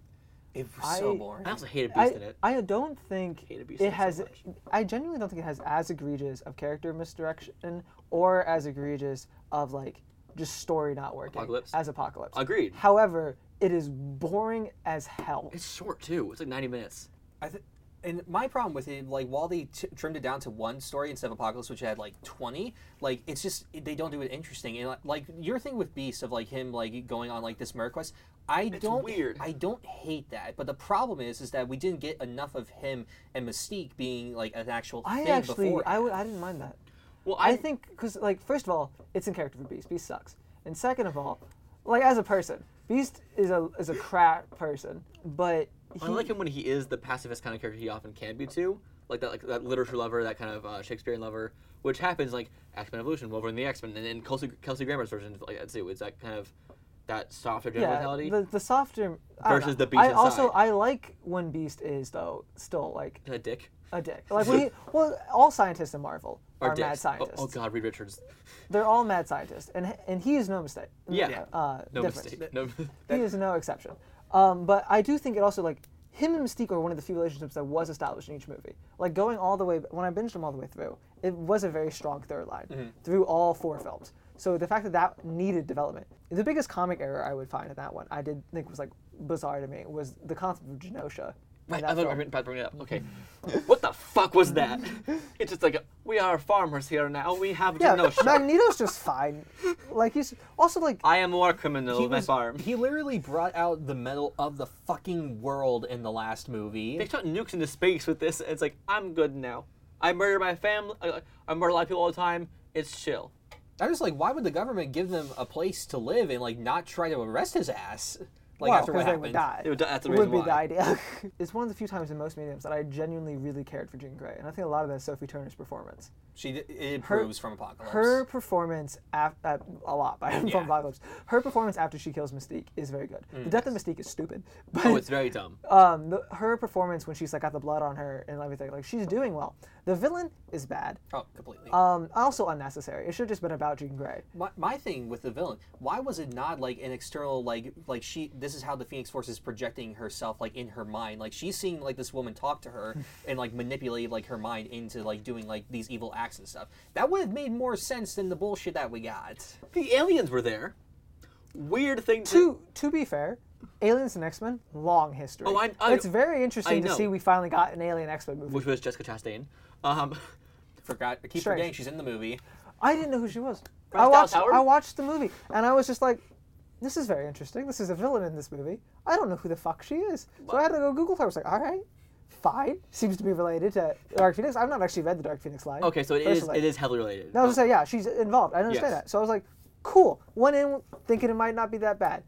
C: It was so
B: I-
C: boring.
A: I also hated Beast
B: I,
A: in it.
B: I don't think
A: Hated Beast in
B: it
A: it so
B: has.
A: much.
B: I genuinely don't think it has as egregious of character misdirection or as egregious of like just story not working
A: Apocalypse.
B: as Apocalypse.
A: Agreed.
B: However, it is boring as hell.
A: It's short too. It's like 90 minutes.
C: I th- and my problem with it, like while they t- trimmed it down to one story instead of Apocalypse, which had like twenty, like it's just it- they don't do it interesting. And like your thing with Beast of like him like going on like this murder quest, I don't
A: weird.
C: I don't hate that, but the problem is is that we didn't get enough of him and Mystique being like an actual
B: I
C: thing
B: actually,
C: before.
B: I would, I didn't mind that.
A: Well,
B: I think because like first of all, it's in character for Beast. Beast sucks, and second of all, like as a person, Beast is a is a crap person. But
A: I like him when he is the pacifist kind of character he often can be too, like that like that literature lover, that kind of uh, Shakespearean lover, which happens like X Men Evolution, Wolverine and the X Men, and then Kelsey, Kelsey Grammer's version, like that too. It's that kind of that softer gender mentality.
B: The, the softer I don't
A: Versus
B: know.
A: the Beast
B: I also
A: inside.
B: I like when Beast is though still like
A: Kinda dick.
B: a dick. Like
A: [laughs]
B: when he, well, all scientists in Marvel
A: Or
B: are,
A: dicks.
B: mad
A: Oh-
B: scientists.
A: Oh, God, Reed Richards.
B: They're all mad scientists, and and he is no mistake.
A: Yeah.
B: Uh,
A: no
B: difference.
A: mistake. No.
B: He is no exception. Um, but I do think it also like him and Mystique are one of the few relationships that was established in each movie. Like going all the way when I binged them all the way through, it was a very strong third line
A: Mm-hmm.
B: through all four films. So the fact that that needed development, the biggest comic error I would find in that one, I did think was like bizarre to me, was the concept of Genosha. in
A: Right,
B: that
A: I thought I
B: film.
A: meant about bringing it up. Okay. what the fuck was that? It's just like, we are farmers here now. We have
B: yeah,
A: no shot.
B: Magneto's just fine. Like he's also like
A: I am more criminal
C: he
A: than
C: was,
A: farm.
C: he literally brought out the metal of the fucking world in the last
A: [laughs]
C: movie.
A: They shot nukes into space with uh, this, and it's like, I'm good now. I murder my family. I, I murder a lot of people all the time. It's chill.
C: I'm just like, why would the government give them a place to live and like not try to arrest his ass? Like
B: well,
C: after what
B: because they
C: happened,
B: would die.
A: It would die- that's the
B: would
A: reason
B: be
A: why.
B: the idea. [laughs] it's one of the few times in most mediums that I genuinely really cared for Jean Grey, and I think a lot of that is Sophie Turner's performance.
C: she d- it improves from apocalypse.
B: Her performance af- uh, a lot by from Apocalypse. Her performance after she kills Mystique is very good.
A: Mm.
B: the death of Mystique is stupid, [laughs] but
A: Oh, it's very dumb.
B: um, the, her performance when she's like got the blood on her and everything, like she's doing well. The villain is bad.
C: oh, completely.
B: Um, also unnecessary. It should have just been about Jean Grey.
C: my, my thing with the villain why was it not like an external like like she this is how the phoenix force is projecting herself like in her mind like she's seeing like this woman talk to
A: [laughs]
C: her and like manipulate like her mind into like doing like these evil acts and stuff that would have made more sense than the bullshit that we got
A: The aliens were there. Weird thing to.
B: To to be fair, Aliens and X Men long history.
A: Oh, I- I-
B: it's very interesting
A: I
B: to
A: know.
B: see we finally got an Alien X Men movie.
A: which was Jessica Chastain. Um, [laughs]
C: forgot I keep
B: Strange.
C: forgetting she's in the movie
B: I didn't know who she was. I
A: Dallas
B: watched
A: Howard?
B: I watched the movie and I was just like, this is very interesting. This is a villain in this movie. I don't know who the fuck she is. So I had to go Google her. I was like, all right, fine. Seems to be related to Dark Phoenix. I've not actually read the Dark Phoenix line.
A: okay, so it is
B: personally.
A: it is heavily related.
B: And I was gonna say, yeah, she's involved. I understand
A: Yes.
B: that. So I was like, cool. Went in thinking it might not be that bad.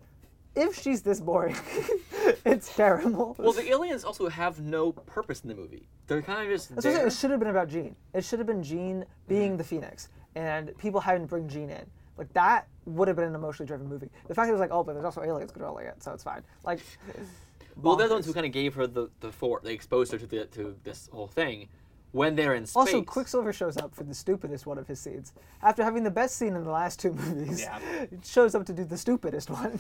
B: If she's this boring, [laughs] it's terrible.
A: Well, the aliens also have no purpose in the movie. They're kind of just
B: That's what I'm
A: there.
B: saying. It should have been about Jean. It should have been Jean being the Phoenix, and people having to bring Jean in. Like that would have been an emotionally driven movie. The fact that it was like, oh, but there's also aliens controlling it, so it's fine. Like,
A: well, they're the ones who kind of gave her the the fort. They exposed her to the to this whole thing when they're in space.
B: also, Quicksilver shows up for the stupidest one of his scenes after having the best scene in the last two [laughs] movies.
C: Yeah.
B: it shows up to do the stupidest one.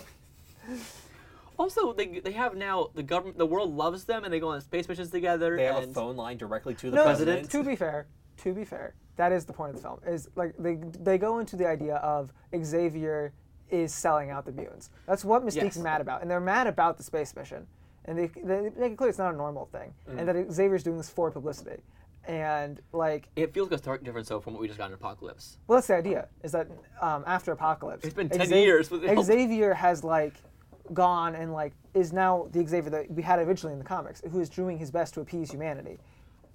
A: Also, they they have now the government. The world loves them, and they go on space missions together.
C: they have
A: and-
C: a phone line directly to the
B: No,
C: president
B: To be fair, to be fair, that is the point of the film. Is like they they go into the idea of Xavier is selling out the mutants. That's what Mystique's
A: Yes.
B: mad about, and they're mad about the space mission. And they they make it clear it's not a normal thing,
A: Mm.
B: and that Xavier's doing this for publicity. And like,
A: It feels like a stark difference though from what we just got in Apocalypse.
B: well, that's the idea. Is that um, after Apocalypse,
A: It's been 10 years with the-
B: Xavier has like gone and like is now the Xavier that we had originally in the comics, who is doing his best to appease humanity.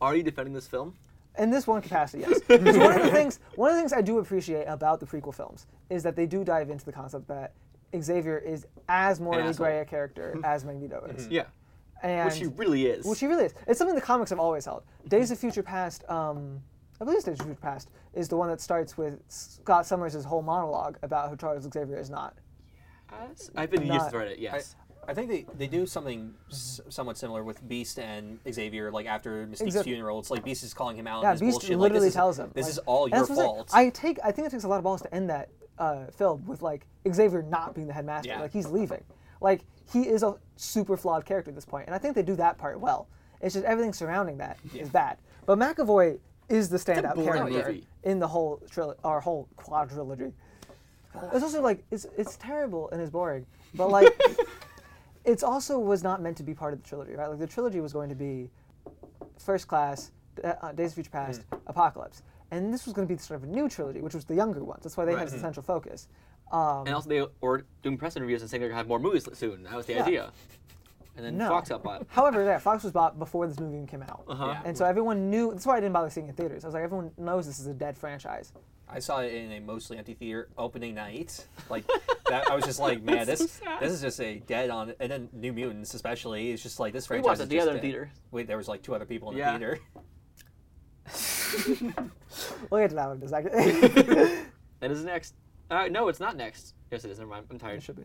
A: Are you defending this film?
B: in this one capacity,
A: [laughs]
B: yes. Because one of the things, one of the things I do appreciate about the prequel films is that they do dive into the concept that Xavier is as morally
A: asshole.
B: gray
A: [laughs]
B: a character as Magneto is,
A: Yeah,
B: and
A: Mm-hmm. which he really is.
B: which he really is. It's something the comics have always held. Days of Future Past, um, I believe it's Days of Future Past, is the one that starts with Scott Summers' whole monologue about how Charles Xavier is not.
A: As- I've been used
B: not-
A: to Reddit. Yes.
C: I think they, they do something s- somewhat similar with Beast and Xavier. Like after Mystique's
B: Exact-
C: funeral, it's like Beast is calling him out.
B: Yeah,
C: on his
B: Beast
C: bullshit. like,
B: literally
C: this is-
B: tells him.
C: this
B: like-
C: is all
B: and
C: your
B: that's what I'm saying.
C: fault.
B: I take. I think it takes a lot of balls to end that uh, film with like Xavier not being the headmaster.
C: Yeah.
B: Like he's leaving. Like he is a super flawed character at this point, and I think they do that part well. It's just everything surrounding that is bad. But McAvoy is the standout
A: boring
B: character
A: movie.
B: in the whole tril- our whole quadrilogy. It's also like it's it's terrible and it's boring, but like.
C: [laughs]
B: It's also was not meant to be part of the trilogy, right? Like the trilogy was going to be First Class, D- uh, Days of Future Past,
A: Hmm.
B: Apocalypse. And this was going to be the start of a new trilogy, which was the younger ones. That's why they had
A: Hmm.
B: this central focus. Um,
A: and also, they were doing press interviews and saying they're gonna have more movies soon. That was the idea. And then
B: no.
A: Fox got bought.
B: [laughs]
A: Uh-huh.
B: However, yeah, Fox was bought before this movie even came out. And so everyone knew. That's why I didn't bother seeing it in theaters. I was like, everyone knows this is a dead franchise.
C: I saw it in a mostly empty theater
B: [laughs]
C: opening night. Like that, I was just like, man, this this is just a dead on. And then New Mutants, especially, it's just like this franchise.
A: watched
C: is
A: it the
C: just
A: other
C: dead.
A: theater.
C: Wait, there was like two other people in the
A: Yeah.
C: theater. [laughs]
B: We'll get to that one in
A: [laughs]
B: a second.
A: That is next. Uh, no, it's not next. Yes, it is. Never mind. I'm tired. It should be.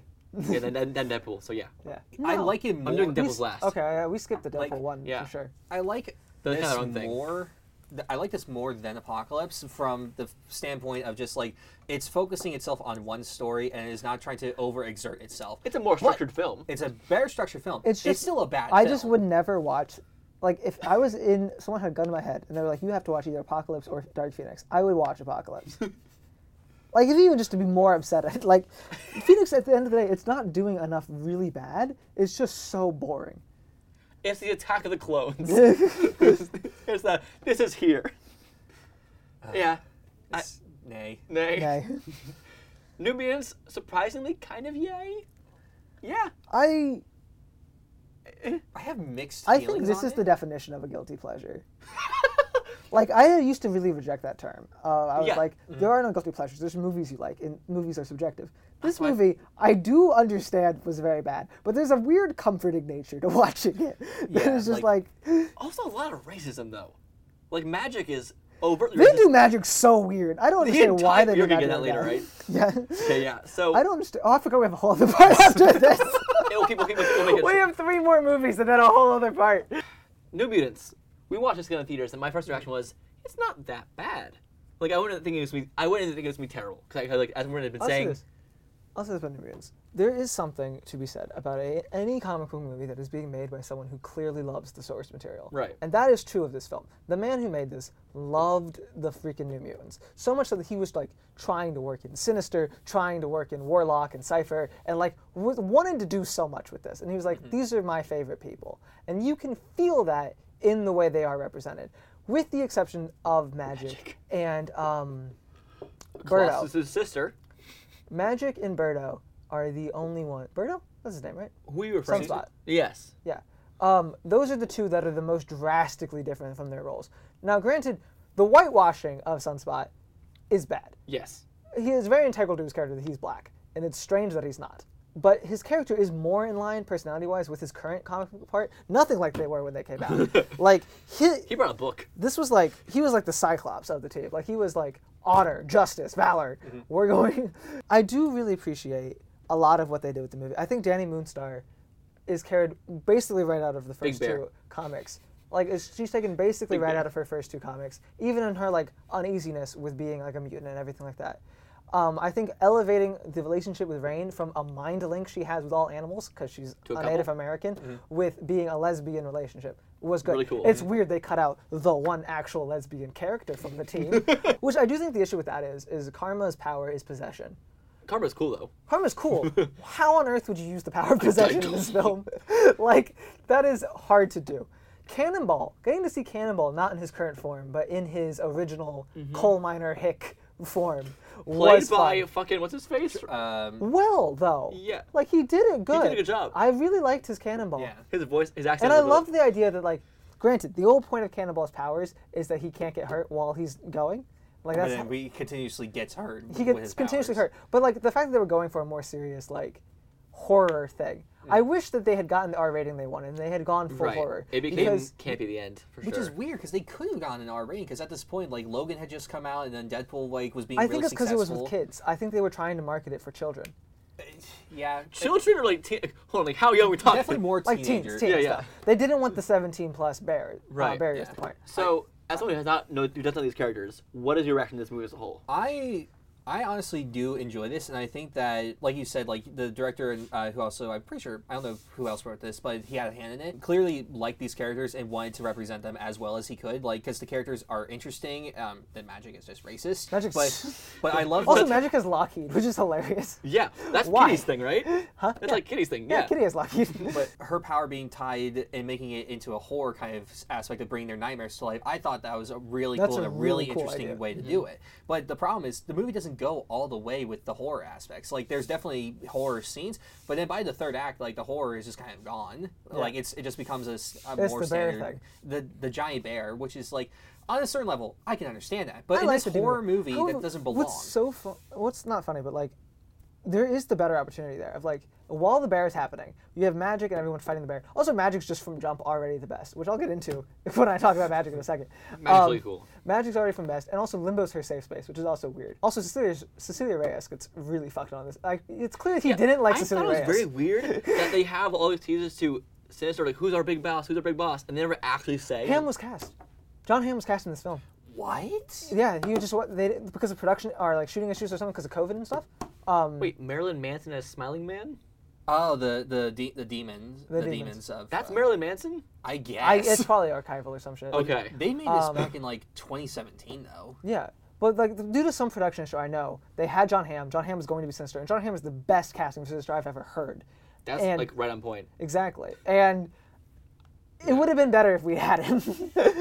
A: yeah, then, then, then Deadpool. So yeah.
B: [laughs] yeah.
C: I
B: No.
C: like it more.
A: I'm doing
C: we-
A: Devil's Last.
B: Okay, yeah, we skipped the Deadpool one
A: yeah.
B: for sure.
C: I like
A: They're
C: this
A: kinda their own thing.
C: more. th- I like this more than Apocalypse from the f- standpoint of just like it's focusing itself on one story and is not trying to overexert itself.
A: It's a more structured film.
C: It's a better structured film. It's,
B: just-
C: still a bad.
B: I just
C: film.
B: would never watch. Like if I was in, someone had a gun to my head, and they were like, "You have to watch either Apocalypse or Dark Phoenix." I would watch
C: [laughs]
B: Apocalypse. like if even just to be more upset, I'd- like Phoenix. At the end of the day, it's not doing enough really bad. It's just so
C: [laughs]
B: boring.
A: It's the Attack of the Clones. it's, [laughs] it's the, this is here. yeah. I,
C: It's- Nay.
A: nay.
B: Okay.
A: New Mutants, surprisingly, kind of yay. Yeah.
B: I
C: I have mixed.
B: I think
C: feelings
B: this
C: on
B: is
C: it.
B: the definition of a guilty pleasure. [laughs] Like I used to really reject that term. Uh, I was
A: Yeah. Mm-hmm.
B: like, there are no guilty pleasures. There's movies you like, and movies are subjective. This movie, I do understand, was very bad, but there's a weird comforting nature to [laughs] watching it.
C: Yeah,
B: it's just like,
C: like-
A: Also, a lot of racism though. Like magic is overtly.
B: they do magic so
A: [laughs]
B: weird. I don't understand why they do
A: You're
B: magic.
A: gonna get that
B: like
A: later, right?
B: [laughs] Yeah.
A: Okay, yeah. So
B: I don't understand. Oh, I forgot we have a whole other [laughs] part
A: [laughs]
B: after this.
A: It'll keep, we'll keep, we'll
B: [laughs]
A: make it.
B: we have three more movies and then a whole other part.
A: New Mutants. We watched this in the theaters, and my first reaction was, it's not that bad. Like I went in thinking it was me. I went in thinking it was me terrible because I like as Marina had been
B: I'll say
A: saying.
B: this. I'll say this about New Mutants. There is something to be said about a, any comic book movie that is being made by someone who clearly loves the source material.
A: Right.
B: And that is true of this film. The man who made this loved the freaking New Mutants. So much so that he was like trying to work in Sinister, trying to work in Warlock and Cypher, and like was, wanted to do so much with this. And he was like, these are my favorite people. And you can feel that in the way they are represented, with the exception of Magic, and um, Birdo.
A: Colossus's sister.
B: Magic and Birdo are the only one. Birdo? That's his name, right?
A: Who are you referring
B: Sunspot.
A: to? Yes.
B: Yeah. Um, those are the two that are the most drastically different from their roles. Now, granted, the whitewashing of Sunspot is bad.
A: Yes.
B: He is very integral to his character that he's black, and it's strange that he's not. But his character is more in line, personality-wise, with his current comic book part. Nothing like they were when they came out.
A: [laughs]
B: like he,
A: He brought a book.
B: this was like he was like the cyclops of the tape like he was like honor justice valor we're going [laughs] i do really appreciate a lot of what they did with the movie i think danny moonstar is carried basically right out of the first
A: Bear.
B: two comics like it's, she's taken basically right out of her first two comics even in her like uneasiness with being like a mutant and everything like that um, I think elevating the relationship with Rain from a mind link she has with all animals, because she's a,
A: a Mm-hmm.
B: Native American, with being a lesbian relationship was good.
A: Really cool. Mm-hmm.
B: It's weird they cut out the one actual lesbian character from the team,
A: [laughs]
B: which I do think the issue with that is is karma's power is possession.
A: Karma's cool though. [laughs]
B: Karma's cool. How on earth would you use the power of possession in this film? [laughs] like that is hard to do. Cannonball, getting to see Cannonball not in his current form, but in his original coal miner hick form
A: Mm-hmm. Played
B: was
A: by
B: fun.
A: fucking what's his face?
B: well though.
A: Yeah.
B: Like he did it good.
A: a good job.
B: I really liked his Cannonball.
C: Yeah.
A: his voice, his accent.
B: And I
A: was a little-
B: love the idea that, like, granted, the old point of Cannonball's powers is that he can't get hurt while he's going. Like
C: But
B: that's
C: then he continuously gets hurt.
B: he
C: with
B: gets
C: his
B: continuously
C: powers.
B: hurt. But like the fact that they were going for a more serious, like, horror thing. I wish that they had gotten the R rating they wanted and they had gone full
A: right.
B: horror.
A: It became
B: because
A: can't be the end for
C: Which
A: sure.
C: is weird because they could have gone an R rating because at this point, like Logan had just come out and then Deadpool like was being.
B: I
C: really
B: think it's because it was with
C: successful.
B: kids. I think they were trying to market it for children.
C: Yeah,
A: Children are like, teen- hold on, like how young we talking?
C: definitely more
B: Like
C: teenagers.
B: teens, teens.
A: Yeah, yeah.
B: Stuff. They didn't want the 17 plus bear, uh,
A: Right,
B: barriers
C: yeah.
B: to point.
A: So, as someone who has not know, who doesn't know these characters, what is your reaction to this movie as a whole?
C: I I honestly do enjoy this, and I think that, like you said, like the director and uh, who also I'm pretty sure I don't know who else wrote this, but he had a hand in it. Clearly liked these characters and wanted to represent them as well as he could, like because the characters are interesting. Um, the magic is just racist.
B: Magic's-
C: but but I love
B: Also,
C: that-
B: Magic has Lockheed, which is hilarious.
A: Yeah, that's
B: Why?
A: Kitty's thing, right? Huh? That's like Kitty's thing. Yeah.
B: Kitty has Lockheed. [laughs]
C: but her power being tied and making it into a horror kind of aspect of bringing their nightmares to life, I thought that was a really
B: That's
C: cool and
B: a
C: a
B: really
C: really,
B: cool
C: interesting
B: idea.
C: way to do
A: Mm-hmm.
C: it. But the problem is the movie doesn't go all the way with the horror aspects. Like there's definitely horror scenes, but then by the third act, like the horror is just kind of gone. Like it's it just becomes a, s- a
B: It's
C: more
B: the bear
C: standard
B: thing.
C: the the giant bear, which is like on a certain level I can understand that, but
B: I
C: in
B: like
C: this
B: the demon
C: horror movie
B: However,
C: that doesn't belong.
B: What's so fun? What's not funny, but like, there is the better opportunity there of like, while the bear is happening, you have magic and everyone's fighting the bear. Also, magic's just from jump already the best, which I'll get into [laughs] when I talk about magic in a second. Um,
A: Magic's really cool.
B: Magic's already from best, and also Limbo's her safe space, which is also weird. Also, Cecilia Cecilia Reyes gets really fucked on this. Like, it's clear that he didn't like
A: I thought
B: Cecilia
A: it was
B: Reyes.
A: very weird that they have all these teasers to Sinister, like who's our big boss, who's our big boss, and they never actually say.
B: Ham was cast. John Ham was cast in this film.
C: what?
B: Yeah, he just what they because of production or like shooting issues or something because of COVID and stuff.
A: Wait, Marilyn Manson as Smiling Man?
C: Oh, the the de- the demons, the,
B: demons.
C: demons. of
A: That's
C: uh,
A: Marilyn Manson.
C: I guess.
B: I, it's Um, probably archival or some shit.
A: Okay.
C: They made this back in like 2017, though.
B: Yeah, but like due to some production issue, I know they had John Hamm. John Hamm was going to be Sinister, and John Hamm is the best casting for Sinister I've ever heard.
A: That's
B: and-
A: like right on point.
B: Exactly, and it would have been better if we had him. [laughs]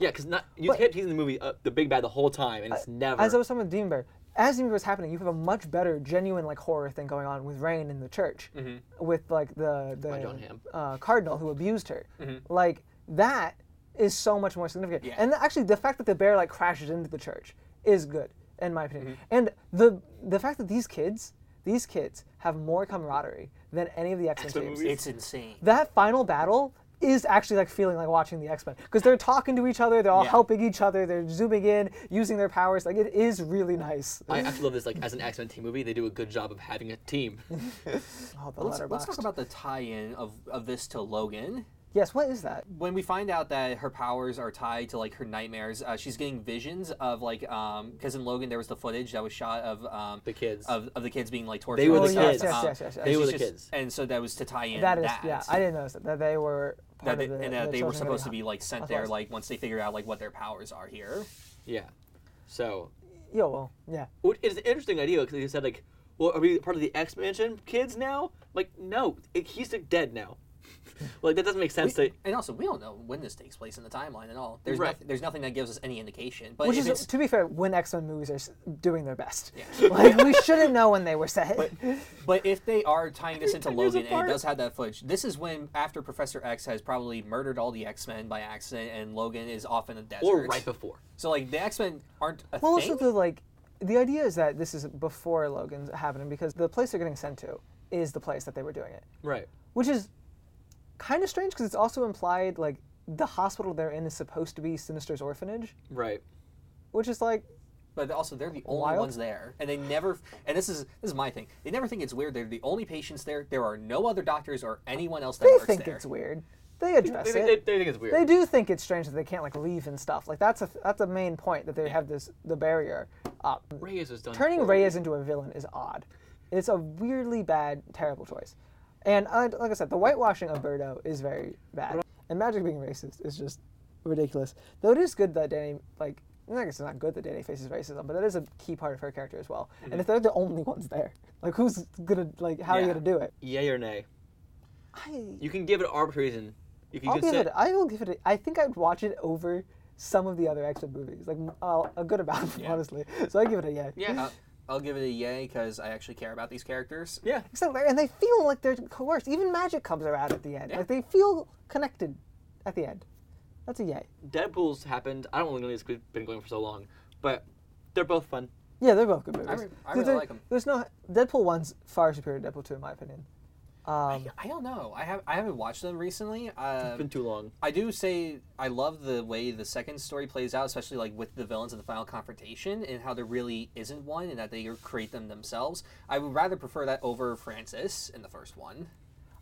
A: Yeah, because not you can't tease in the movie uh, the big bad the whole time, and it's never.
B: As I was talking with Demon Bear, as Demon Bear was happening, you have a much better, genuine like horror thing going on with Rain in the church, with like the the
A: John Hamm.
B: uh, cardinal who abused her. Like that is so much more significant.
C: Yeah.
B: And actually, the fact that the bear like crashes into the church is good, in my opinion. And the the fact that these kids, these kids have more camaraderie than any of the X Men
C: It's,
B: teams.
C: it's insane.
B: That final battle is actually like feeling like watching the X Men because they're talking to each other, they're all
C: Yeah.
B: helping each other, they're zooming in, using their powers. Like it is really nice. Oh,
H: I actually love this. Like as an X Men team movie, they do a good job of having a team.
B: Oh, the
C: Let's, let's talk
B: Letterboxd.
C: about the tie-in of, of this to Logan.
B: Yes, what is that?
C: When we find out that her powers are tied to like her nightmares, uh, she's getting visions of like um because in Logan there was the footage that was shot of um
H: The kids.
C: of, of the kids being like tortured.
H: They were
C: and
H: the
C: stuff.
H: kids.
B: Yes,
C: Um,
B: yes, yes, yes,
H: They
B: yes.
H: were
C: she's
H: the
C: just-
H: kids.
C: And so that was to tie in
B: That
C: that.
B: is, yeah, I didn't notice that, that they were part
C: that they,
B: of the,
C: and that
B: the
C: they were
B: children
C: supposed to
B: getting
C: be like sent
B: Of
C: there
B: course.
C: like once they figure out like what their powers are here.
H: yeah. So
B: Yeah, well, yeah.
A: Which is an interesting idea because he said like, "Well, are we part of the X Mansion kids now?" Like, no, it, he's like, dead now. [laughs] like that doesn't make sense. to,
C: And also, we don't know when this takes place in the timeline at all. There's
A: Right.
C: nothing, there's nothing that gives us any indication. But
B: Which
C: if
B: is,
C: it's,
B: to be fair, when X Men movies are s- doing their best. [laughs] Like we shouldn't know when they were set.
C: but if they are
B: [laughs]
C: tying this into
A: there's a
C: Logan and
A: part-
C: it does have that footage, this is when after Professor X has probably murdered all the X Men by accident, and Logan is off in a desert.
H: or right before.
C: So like the X Men aren't a
B: well,
C: thing.
B: also the like, the idea is that this is before Logan's happening because the place they're getting sent to is the place that they were doing it,
H: Right.
B: which is kind of strange because it's also implied like the hospital they're in is supposed to be Sinister's orphanage,
H: Right.
B: which is like
C: But also, they're the only
B: Wild.
C: ones there, and they never. And this is this is my thing. They never think it's weird. They're the only patients there. There are no other doctors or anyone else that
B: they
C: works
B: think
C: there.
B: it's weird. They address
A: they, they,
B: it.
A: they think it's weird.
B: They do think it's strange that they can't like leave and stuff. Like that's a that's a main point that they have this the barrier up.
H: Reyes was done.
B: Turning
H: poorly.
B: Reyes into a villain is odd. It's a weirdly bad, terrible choice. And uh, like I said, the whitewashing of Birdo is very bad. And Magic being racist is just ridiculous. Though it is good that Danny like I guess it's not good that Danny faces racism, but that is a key part of her character as well. And if they're the only ones there, [laughs] like who's gonna like how are you
A: Mm. Yeah.
B: gonna do it?
A: Yay or nay?
B: I
A: You can give it arbitrary reason. You can
B: I'll
A: give
B: give
A: it.
B: it. I will give it. A, I think I'd watch it over some of the other X Men movies, like uh, a good amount, [laughs] honestly. So I give it a yeah.
A: Yeah.
C: Uh, I'll give it a yay because I actually care about these characters.
A: yeah.
B: Except they're- and they feel like they're coerced. Even magic comes around at the end. Like they feel connected at the end. That's a yay.
A: Deadpool's happened. I don't really know it's been going for so long, but they're both fun.
B: Yeah, they're both good movies.
C: re- I
B: There-
C: really
B: there-
C: like 'em.
B: There's no Deadpool one's far superior to Deadpool two in my opinion.
C: I don't know. I have I haven't watched them recently.
A: It's been
C: Um,
A: too long.
C: I do say I love the way the second story plays out, especially like with the villains in the final confrontation and how there really isn't one, and that they create them themselves. I would rather prefer that over Francis in the first one.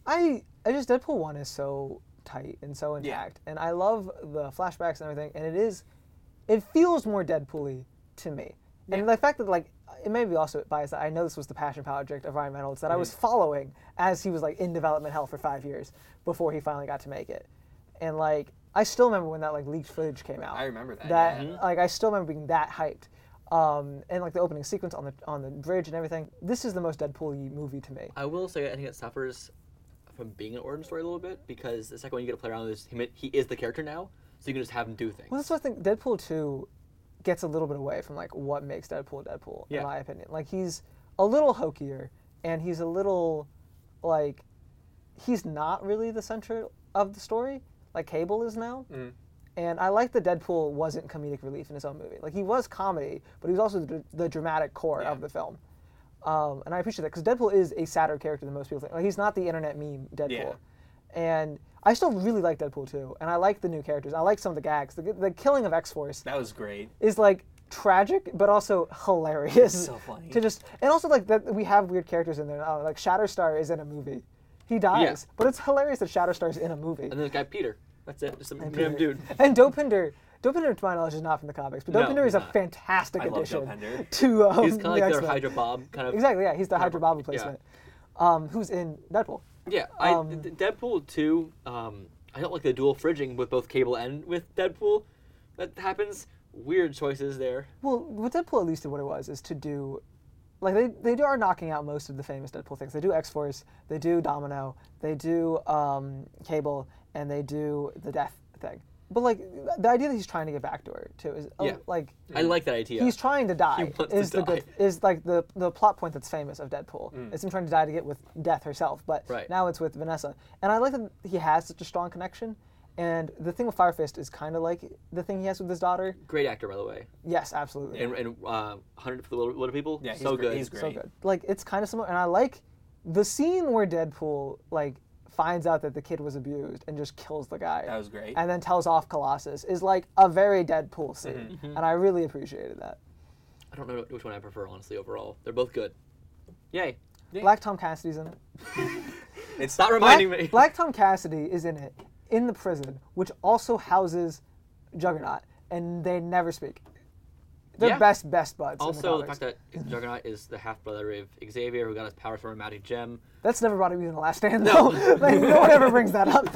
B: I I just Deadpool one is so tight and so intact, and I love the flashbacks and everything. And it is, it feels more Deadpool-y to me. And the fact that like it may be also biased. that I know this was the passion project of Ryan Reynolds that I
C: Mm-hmm.
B: was following as he was like in development hell for five years before he finally got to make it, and like I still remember when that like leaked footage came out.
C: I remember that,
B: That like I still remember being that hyped. Um, and like the opening sequence on the on the bridge and everything. This is the most Deadpool-y movie to me.
H: I will say I think it suffers from being an origin story a little bit because the second one you get to play around with is him. He is the character now, so you can just have him do things.
B: Well, that's what I think. Deadpool two gets a little bit away from like what makes Deadpool Deadpool,
H: Yeah.
B: in my opinion. Like he's a little hokier, and he's a little like he's not really the center of the story like Cable is now.
H: Mm.
B: And I like that Deadpool wasn't comedic relief in his own movie. Like he was comedy, but he was also the, the dramatic core of the film. Um, and I appreciate that because Deadpool is a sadder character than most people think. Like he's not the internet meme Deadpool. And I still really like Deadpool too, and I like the new characters. I like some of the gags. The, the killing of X Force
C: That was great.
B: is like tragic, but also hilarious.
C: so funny.
B: To just and also like that we have weird characters in there. Now. Like Shatterstar is in a movie. He dies, but it's hilarious that Shatterstar's in a movie.
A: And then the guy Peter. That's it. Just a random dude.
B: [laughs] And Dopinder, Dopinder, to my knowledge, is not from the comics, but
A: No,
B: Dopinder is a
A: he's not.
B: fantastic
C: I love
B: addition
C: Dopinder.
B: to um,
A: He's kind of like
B: the
A: their
B: X-Men.
A: Hydra Bob kind of.
B: Exactly, yeah, he's the Hydra Bob
A: yeah.
B: replacement, um, who's in Deadpool.
A: Yeah. I,
B: Um,
A: D- Deadpool two. Um, I don't like the dual fridging with both Cable and with Deadpool. That happens. Weird choices there.
B: Well, with Deadpool, at least what it was is to do, like they they do are knocking out most of the famous Deadpool things. They do X Force, they do Domino, they do um, Cable, and they do the Death thing. But like the idea that he's trying to get back to her too is oh,
A: Yeah.
B: like
A: I like that idea.
B: he's trying to die
A: wants to
B: is the good is like the the plot point that's famous of Deadpool. It's him trying to die to get with Death herself, but
A: Right.
B: now it's with Vanessa, and I like that he has such a strong connection. And the thing with Fire Fist is kind of like the thing he has with his daughter.
A: Great actor, by the way.
B: Yes, absolutely.
A: And, and uh, 100 for the Little, Little People.
C: Yeah, he's
A: so
C: great.
A: good.
C: He's great.
B: so good. Like it's kind of similar, and I like the scene where Deadpool like finds out that the kid was abused and just kills the guy.
C: That was great.
B: And then tells off Colossus is like a very Deadpool scene, and I really appreciated that.
A: I don't know which one I prefer, honestly, overall. They're both good. Yay.
B: Black Tom Cassidy's in it.
C: It's
A: Stop
C: not
A: reminding me. [laughs]
B: Black, Black Tom Cassidy is in it in the prison, which also houses Juggernaut, and they never speak. They're
A: Yeah.
B: best best buds. in
A: Also,
B: the
A: the
B: comics.
A: fact that
B: Mm-hmm.
A: Juggernaut is the half brother of Xavier, who got his powers from a magic gem,
B: that's never brought up even in the last stand though. [laughs] like no one ever brings
A: [laughs]
B: that up.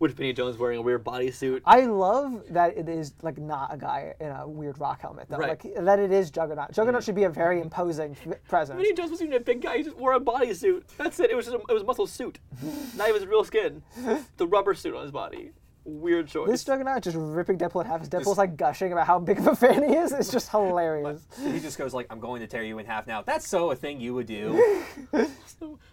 A: with Vinny Jones wearing a weird bodysuit.
B: I love that it is like not a guy in a weird rock helmet though.
A: Right. Mm.
B: Like that it is Juggernaut. Juggernaut should be a very imposing f- presence.
A: Vinny Jones wasn't even a big guy; he just wore a bodysuit. That's it. It was just a, it was a muscle suit, not even his real skin. The rubber suit on his body. Weird choice.
B: This Juggernaut just ripping Deadpool in half. His Deadpool's like gushing about how big of a fan he is. It's just hilarious.
C: He just goes like, "I'm going to tear you in half now." That's so a thing you would do.
A: the,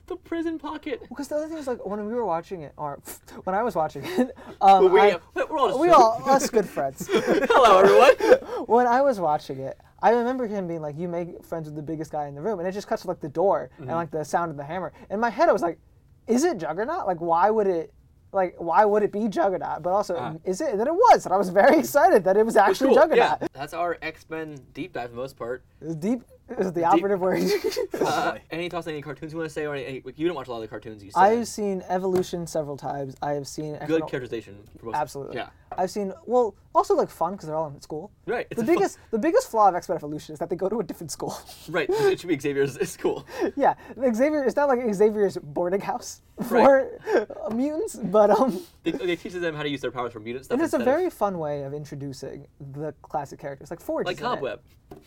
A: the prison pocket.
B: Because the other thing is like when we were watching it, or [laughs] when I was watching it, [laughs] um,
A: We,
B: I-
A: we're all just [laughs]
B: we all us good friends.
A: hello, everyone.
B: [laughs] when I was watching it, I remember him being like, "You make friends with the biggest guy in the room," and it just cuts to like the door
A: Mm-hmm.
B: and like the sound of the hammer. In my head, I was like, "Is it Juggernaut? Like, why would it?" Like, why would it be Juggernaut? But also,
A: Ah.
B: is it? And then it was, and I was very excited that it was actually [laughs] Juggernaut.
A: Yeah, that's our X Men deep dive for the most
C: [laughs]
A: part.
B: It was deep is the operative word.
A: [laughs] Uh, any thoughts on any cartoons you want to say, or any, any- like, you don't watch a lot of the cartoons you see.
B: I've seen Evolution several times. I have seen
A: good
B: Econo-
A: characterization. For most
B: Absolutely.
A: Yeah.
B: I've seen well, also like fun because they're all in school.
A: Right, it's
B: The
A: a fun-
B: biggest the biggest flaw of X Men Evolution is that they go to a different school.
A: [laughs]
B: [laughs]
A: Right. It should be Xavier's school.
B: yeah, Xavier. It's not like Xavier's boarding house [laughs]
A: Right.
B: for uh, [laughs] mutants, but
A: [laughs]
B: um,
A: They, they teach them how to use their powers for mutant stuff.
B: it's a
A: instead of-
B: very fun way of introducing the classic characters, like Forge.
A: like
B: is in it.
A: Cobweb.
B: [laughs]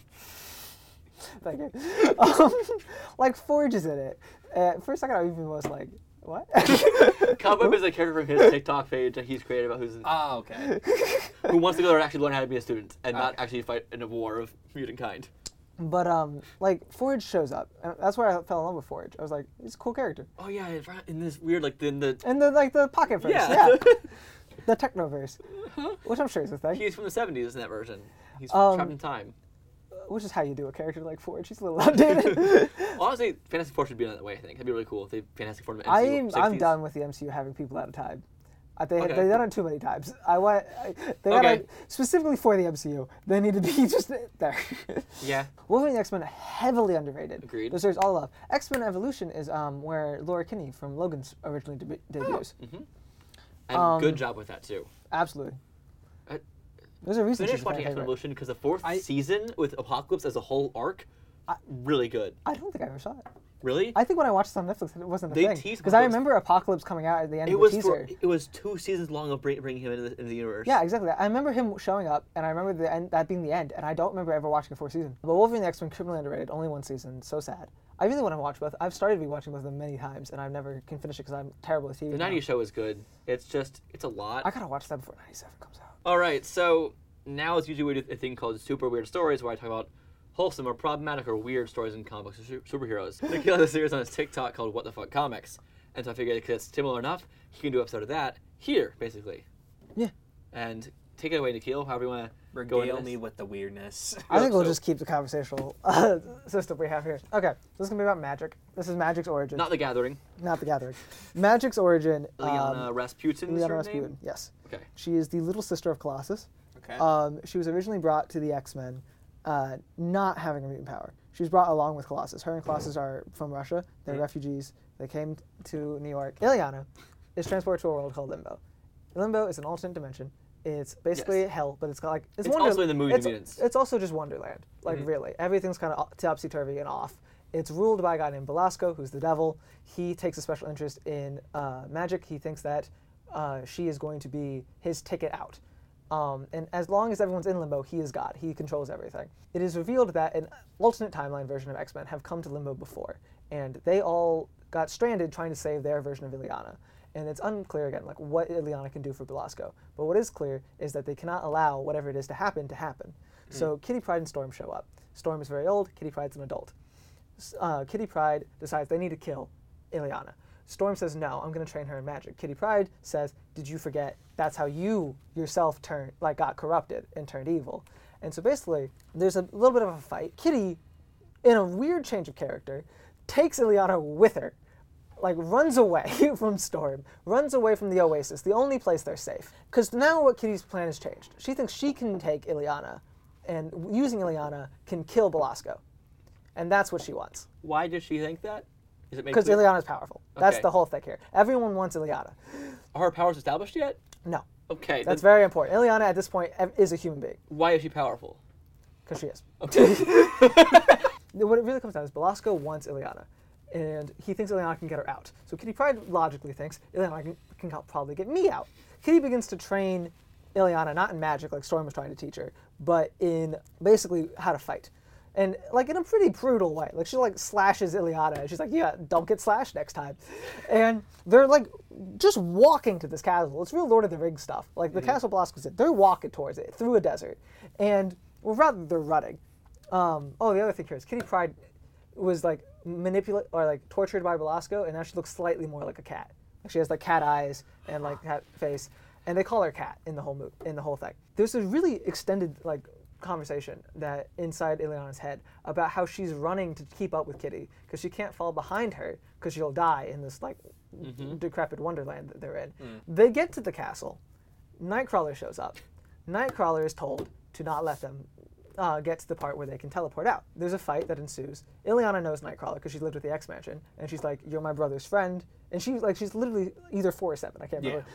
B: Thank you. [laughs] Um, like Forge is in it. Uh, for a second, I even was like, what? [laughs]
A: Cobweb is a character from his TikTok page that he's created about who's
C: Ah, okay.
A: who wants to go there and actually learn how to be a student and not actually fight in a war of mutant kind.
B: but um, like Forge shows up. And that's where I fell in love with Forge. I was like, he's a cool character.
A: Oh yeah, in front- in this weird like in the
B: And the like the pocket verse, yeah.
A: Yeah. [laughs] Uh-huh.
B: the technoverse, which I'm sure is a thing.
A: he's from the seventies in that version. He's trapped in time.
B: which is how you do a character like Forge. He's a
A: [laughs]
B: little [laughs] outdated.
A: Honestly, Fantastic Four should be on that way. I think that'd be really cool if they Fantastic Four. in the MCU
B: I'm I'm
A: 60s.
B: done with the MCU having people out of time. I think
A: Okay.
B: they've done it too many times. I want I, they gotta,
A: Okay.
B: specifically for the MCU. They need to be [laughs] just there.
A: Yeah.
B: Wolverine X Men heavily underrated.
A: Agreed.
B: The series all love. X Men Evolution is um, where Laura Kinney from Logan's originally deb-
A: Oh.
B: debuts.
A: Mm-hmm. And
B: Um,
A: good job with that too.
B: Absolutely.
A: I
B: There's a reason
A: finished
B: she's
A: Uh,
B: a fan
A: watching X Men
B: favorite.
A: Evolution because the fourth season with Apocalypse as a whole arc, really good.
B: I don't think I ever saw it.
A: Really?
B: I think when I watched this on Netflix, it wasn't a
A: They
B: thing.
A: teased
B: Because I
A: Apocalypse.
B: remember Apocalypse coming out at the end
A: it
B: of the
A: was
B: teaser.
A: for, it was two seasons long of bring, bringing him into the, into the universe.
B: Yeah, exactly. I remember him showing up, and I remember the end, that being the end, and I don't remember ever watching a fourth season. But Wolverine the X Men criminally underrated, only one season, so sad. I really want to watch both. I've started rewatching both of them many times, and I've never can finish it because I'm terrible with TV.
A: The
B: now.
A: 90s show is good. It's just, it's a lot.
B: I gotta watch that before '97 comes out.
A: All right, so now it's usually we do a thing called Super Weird Stories, where I talk about wholesome or problematic or weird stories in comics or Oh, su- superheroes. Nikhil has a series on his TikTok called What the Fuck Comics. And so I figured because it's similar enough, he can do an episode of that here, basically.
B: Yeah.
A: And take it away, Nikhil, however you want to go into
C: Regale
A: this.
C: me with
A: [laughs]
C: the weirdness.
B: I think we'll
A: so.
B: just keep the conversational [laughs] uh, system we have here. Okay, this is gonna be about magic. This is magic's origin,
A: Not The Gathering. uh,
B: not the gathering. Magic's origin.
A: Liana
B: um,
A: Rasputin.
B: Liana Rasputin. Yes.
A: Okay.
B: She is the little sister of Colossus.
C: Okay.
B: Um, she was originally brought to the X Men, uh, not having a mutant power. She was brought along with Colossus. Her and Colossus are from Russia. They're
A: Mm-hmm.
B: refugees. They came t- to New York. Ileana is transported to a world called Limbo. Limbo is an alternate dimension. It's basically hell, but it's got like it's,
A: It's
B: Wonder-
A: also in the movie
B: It's,
A: Mutants.
B: it's also just Wonderland. Like really, everything's kind of topsy turvy and off. It's ruled by a guy named Belasco, who's the devil. He takes a special interest in uh, magic. He thinks that uh, she is going to be his ticket out. Um, and as long as everyone's in limbo, he is God. He controls everything. It is revealed that an alternate timeline version of X Men have come to limbo before, and they all got stranded trying to save their version of Ileana. And it's unclear again, like what Ileana can do for Belasco. But what is clear is that they cannot allow whatever it is to happen to happen. So Kitty Pride and Storm show up. Storm is very old. Kitty Pride's an adult. S- Uh, Kitty Pride decides they need to kill Ileana. Storm says, "No, I'm going to train her in magic." Kitty Pride says, "Did you forget? That's how you yourself turned, like, got corrupted and turned evil." And so basically, there's a little bit of a fight. Kitty, in a weird change of character, takes Ileana with her, like runs away [laughs] from Storm, runs away from the Oasis, the only place they're safe. Because now what Kitty's plan has changed. She thinks she can take Ileana, and using Ileana can kill Belasco, and that's what she wants.
A: Why does she think that? Is it made
B: Because
A: clear-
B: Ileana's powerful. That's
A: Okay.
B: the whole thing here. Everyone wants Ileana.
A: are her powers established yet?
B: No.
A: Okay,
B: That's
A: then
B: very important. Ileana at this point ev- is a human being
A: why is she powerful?
B: because she is. what it really comes down is Belasco wants Ileana, and he thinks Ileana can get her out. So Kitty Pride logically thinks Ileana can, can help probably get me out. Kitty begins to train Ileana not in magic like Storm was trying to teach her, but in basically how to fight. And like in a pretty brutal way, like she like slashes Ileana, and she's like, "Yeah, don't get slashed next time." And they're like just walking to this castle. It's real Lord of the Rings stuff. Like the castle Belasco's in, they're walking towards it through a desert, and well, rather they're running. Um, oh, the other thing here is Kitty Pride was like manipulated or like tortured by Belasco, and now she looks slightly more like a cat. Like she has like cat eyes and like cat face, and they call her cat in the whole mo- in the whole thing. There's a really extended like conversation that inside Ileana's head about how she's running to keep up with Kitty because she can't fall behind her because she'll die in this like decrepit wonderland that they're in. They get to the castle, Nightcrawler shows up. Nightcrawler is told to not let them uh, get to the part where they can teleport out. There's a fight that ensues. Ileana knows Nightcrawler because she's lived with the X Mansion, and she's like, "You're my brother's friend," and she's like, she's literally either four or seven. I can't remember.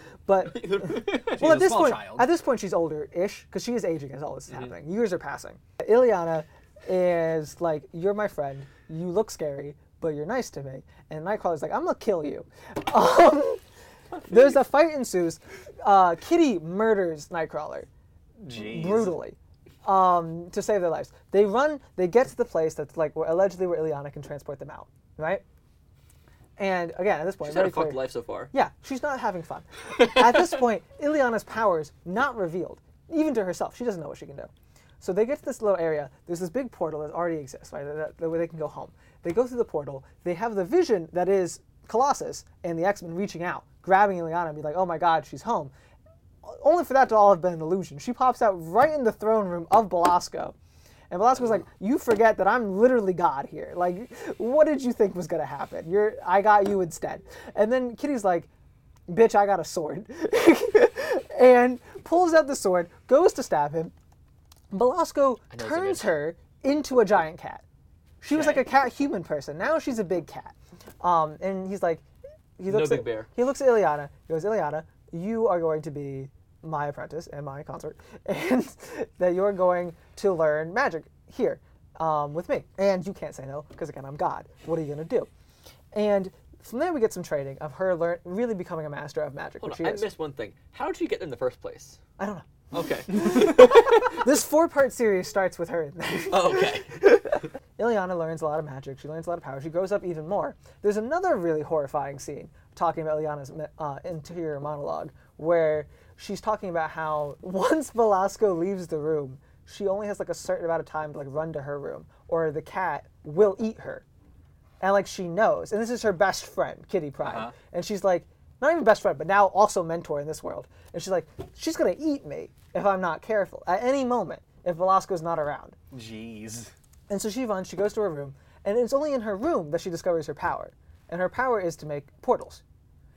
B: [laughs]
C: [laughs]
B: But well,
C: a
B: at this
C: small
B: point,
C: child. Mm-hmm.
B: at this point, she's older-ish because she is aging as all this is happening. Years are passing. Ileana is like, "You're my friend. You look scary, but you're nice to me." And Nightcrawler's like, "I'm gonna kill you." [laughs] Um, [laughs] there's a fight ensues. Uh, Kitty murders Nightcrawler brutally um, to save their lives. They run. They get to the place that's like where allegedly where Ileana can transport them out, right? And again, at this point,
A: She's had a
B: very
A: fucked
B: clear-
A: life so far.
B: yeah, she's not having fun. At this point, Ileana's powers not revealed, even to herself. She doesn't know what she can do. So they get to this little area. There's this big portal that already exists, right? That, that way they can go home. They go through the portal. They have the vision that is Colossus and the X Men reaching out, grabbing Ileana, and be like, "Oh my God, she's home." Only for that to all have been an illusion. She pops out right in the throne room of Belasco. And Velasco's like, you forget that I'm literally God here. Like, what did you think was gonna happen? You're, I got you instead. And then Kitty's like, bitch, I got a sword, [laughs] and pulls out the sword, goes to stab him. Velasco turns her into a giant cat. She was like a cat human person. Now she's a big cat. Um, and he's like, he looks
A: big
B: at
A: bear.
B: he looks at Ileana. He goes, Ileana, you are going to be my apprentice and my consort, [laughs] and that you're going to learn magic here um, with me. And you can't say no because again, I'm God. What are you gonna do? And from there, we get some training of her learn really becoming a master of magic,
A: Hold
B: which
A: on,
B: she
A: I
B: is.
A: missed one thing. How did she get there in the first place?
B: I don't know.
A: [laughs] Okay.
B: This four-part series starts with her [laughs] in there.
A: [laughs] okay.
B: Ileana learns a lot of magic. She learns a lot of power. She grows up even more. There's another really horrifying scene talking about Ileana's uh, interior monologue where she's talking about how [laughs] once Velasco leaves the room, she only has like a certain amount of time to like run to her room, or the cat will eat her. And like she knows, and this is her best friend, Kitty Pride, and she's like, not even best friend, but now also mentor in this world. And she's like, she's gonna eat me if I'm not careful at any moment if Velasco's not around.
C: Jeez.
B: And so she runs, she goes to her room, and it's only in her room that she discovers her power. And her power is to make portals.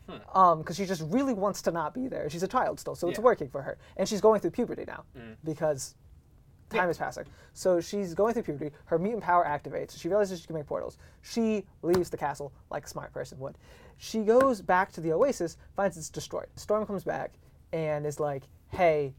B: Because she just really wants to not be there. She's a child still, so it's working for her. And she's going through puberty now because time is passing. So she's going through puberty. Her mutant power activates. She realizes she can make portals. She leaves the castle like a smart person would. She goes back to the oasis, finds it's destroyed. Storm comes back and is like, hey,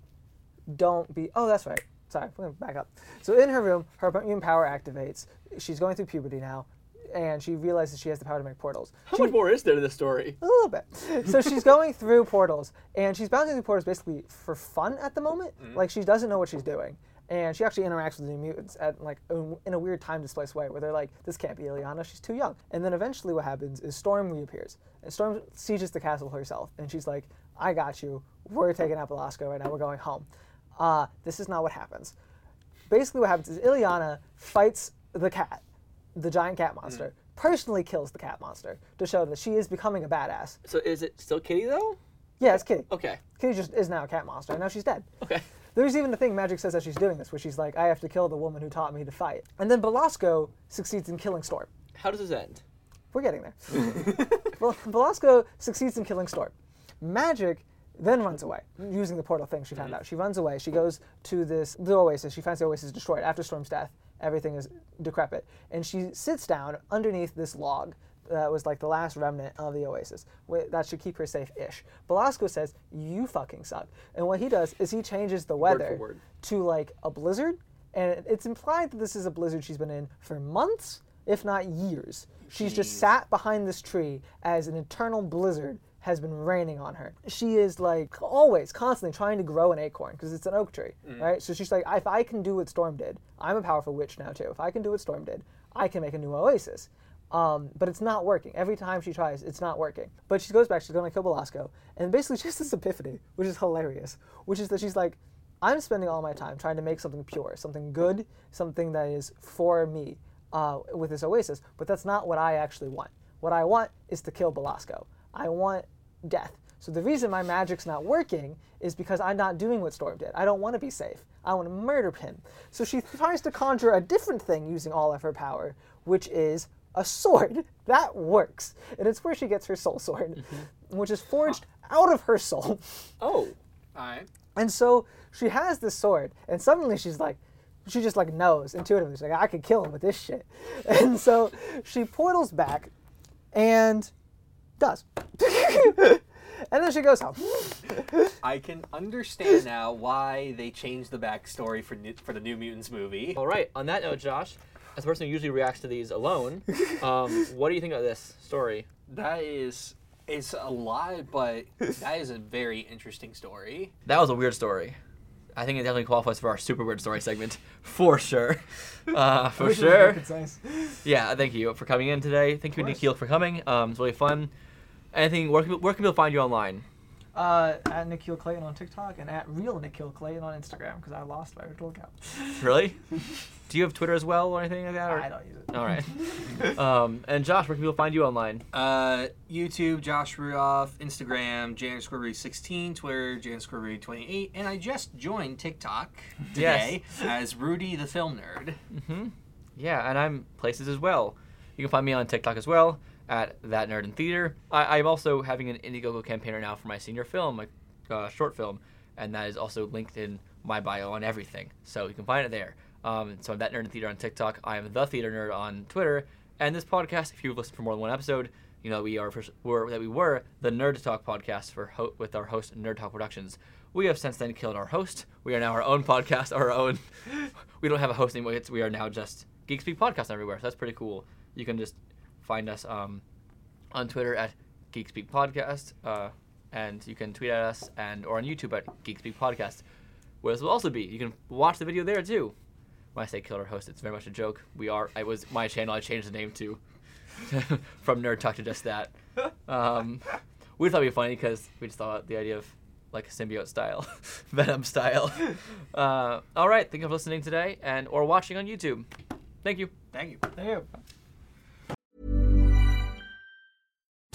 B: don't be. Oh, that's right. Sorry, we're gonna back up. So in her room, her immune power activates. She's going through puberty now, and she realizes she has the power to make portals.
A: How much more is there to this story?
B: A little bit. So she's going through portals, and she's bouncing through portals basically for fun at the moment. Like she doesn't know what she's doing, and she actually interacts with the new mutants at like a- in a weird time displaced way, where they're like, "This can't be Ileana. She's too young." And then eventually, what happens is Storm reappears, and Storm sieges the castle herself, and she's like, "I got you. We're taking out Belasco right now. We're going home." Uh, this is not what happens basically what happens is Ileana fights the cat, the giant cat monster, personally kills the cat monster to show that she is becoming a badass.
A: So is it still Kitty though?
B: Yeah, it's Kitty.
A: Okay.
B: Kitty just is now a cat monster, and now she's dead.
A: Okay.
B: There's even a thing Magic says that she's doing this, where she's like, I have to kill the woman who taught me to fight. And then Belasco succeeds in killing Storm.
A: How does this end?
B: We're
A: [laughs]
B: getting there. Bel- Belasco succeeds in killing Storm. Magic then runs away using the portal thing she found out. She runs away. She goes to this the oasis. She finds the oasis destroyed after Storm's death. Everything is decrepit, and she sits down underneath this log that was like the last remnant of the oasis. Wa- That should keep her safe-ish. Belasco says, "You fucking suck," and what he does is he changes the weather
A: word.
B: to like a blizzard, and it's implied that this is a blizzard she's been in for months, if not years. She's just sat behind this tree as an eternal blizzard has been raining on her. She is like always constantly trying to grow an acorn because it's an oak tree, right? So she's like, if I can do what Storm did, I'm a powerful witch now too. If I can do what Storm did, I can make a new oasis. Um, but it's not working. Every time she tries, it's not working. But she goes back, she's going to kill Belasco, and basically [laughs] she has this epiphany, which is hilarious, which is that she's like, I'm spending all my time trying to make something pure, something good, something that is for me uh, with this oasis, but that's not what I actually want. What I want is to kill Belasco. I want death. So the reason my magic's not working is because I'm not doing what Storm did. I don't want to be safe. I want to murder him. So she tries to conjure a different thing using all of her power, which is a sword. [laughs] That works. And it's where she gets her soul sword, which is forged out of her soul. [laughs]
A: Oh.
C: All right.
B: And so she has this sword, and suddenly she's like, she just like knows intuitively, she's like, I could kill him with this shit. [laughs] And so she portals back and does. [laughs] and then she goes home.
C: I can understand now why they changed the backstory for new, for the New Mutants movie.
A: All right. On that note, Josh, as a person who usually reacts to these [laughs] alone, um, what do you think about this story?
C: That is, it's a lot, but that is a very interesting story.
A: That was a weird story. I think it definitely qualifies for our super weird story segment, [laughs] for [laughs] sure. Uh, for sure. Yeah, thank you for coming in today. Thank you, Nikhil, for coming. Um, it's really fun. Anything? Where can, where can people find you online?
B: Uh, at Nikhil Clayton on TikTok and at real Nikhil Clayton on Instagram because I lost my original account.
A: Really? [laughs] do you have Twitter as well or anything like that? or-
B: I don't use it.
A: All right. um, and Josh, where can people find you online?
C: Uh, YouTube, Josh Rudolph, Instagram, Jan Square Root 16, Twitter, Jan Square Root 28, and I just joined TikTok today as Rudy the Film Nerd.
A: Yeah, and I'm places as well. You can find me on TikTok as well at that nerd in theater. I, I'm also having an Indiegogo campaigner now for my senior film, my uh, short film, and that is also linked in my bio on everything, so you can find it there. Um, so I'm that nerd in theater on TikTok. I am the theater nerd on Twitter, and this podcast. If you've listened for more than one episode, you know we are were, that we were the Nerd Talk podcast for ho- with our host Nerd Talk Productions. We have since then killed our host. We are now our own podcast, our own. [laughs] we don't have a host anymore. It's, we are now just Geek Speak Podcast everywhere. So that's pretty cool. You can just find us um, on Twitter at Geek Speak Podcast, uh, and you can tweet at us and or on YouTube at Geek Speak Podcast, where this will also be. You can watch the video there too. When I say killed our host, it's very much a joke. We are. It was my channel. I changed the name to [laughs] from Nerd Talk to just that. Um, we thought it'd be funny because we just thought the idea of like a symbiote style, [laughs] Venom
C: [laughs]
A: style. Uh, all right, thank you for listening today and or watching on YouTube. Thank you.
C: Thank you.